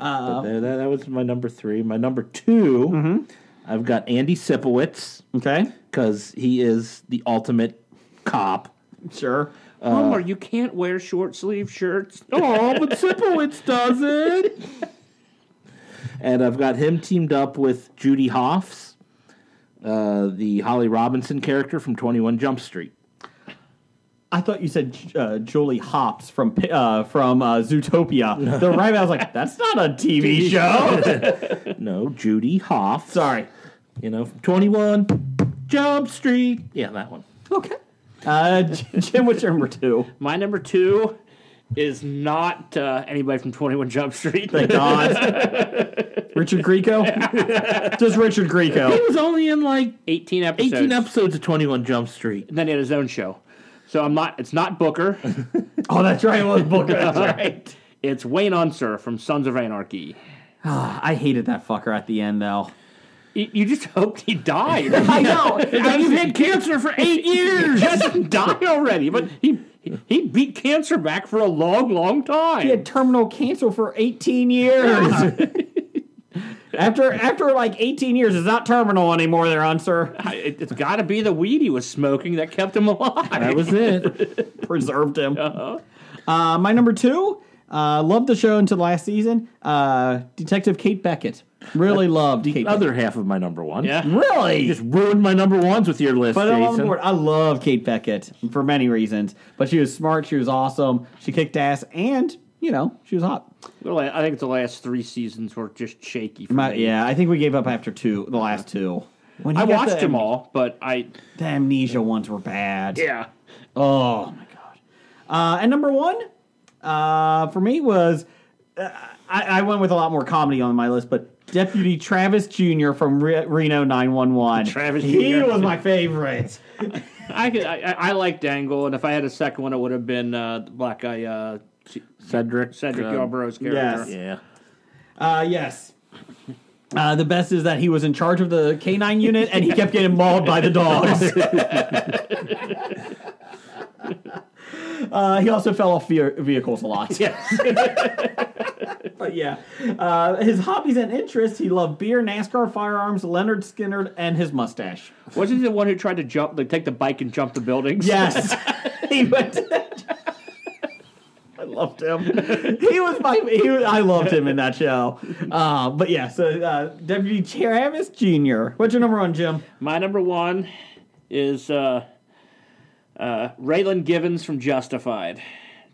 There- that, that was my number three. My number 2 I've got Andy Sipowicz
Okay,
because he is the ultimate cop.
sure.
Homer, you can't wear short sleeve shirts.
Oh, but Sipowicz does it. And I've got him teamed up with Judy Hoffs, uh, the Holly Robinson character from 21 Jump Street.
I thought you said uh, Julie Hops from uh, from uh, Zootopia. the right, I was like, that's not a TV show.
No, Judy Hoffs.
Sorry.
You know, from 21 Jump Street. Yeah, that one.
Okay. Uh, J- Jim, what's your number two?
My number two is not uh, anybody from Twenty One Jump Street.
God. Richard Grieco? Just Richard
He
Grieco.
was only in like
Eighteen episodes.
18 episodes of 21 Jump Street.
And then he had his own show. So I'm not. It's not Booker.
Oh, that's right. It was Booker. That's right.
it's Wayne Unser from Sons of Anarchy.
I hated that fucker at the end, though.
You, you just hoped he died.
I know.
You've had cancer for eight years. Just die already. But he he beat cancer back for a long, long time.
He had terminal cancer for 18 years. after after like 18 years, it's not terminal anymore, there, Unser.
I- It, has got to be the weed he was smoking that kept him alive.
That was it.
preserved him. Uh, my number two, uh, loved the show until last season. Uh, Detective Kate Beckett. Really loved Kate
Other half of my number one.
Yeah.
Beckett. Really?
Just ruined my number ones with your list,
But I'm on
Jason.
board. I love Kate Beckett for many reasons. But she was smart. She was awesome. She kicked ass. And, you know, she was hot.
Well, I I think the last three seasons were just shaky. For
My-
me.
yeah, I think we gave up after two, the last two. When he
I
got
watched
the-
them all, but I
The amnesia ones were bad.
yeah.
Oh my god! Uh, and number one uh, for me was uh, I, I went with a lot more comedy on my list, but Deputy Travis Jr. from Re- Reno 911.
Travis
he
Jr..
was my favorite.
I could, I, I I liked Dangle, and if I had a second one, it would have been uh, the black guy uh, C-
Cedric.
Cedric
uh,
Yarborough's character.
yes.
Yeah.
Uh, yes. Uh, the best is that he was in charge of the K9 unit and he kept getting mauled by the dogs. uh, he also fell off ve- vehicles a lot. but yeah. Uh, his hobbies and interests he loved beer, NASCAR, firearms, Leonard Skinner, and his mustache.
Wasn't he the one who tried to jump, like take the bike and jump the buildings?
Yes. he went I loved him. He was my. He was, I loved him in that show. Uh, but yeah, so uh, Deputy Travis Jr. What's your number one, Jim?
My number one is uh, uh, Raylan Givens from Justified.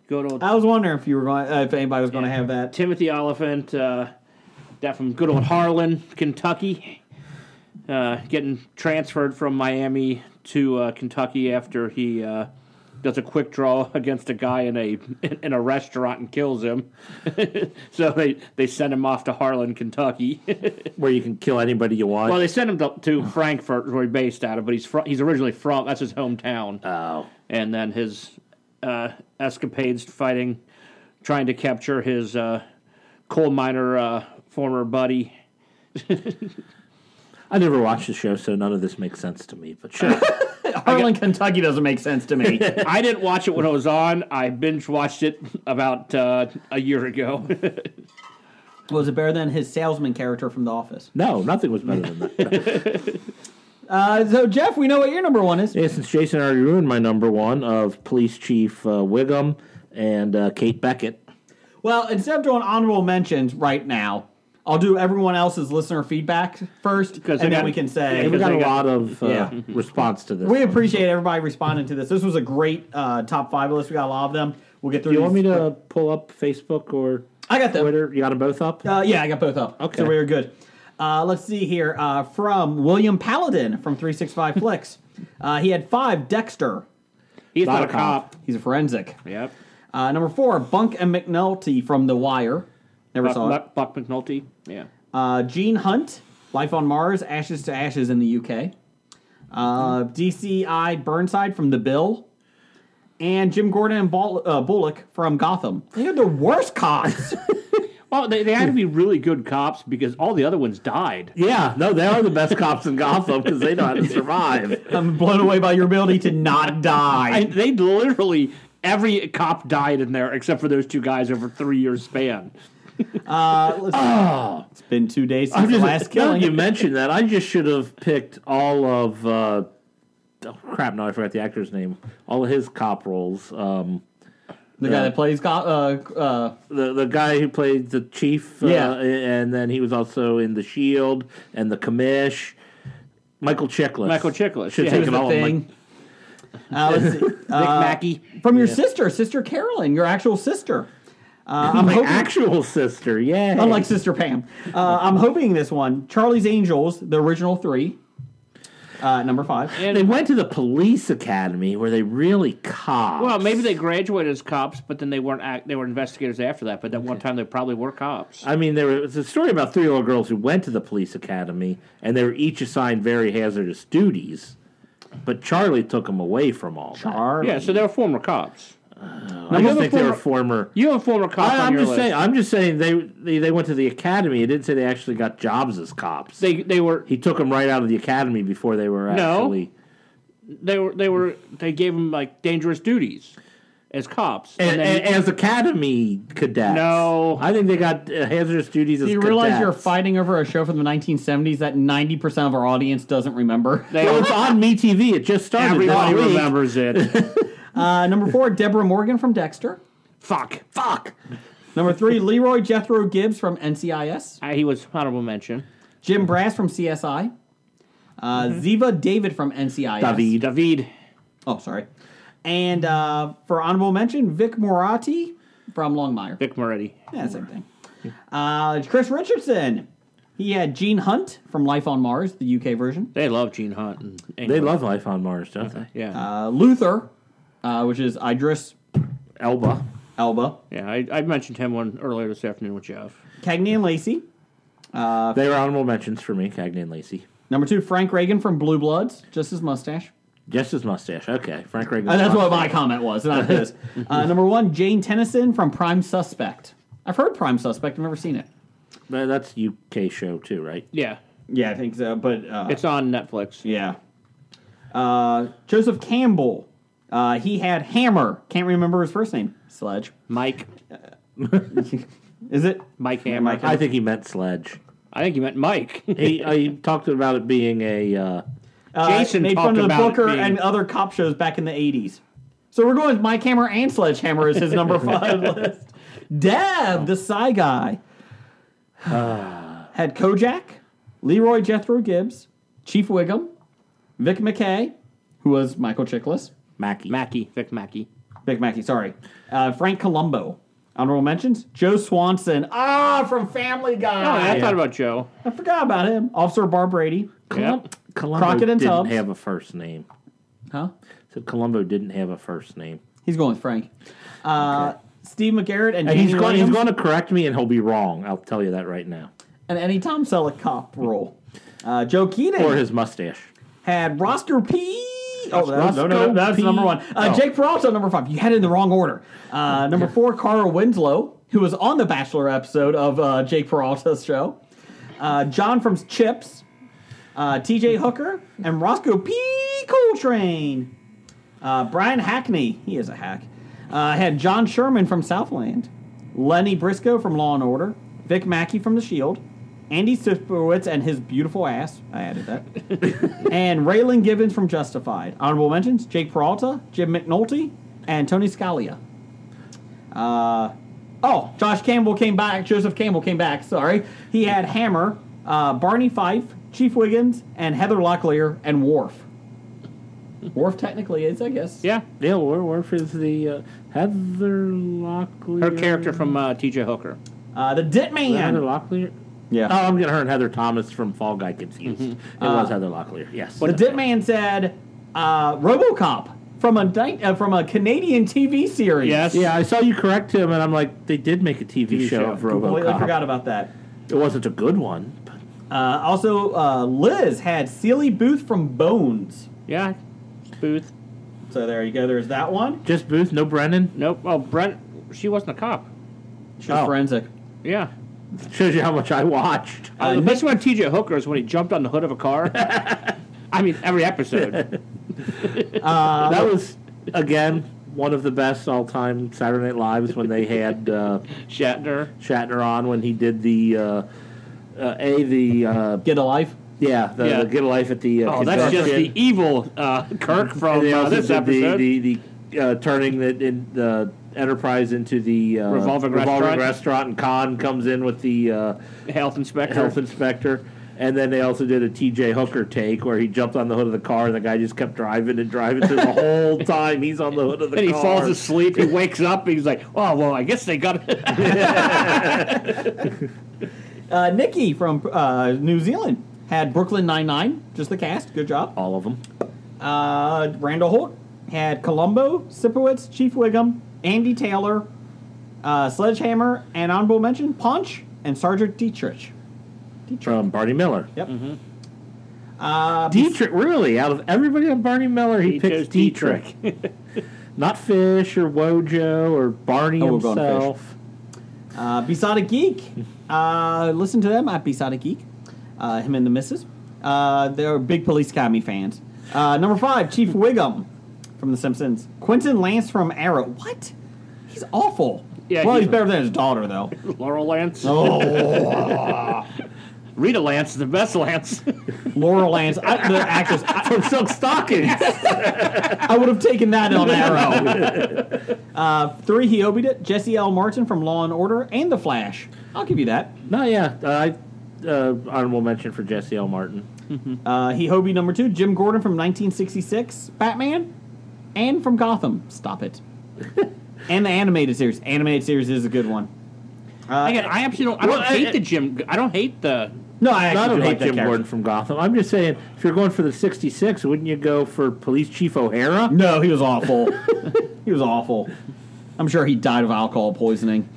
Go to
I was wondering if you were going, uh, if anybody was going to have that.
Timothy Oliphant, uh, that from good old Harlan, Kentucky, uh, getting transferred from Miami to uh, Kentucky after he uh, does a quick draw against a guy in a in a restaurant and kills him. so they they send him off to Harlan, Kentucky.
where you can kill anybody you want.
well, they sent him to, to Frankfurt, where he's based out of, but he's fr- he's originally from that's his hometown.
oh,
and then his uh, escapades fighting, trying to capture his uh, coal miner uh, former buddy.
I never watched the show, so none of this makes sense to me. But sure,
Harlan, Kentucky doesn't make sense to me.
I didn't watch it when it was on. I binge watched it about uh, a year ago.
was it better than his salesman character from The Office?
no, nothing was better than that.
Uh, so Jeff, we know what your number one is.
Yeah, since Jason already ruined my number one of Police Chief uh, Wiggum and uh, Kate Beckett.
Well, instead of doing honorable mentions right now, I'll do everyone else's listener feedback first, and
Because they
then
got-
we can
Yeah,
say
we got a
they
lot
got-
of uh,
Yeah.
response to this.
we
one.
appreciate everybody responding to this. This was a great uh, top five list. We got a lot of them. We'll get through.
You want me
these
to
quick.
pull up Facebook or
I got them.
Twitter? You got them both up?
Uh, yeah, I got both up.
Okay.
So we were good. Uh, let's see here. Uh, from William Paladin from 365 Flicks. Uh, he had five, Dexter.
He's
Not
not,
a
a cop.
He's a forensic.
Yep.
Uh, number four, Bunk and McNulty from The Wire. Never
Buck,
saw it.
Buck, Buck McNulty. Yeah.
Uh, Gene Hunt, Life on Mars, Ashes to Ashes in the UK. Uh, DCI Burnside from The Bill. And Jim Gordon and Ball, uh, Bullock from Gotham. They are the worst cops.
Well, they, they had to be really good cops because all the other ones died.
Yeah, no, they are the best cops in Gotham because they know how to survive.
I'm blown away by your ability to not die.
I, they literally every cop died in there except for those two guys over three years span.
Uh, let's- it's been two days since the last
now that
killing.
you mentioned that. I just should have picked all of. Uh, oh, crap, no, I forgot the actor's name. All of his cop roles. Um,
the guy that plays, co- uh, uh,
the the guy who played the chief, uh,
Yeah.
and then he was also in the Shield and the Commish. Michael Chiklis.
Michael Chiklis,
should
yeah.
take
He was
it
the
all.
thing. Uh, let's see.
Nick
Uh,
Mackey.
from your sister, Sister Carolyn, your actual sister. Uh, I'm
My, my
hoping,
actual sister, yeah.
unlike Sister Pam, uh, I'm hoping this one. Charlie's Angels, the original three, uh, number five.
they went to the police academy where they really cops.
Well, maybe they graduated as cops, but then they weren't. Act, they were investigators after that. But that one time, they probably were cops.
I mean, there was a story about three-year-old girls who went to the police academy, and they were each assigned very hazardous duties. But Charlie took them away from all. that.
Charlie.
Yeah, so they were former cops.
I
you
don't
have a
think they were
former-
former.
You have a former cop
I,
on
I'm
your
just
list.
saying. I'm just saying they, they they went to the academy. It didn't say they actually got jobs as cops.
They they were
he took them right out of the academy before they were actually.
they were they were they gave him like dangerous duties as cops.
And,
then
and- as academy cadets.
No.
I think they got uh, hazardous duties as
Do you realize you're
cadets.
fighting over a show from the 1970s that 90% of our audience doesn't remember?
they
Well, it's on me TV. It just started. this
everybody
week.
remembers it.
Uh, number four, Deborah Morgan from Dexter.
Fuck, fuck.
Number three, Leroy Jethro Gibbs from NCIS.
Uh, he was honorable mention.
Jim Brass from CSI. Uh, Ziva David from NCIS.
David.
David.
Oh, sorry. And uh, for honorable mention, Vic Morati from Longmire.
Vic Moretti.
Yeah, same thing. Uh, Chris Richardson. He had Gene Hunt from Life on Mars, the UK version.
They love Gene Hunt. And
They
England.
love life on Mars, don't they?
Yeah,
Uh, Luther, uh, which is Idris
Elba.
Elba.
yeah. I, I mentioned him one earlier this afternoon with Jeff.
Cagney and Lacey.
They were honorable mentions for me, Cagney and Lacey.
Number two, Frank Reagan from Blue Bloods, just his mustache.
Just his mustache. Okay, Frank Reagan.
Uh, that's what my comment was, not his. Uh, number one, Jane Tennyson from Prime Suspect. I've heard Prime Suspect, I've never seen it.
Uh, That's UK show too, right?
Yeah,
Yeah, I think so, but uh,
it's on Netflix.
yeah. Uh, Joseph Campbell. Uh, he had Hammer. Can't remember his first name. Sledge.
Mike,
Is it?
Mike Hammer.
Mike
I think he meant Sledge.
I think you meant Mike.
He, uh, he talked about it being a. Uh,
Uh,
Jason
made fun of
talked
the
about it
Booker
being-
and other cop shows back in the '80s. So we're going with Mike Hammer and Sledgehammer as his number five list. Dev, the Psy guy, had Kojak, Leroy Jethro Gibbs, Chief Wiggum, Vic McKay, who was Michael Chiklis,
Mackie.
Mackey, Vic Mackey.
Big Mackey, sorry. Uh, Frank Colombo. Honorable mentions? Joe Swanson. Ah, from Family Guy.
Oh, I thought about Joe.
I forgot about him. Officer Bar Brady.
Yep.
Columbo
Crockett and
didn't
Tubbs.
have a first name.
Huh?
So Columbo didn't have a first name.
He's going with Frank. Uh, Steve McGarrett and,
And
Jamie
he's going, he's
Williams.
going to correct me, and he'll be wrong. I'll tell you that right now.
and any Tom Selleck cop role. Uh, Joe Keenan
Or his mustache.
had roster P. Oh, that's, no, no,
Roscoe
no, that's
P.
number one. Uh,
Oh.
Jake Peralta, number five. You had it in the wrong order. Uh, number four, Carl Winslow, who was on the Bachelor episode of uh, Jake Peralta's show. Uh, John from Chips, uh, T.J. Hooker, and Roscoe P. Coltrane. Uh, Brian Hackney, he is a hack. Uh, had John Sherman from Southland, Lenny Briscoe from Law and Order, Vic Mackey from The Shield, Andy Sipowicz and his beautiful ass. I added that and Raylan Givens from Justified. Honorable mentions: Jake Peralta, Jim McNulty, and Tony Scalia. Uh, oh, Josh Campbell came back. Joseph Campbell came back. Sorry, he had Hammer, uh, Barney Fife, Chief Wiggins, and Heather Locklear and Worf. Worf technically is, I guess.
Yeah.
Yeah, War Worf is the uh, Heather Locklear.
Her character from uh, TJ Hooker.
Uh, the Dit
Is that Heather
Man.
Locklear?
Yeah.
Oh, I'm getting her and Heather Thomas from Fall Guy confused. It
Mm-hmm.
was
Uh,
Heather Locklear, yes.
the Dit Man said, uh, "RoboCop." From a di- uh, from a Canadian TV series.
Yes.
Yeah, I saw you correct him, and I'm like, they did make a TV, show,
show.
of
completely
RoboCop.
forgot about that.
It wasn't a good one. but-
Uh, also, uh, Liz had Sealy Booth from Bones.
Yeah. Booth.
So there you go. There's that one.
Just Booth, no Brennan.
Nope. Oh, Brent. She wasn't a cop.
She's
Oh.
forensic.
Yeah.
Shows you how much I watched.
Uh, the best one, TJ Hooker, is when he jumped on the hood of a car. I mean, every episode. Uh,
that was, again, one of the best all time Saturday Night Lives when they had uh,
Shatner.
Shatner on when he did the. Uh, uh, a the uh,
Get a life.
yeah the,
Yeah.
the get a life at the uh,
Oh, that's just
construction.
the evil uh, Kirk
And
from
they
uh,
also
this
did the-
episode.
the, the, uh, turning the, in, the Enterprise into the uh,
Revolving restaurant.
restaurant, and Khan comes in with the uh,
health inspector.
health inspector. And then they also did a T.J. Hooker take where he jumped on the hood of the car, and the guy just kept driving and driving through the whole time he's on the hood of the
and he
car.
falls asleep. He wakes up. He's like, "Oh well, I guess they got."
Uh, Nikki from uh, New Zealand had Brooklyn Nine Nine. Just the cast. Good job.
All of them.
Uh, Randall Holt had Columbo, Sipowicz, Chief Wiggum, Andy Taylor, uh, Sledgehammer, and honorable mention Punch and Sergeant Dietrich.
From Barney Miller.
Yep. Uh,
Dietrich, really, out of everybody on Barney Miller, he,
He
picks
chose
Dietrich. Not Fish or Wojo or Barney
Oh, we're going Fish.
himself.
Uh, Besotted Geek. Uh, listen to them at Besotted Geek. Uh, him and the missus. Uh, they're big Police Academy fans. Uh, number five, Chief Wiggum from The Simpsons. Quentin Lance from Arrow. What? He's awful.
Yeah,
well,
he-
he's better than his daughter, though.
Laurel Lance,
Oh,
Rita Lance, is the best Lance.
Laura Lance, I, the actress. I,
From Silk Stockings.
I would have taken that on Arrow. Uh, three, he obied it. Jesse L. Martin from Law and Order and The Flash. I'll give you that.
No, yeah, uh, I uh, honorable mention for Jesse L. Martin.
Uh, he Hobie number two, Jim Gordon from 1966, Batman, and from Gotham. Stop it. and the animated series. Animated series is a good one. Uh,
Again, I actually don't. I don't
Well,
hate
I-
the Jim. I don't hate the.
no, I,
I
actually
don't
do
hate
like that
Jim
character.
Gordon from Gotham. I'm just saying, if you're going for the '66, wouldn't you go for Police Chief O'Hara?
No, he was awful. he was awful. I'm sure he died of alcohol poisoning.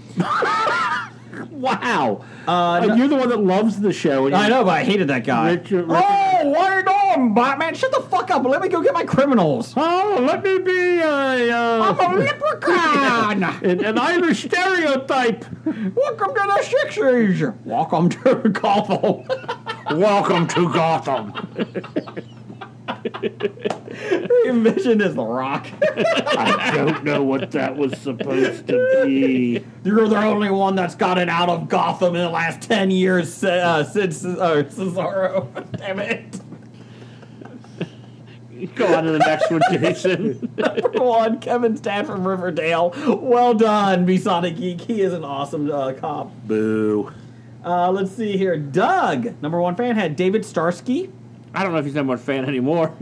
Wow, uh, you're the one that loves the show. And
I
you-
know, but I hated that guy.
Richard-
oh, what are you doing, Batman? Shut the fuck up. Let me go get my criminals.
Oh, let me be a,
I'm
uh,
a leprechaun.
an, an Irish stereotype.
Welcome to the Sixties. Welcome to Gotham.
Welcome to Gotham.
Envisioned as the Rock.
I don't know what that was supposed to be.
You're the only one that's gotten out of Gotham in the last ten years uh, since uh, Cesaro. Damn it!
Go on to the next one, Jason.
Number one, Kevin's dad from Riverdale. Well done, Besotted Geek. He is an awesome uh, cop.
Boo.
Uh, let's see here. Doug, number one fan, had David Starsky.
I don't know if he's number one fan anymore.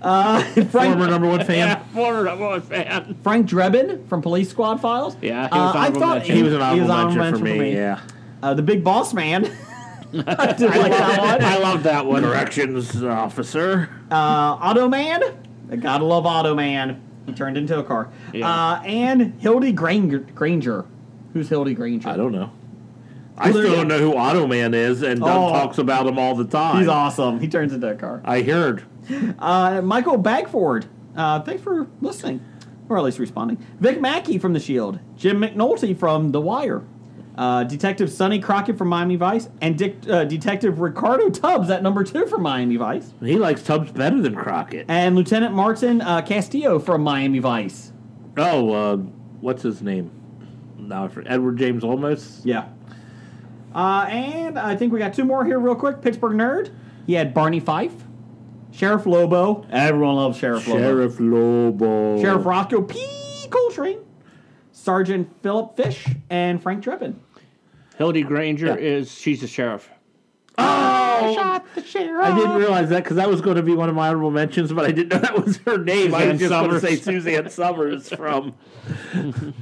Uh, Frank,
Former number one fan.
Yeah, former number one fan.
Frank Drebin from Police Squad Files.
Yeah, he was
Uh, I
honorable
thought
mention. He was an
honorable mention for
mention
me, yeah.
Uh, the Big Boss Man. I did like that one.
I love that one.
Corrections officer.
Uh, Auto Man. I gotta love Auto Man. He turned into a car.
Yeah.
Uh, and Hildy Granger, Granger. Who's Hildy Granger?
I don't know. I still don't know who Automan is, and Doug
Oh.
talks about him all the time.
He's awesome. He turns into a car.
I heard.
Uh, Michael Bagford. Uh, thanks for listening, or at least responding. Vic Mackey from The Shield. Jim McNulty from The Wire. Uh, Detective Sonny Crockett from Miami Vice. And Dic- uh, Detective Ricardo Tubbs at number two from Miami Vice.
He likes Tubbs better than Crockett.
And Lieutenant Martin uh, Castillo from Miami Vice.
Oh, uh, what's his name? Now I forget. Edward James Olmos.
Yeah. Uh, and I think we got two more here, real quick. Pittsburgh Nerd. He had Barney Fife, Sheriff Lobo. Everyone loves Sheriff Lobo.
Sheriff Lobo.
Sheriff Roscoe P. Coltrane, Sergeant Philip Fish, and Frank Drebin.
Hildy Granger is she's the sheriff.
I shot the sheriff.
Oh! I didn't realize that because that was going to be one of my honorable mentions, but I didn't know that was her name. I was
Suzanne
just going to
Summers.
say Suzanne Summers from.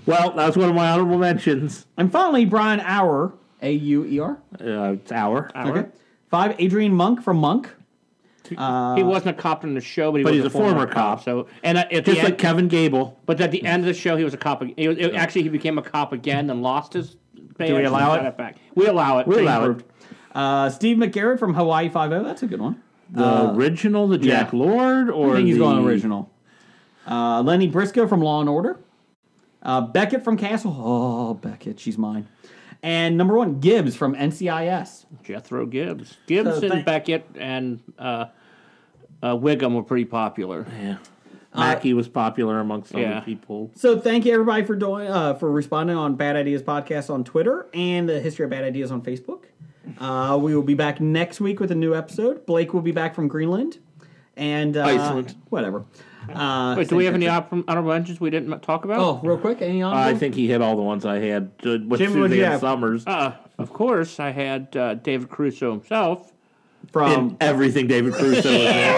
well, that was one of my honorable mentions.
And finally, Brian Auer, A U E R.
Uh, it's our hour.
Okay. Five, Adrian Monk from Monk.
he wasn't a cop in the show, but he
but
was
he's a former cop.
So and at, at the
Just like
end,
Kevin Gable.
but at the end of the show, he was a cop. ag- He was, it- actually, he became a cop again and lost his. Do
Oh. we allow it?
Back. We allow it.
We allow it.
Approved.
Uh, Steve McGarrett from Hawaii Five O. That's a good one.
The original, the Jack Lord, or
Uh, I think he's
the,
going original. Uh, Lenny Briscoe from Law and Order. Uh, Beckett from Castle. Oh, Beckett, she's mine. And number one, Gibbs from NCIS.
Jethro Gibbs, Gibbs
So
and
thank-
Beckett and uh, uh, Wiggum were pretty popular.
Uh,
Mackey was popular amongst
Yeah.
other people.
So thank you everybody for doing uh, for responding on Bad Ideas Podcast on Twitter and the History of Bad Ideas on Facebook. Uh, we will be back next week with a new episode. Blake will be back from Greenland and uh,
Iceland.
whatever. Uh,
Wait, do we
same
have any
country.
honorable honorable mentions we didn't talk about?
Oh, real quick, any on?
I think he hit all the ones I had. Uh, with
Jim, Um, what'd you
Suzanne
have?
Summers.
Uh, of course, I had uh, David Crusoe himself.
from
in everything David Crusoe was in.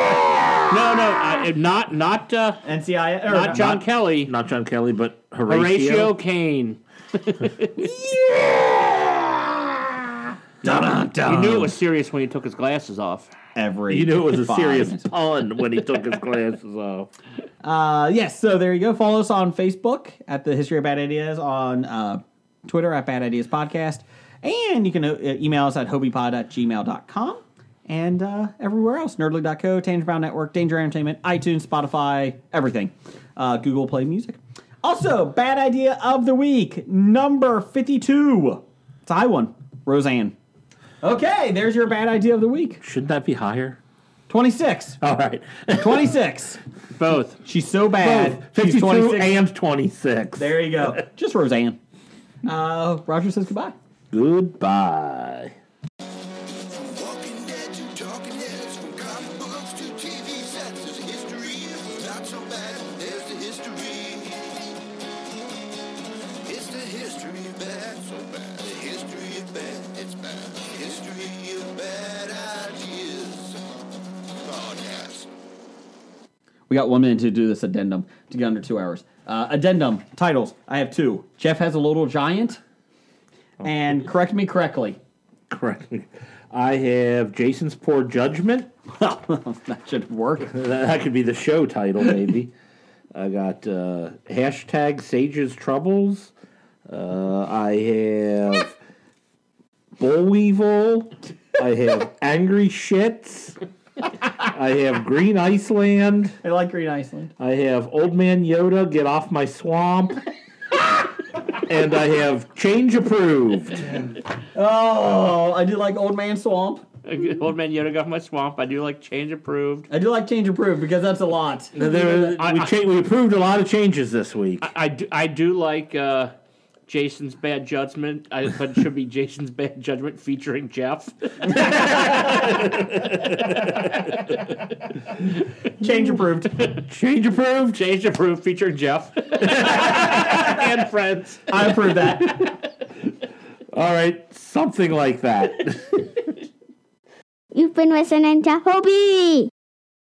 No, no, I, not not uh,
NCIS. or-
not John Kelly.
Not John Kelly, but Horatio.
Horatio Kane. yeah! You knew it was serious when he took his glasses off.
every.
You knew it was a
five
serious
minutes.
pun when he took his glasses off.
Uh, yes, so there you go. Follow us on Facebook at the History of Bad Ideas, on uh, Twitter at Bad Ideas Podcast, and you can uh, email us at hobiepod at gmail.com and uh, everywhere else nerdly.co, Tangent Brown Network, Danger Entertainment, iTunes, Spotify, everything, uh, Google Play Music. Also, Bad Idea of the Week, number 52. It's a high one, Roseanne. Okay, there's your Bad Idea of the Week.
Shouldn't that be higher?
26.
All right.
26.
Both.
She's so bad.
Both
She's
52
26.
and 26.
There you go. Just Roseanne. Uh, Roger says goodbye.
Goodbye.
Walking Dead to Talking Heads, from comic books to TV sets, there's a history. If it's not so bad, there's the history. It's the history of bad, so bad. The history of bad, it's bad. History of bad ideas. Podcast.
We got one minute to do this addendum to get under two hours. Uh, addendum titles. I have two. Jeff has a little giant. And correct me correctly.
Correct. I have Jason's Poor Judgment.
that should work.
That, that could be the show title, maybe. I got uh, hashtag Sage's Troubles. Uh, I have Bull Weevil. I have Angry Shits. I have Green Iceland.
I like Green Iceland.
I have Old Man Yoda, Get Off My Swamp. and I have Change Approved.
Oh, I do like Old Man Swamp.
Old man Yoda got my swamp. I do like change approved.
I do like Change Approved because that's a lot.
There- we, cha- we approved a lot of changes this week.
I do, I do like uh, Jason's bad judgment. I, but it should be Jason's bad judgment featuring Jeff.
Change Approved.
Change Approved.
change approved featuring Jeff and friends.
I approve that.
All right, something like that.
You've been listening to Hobie.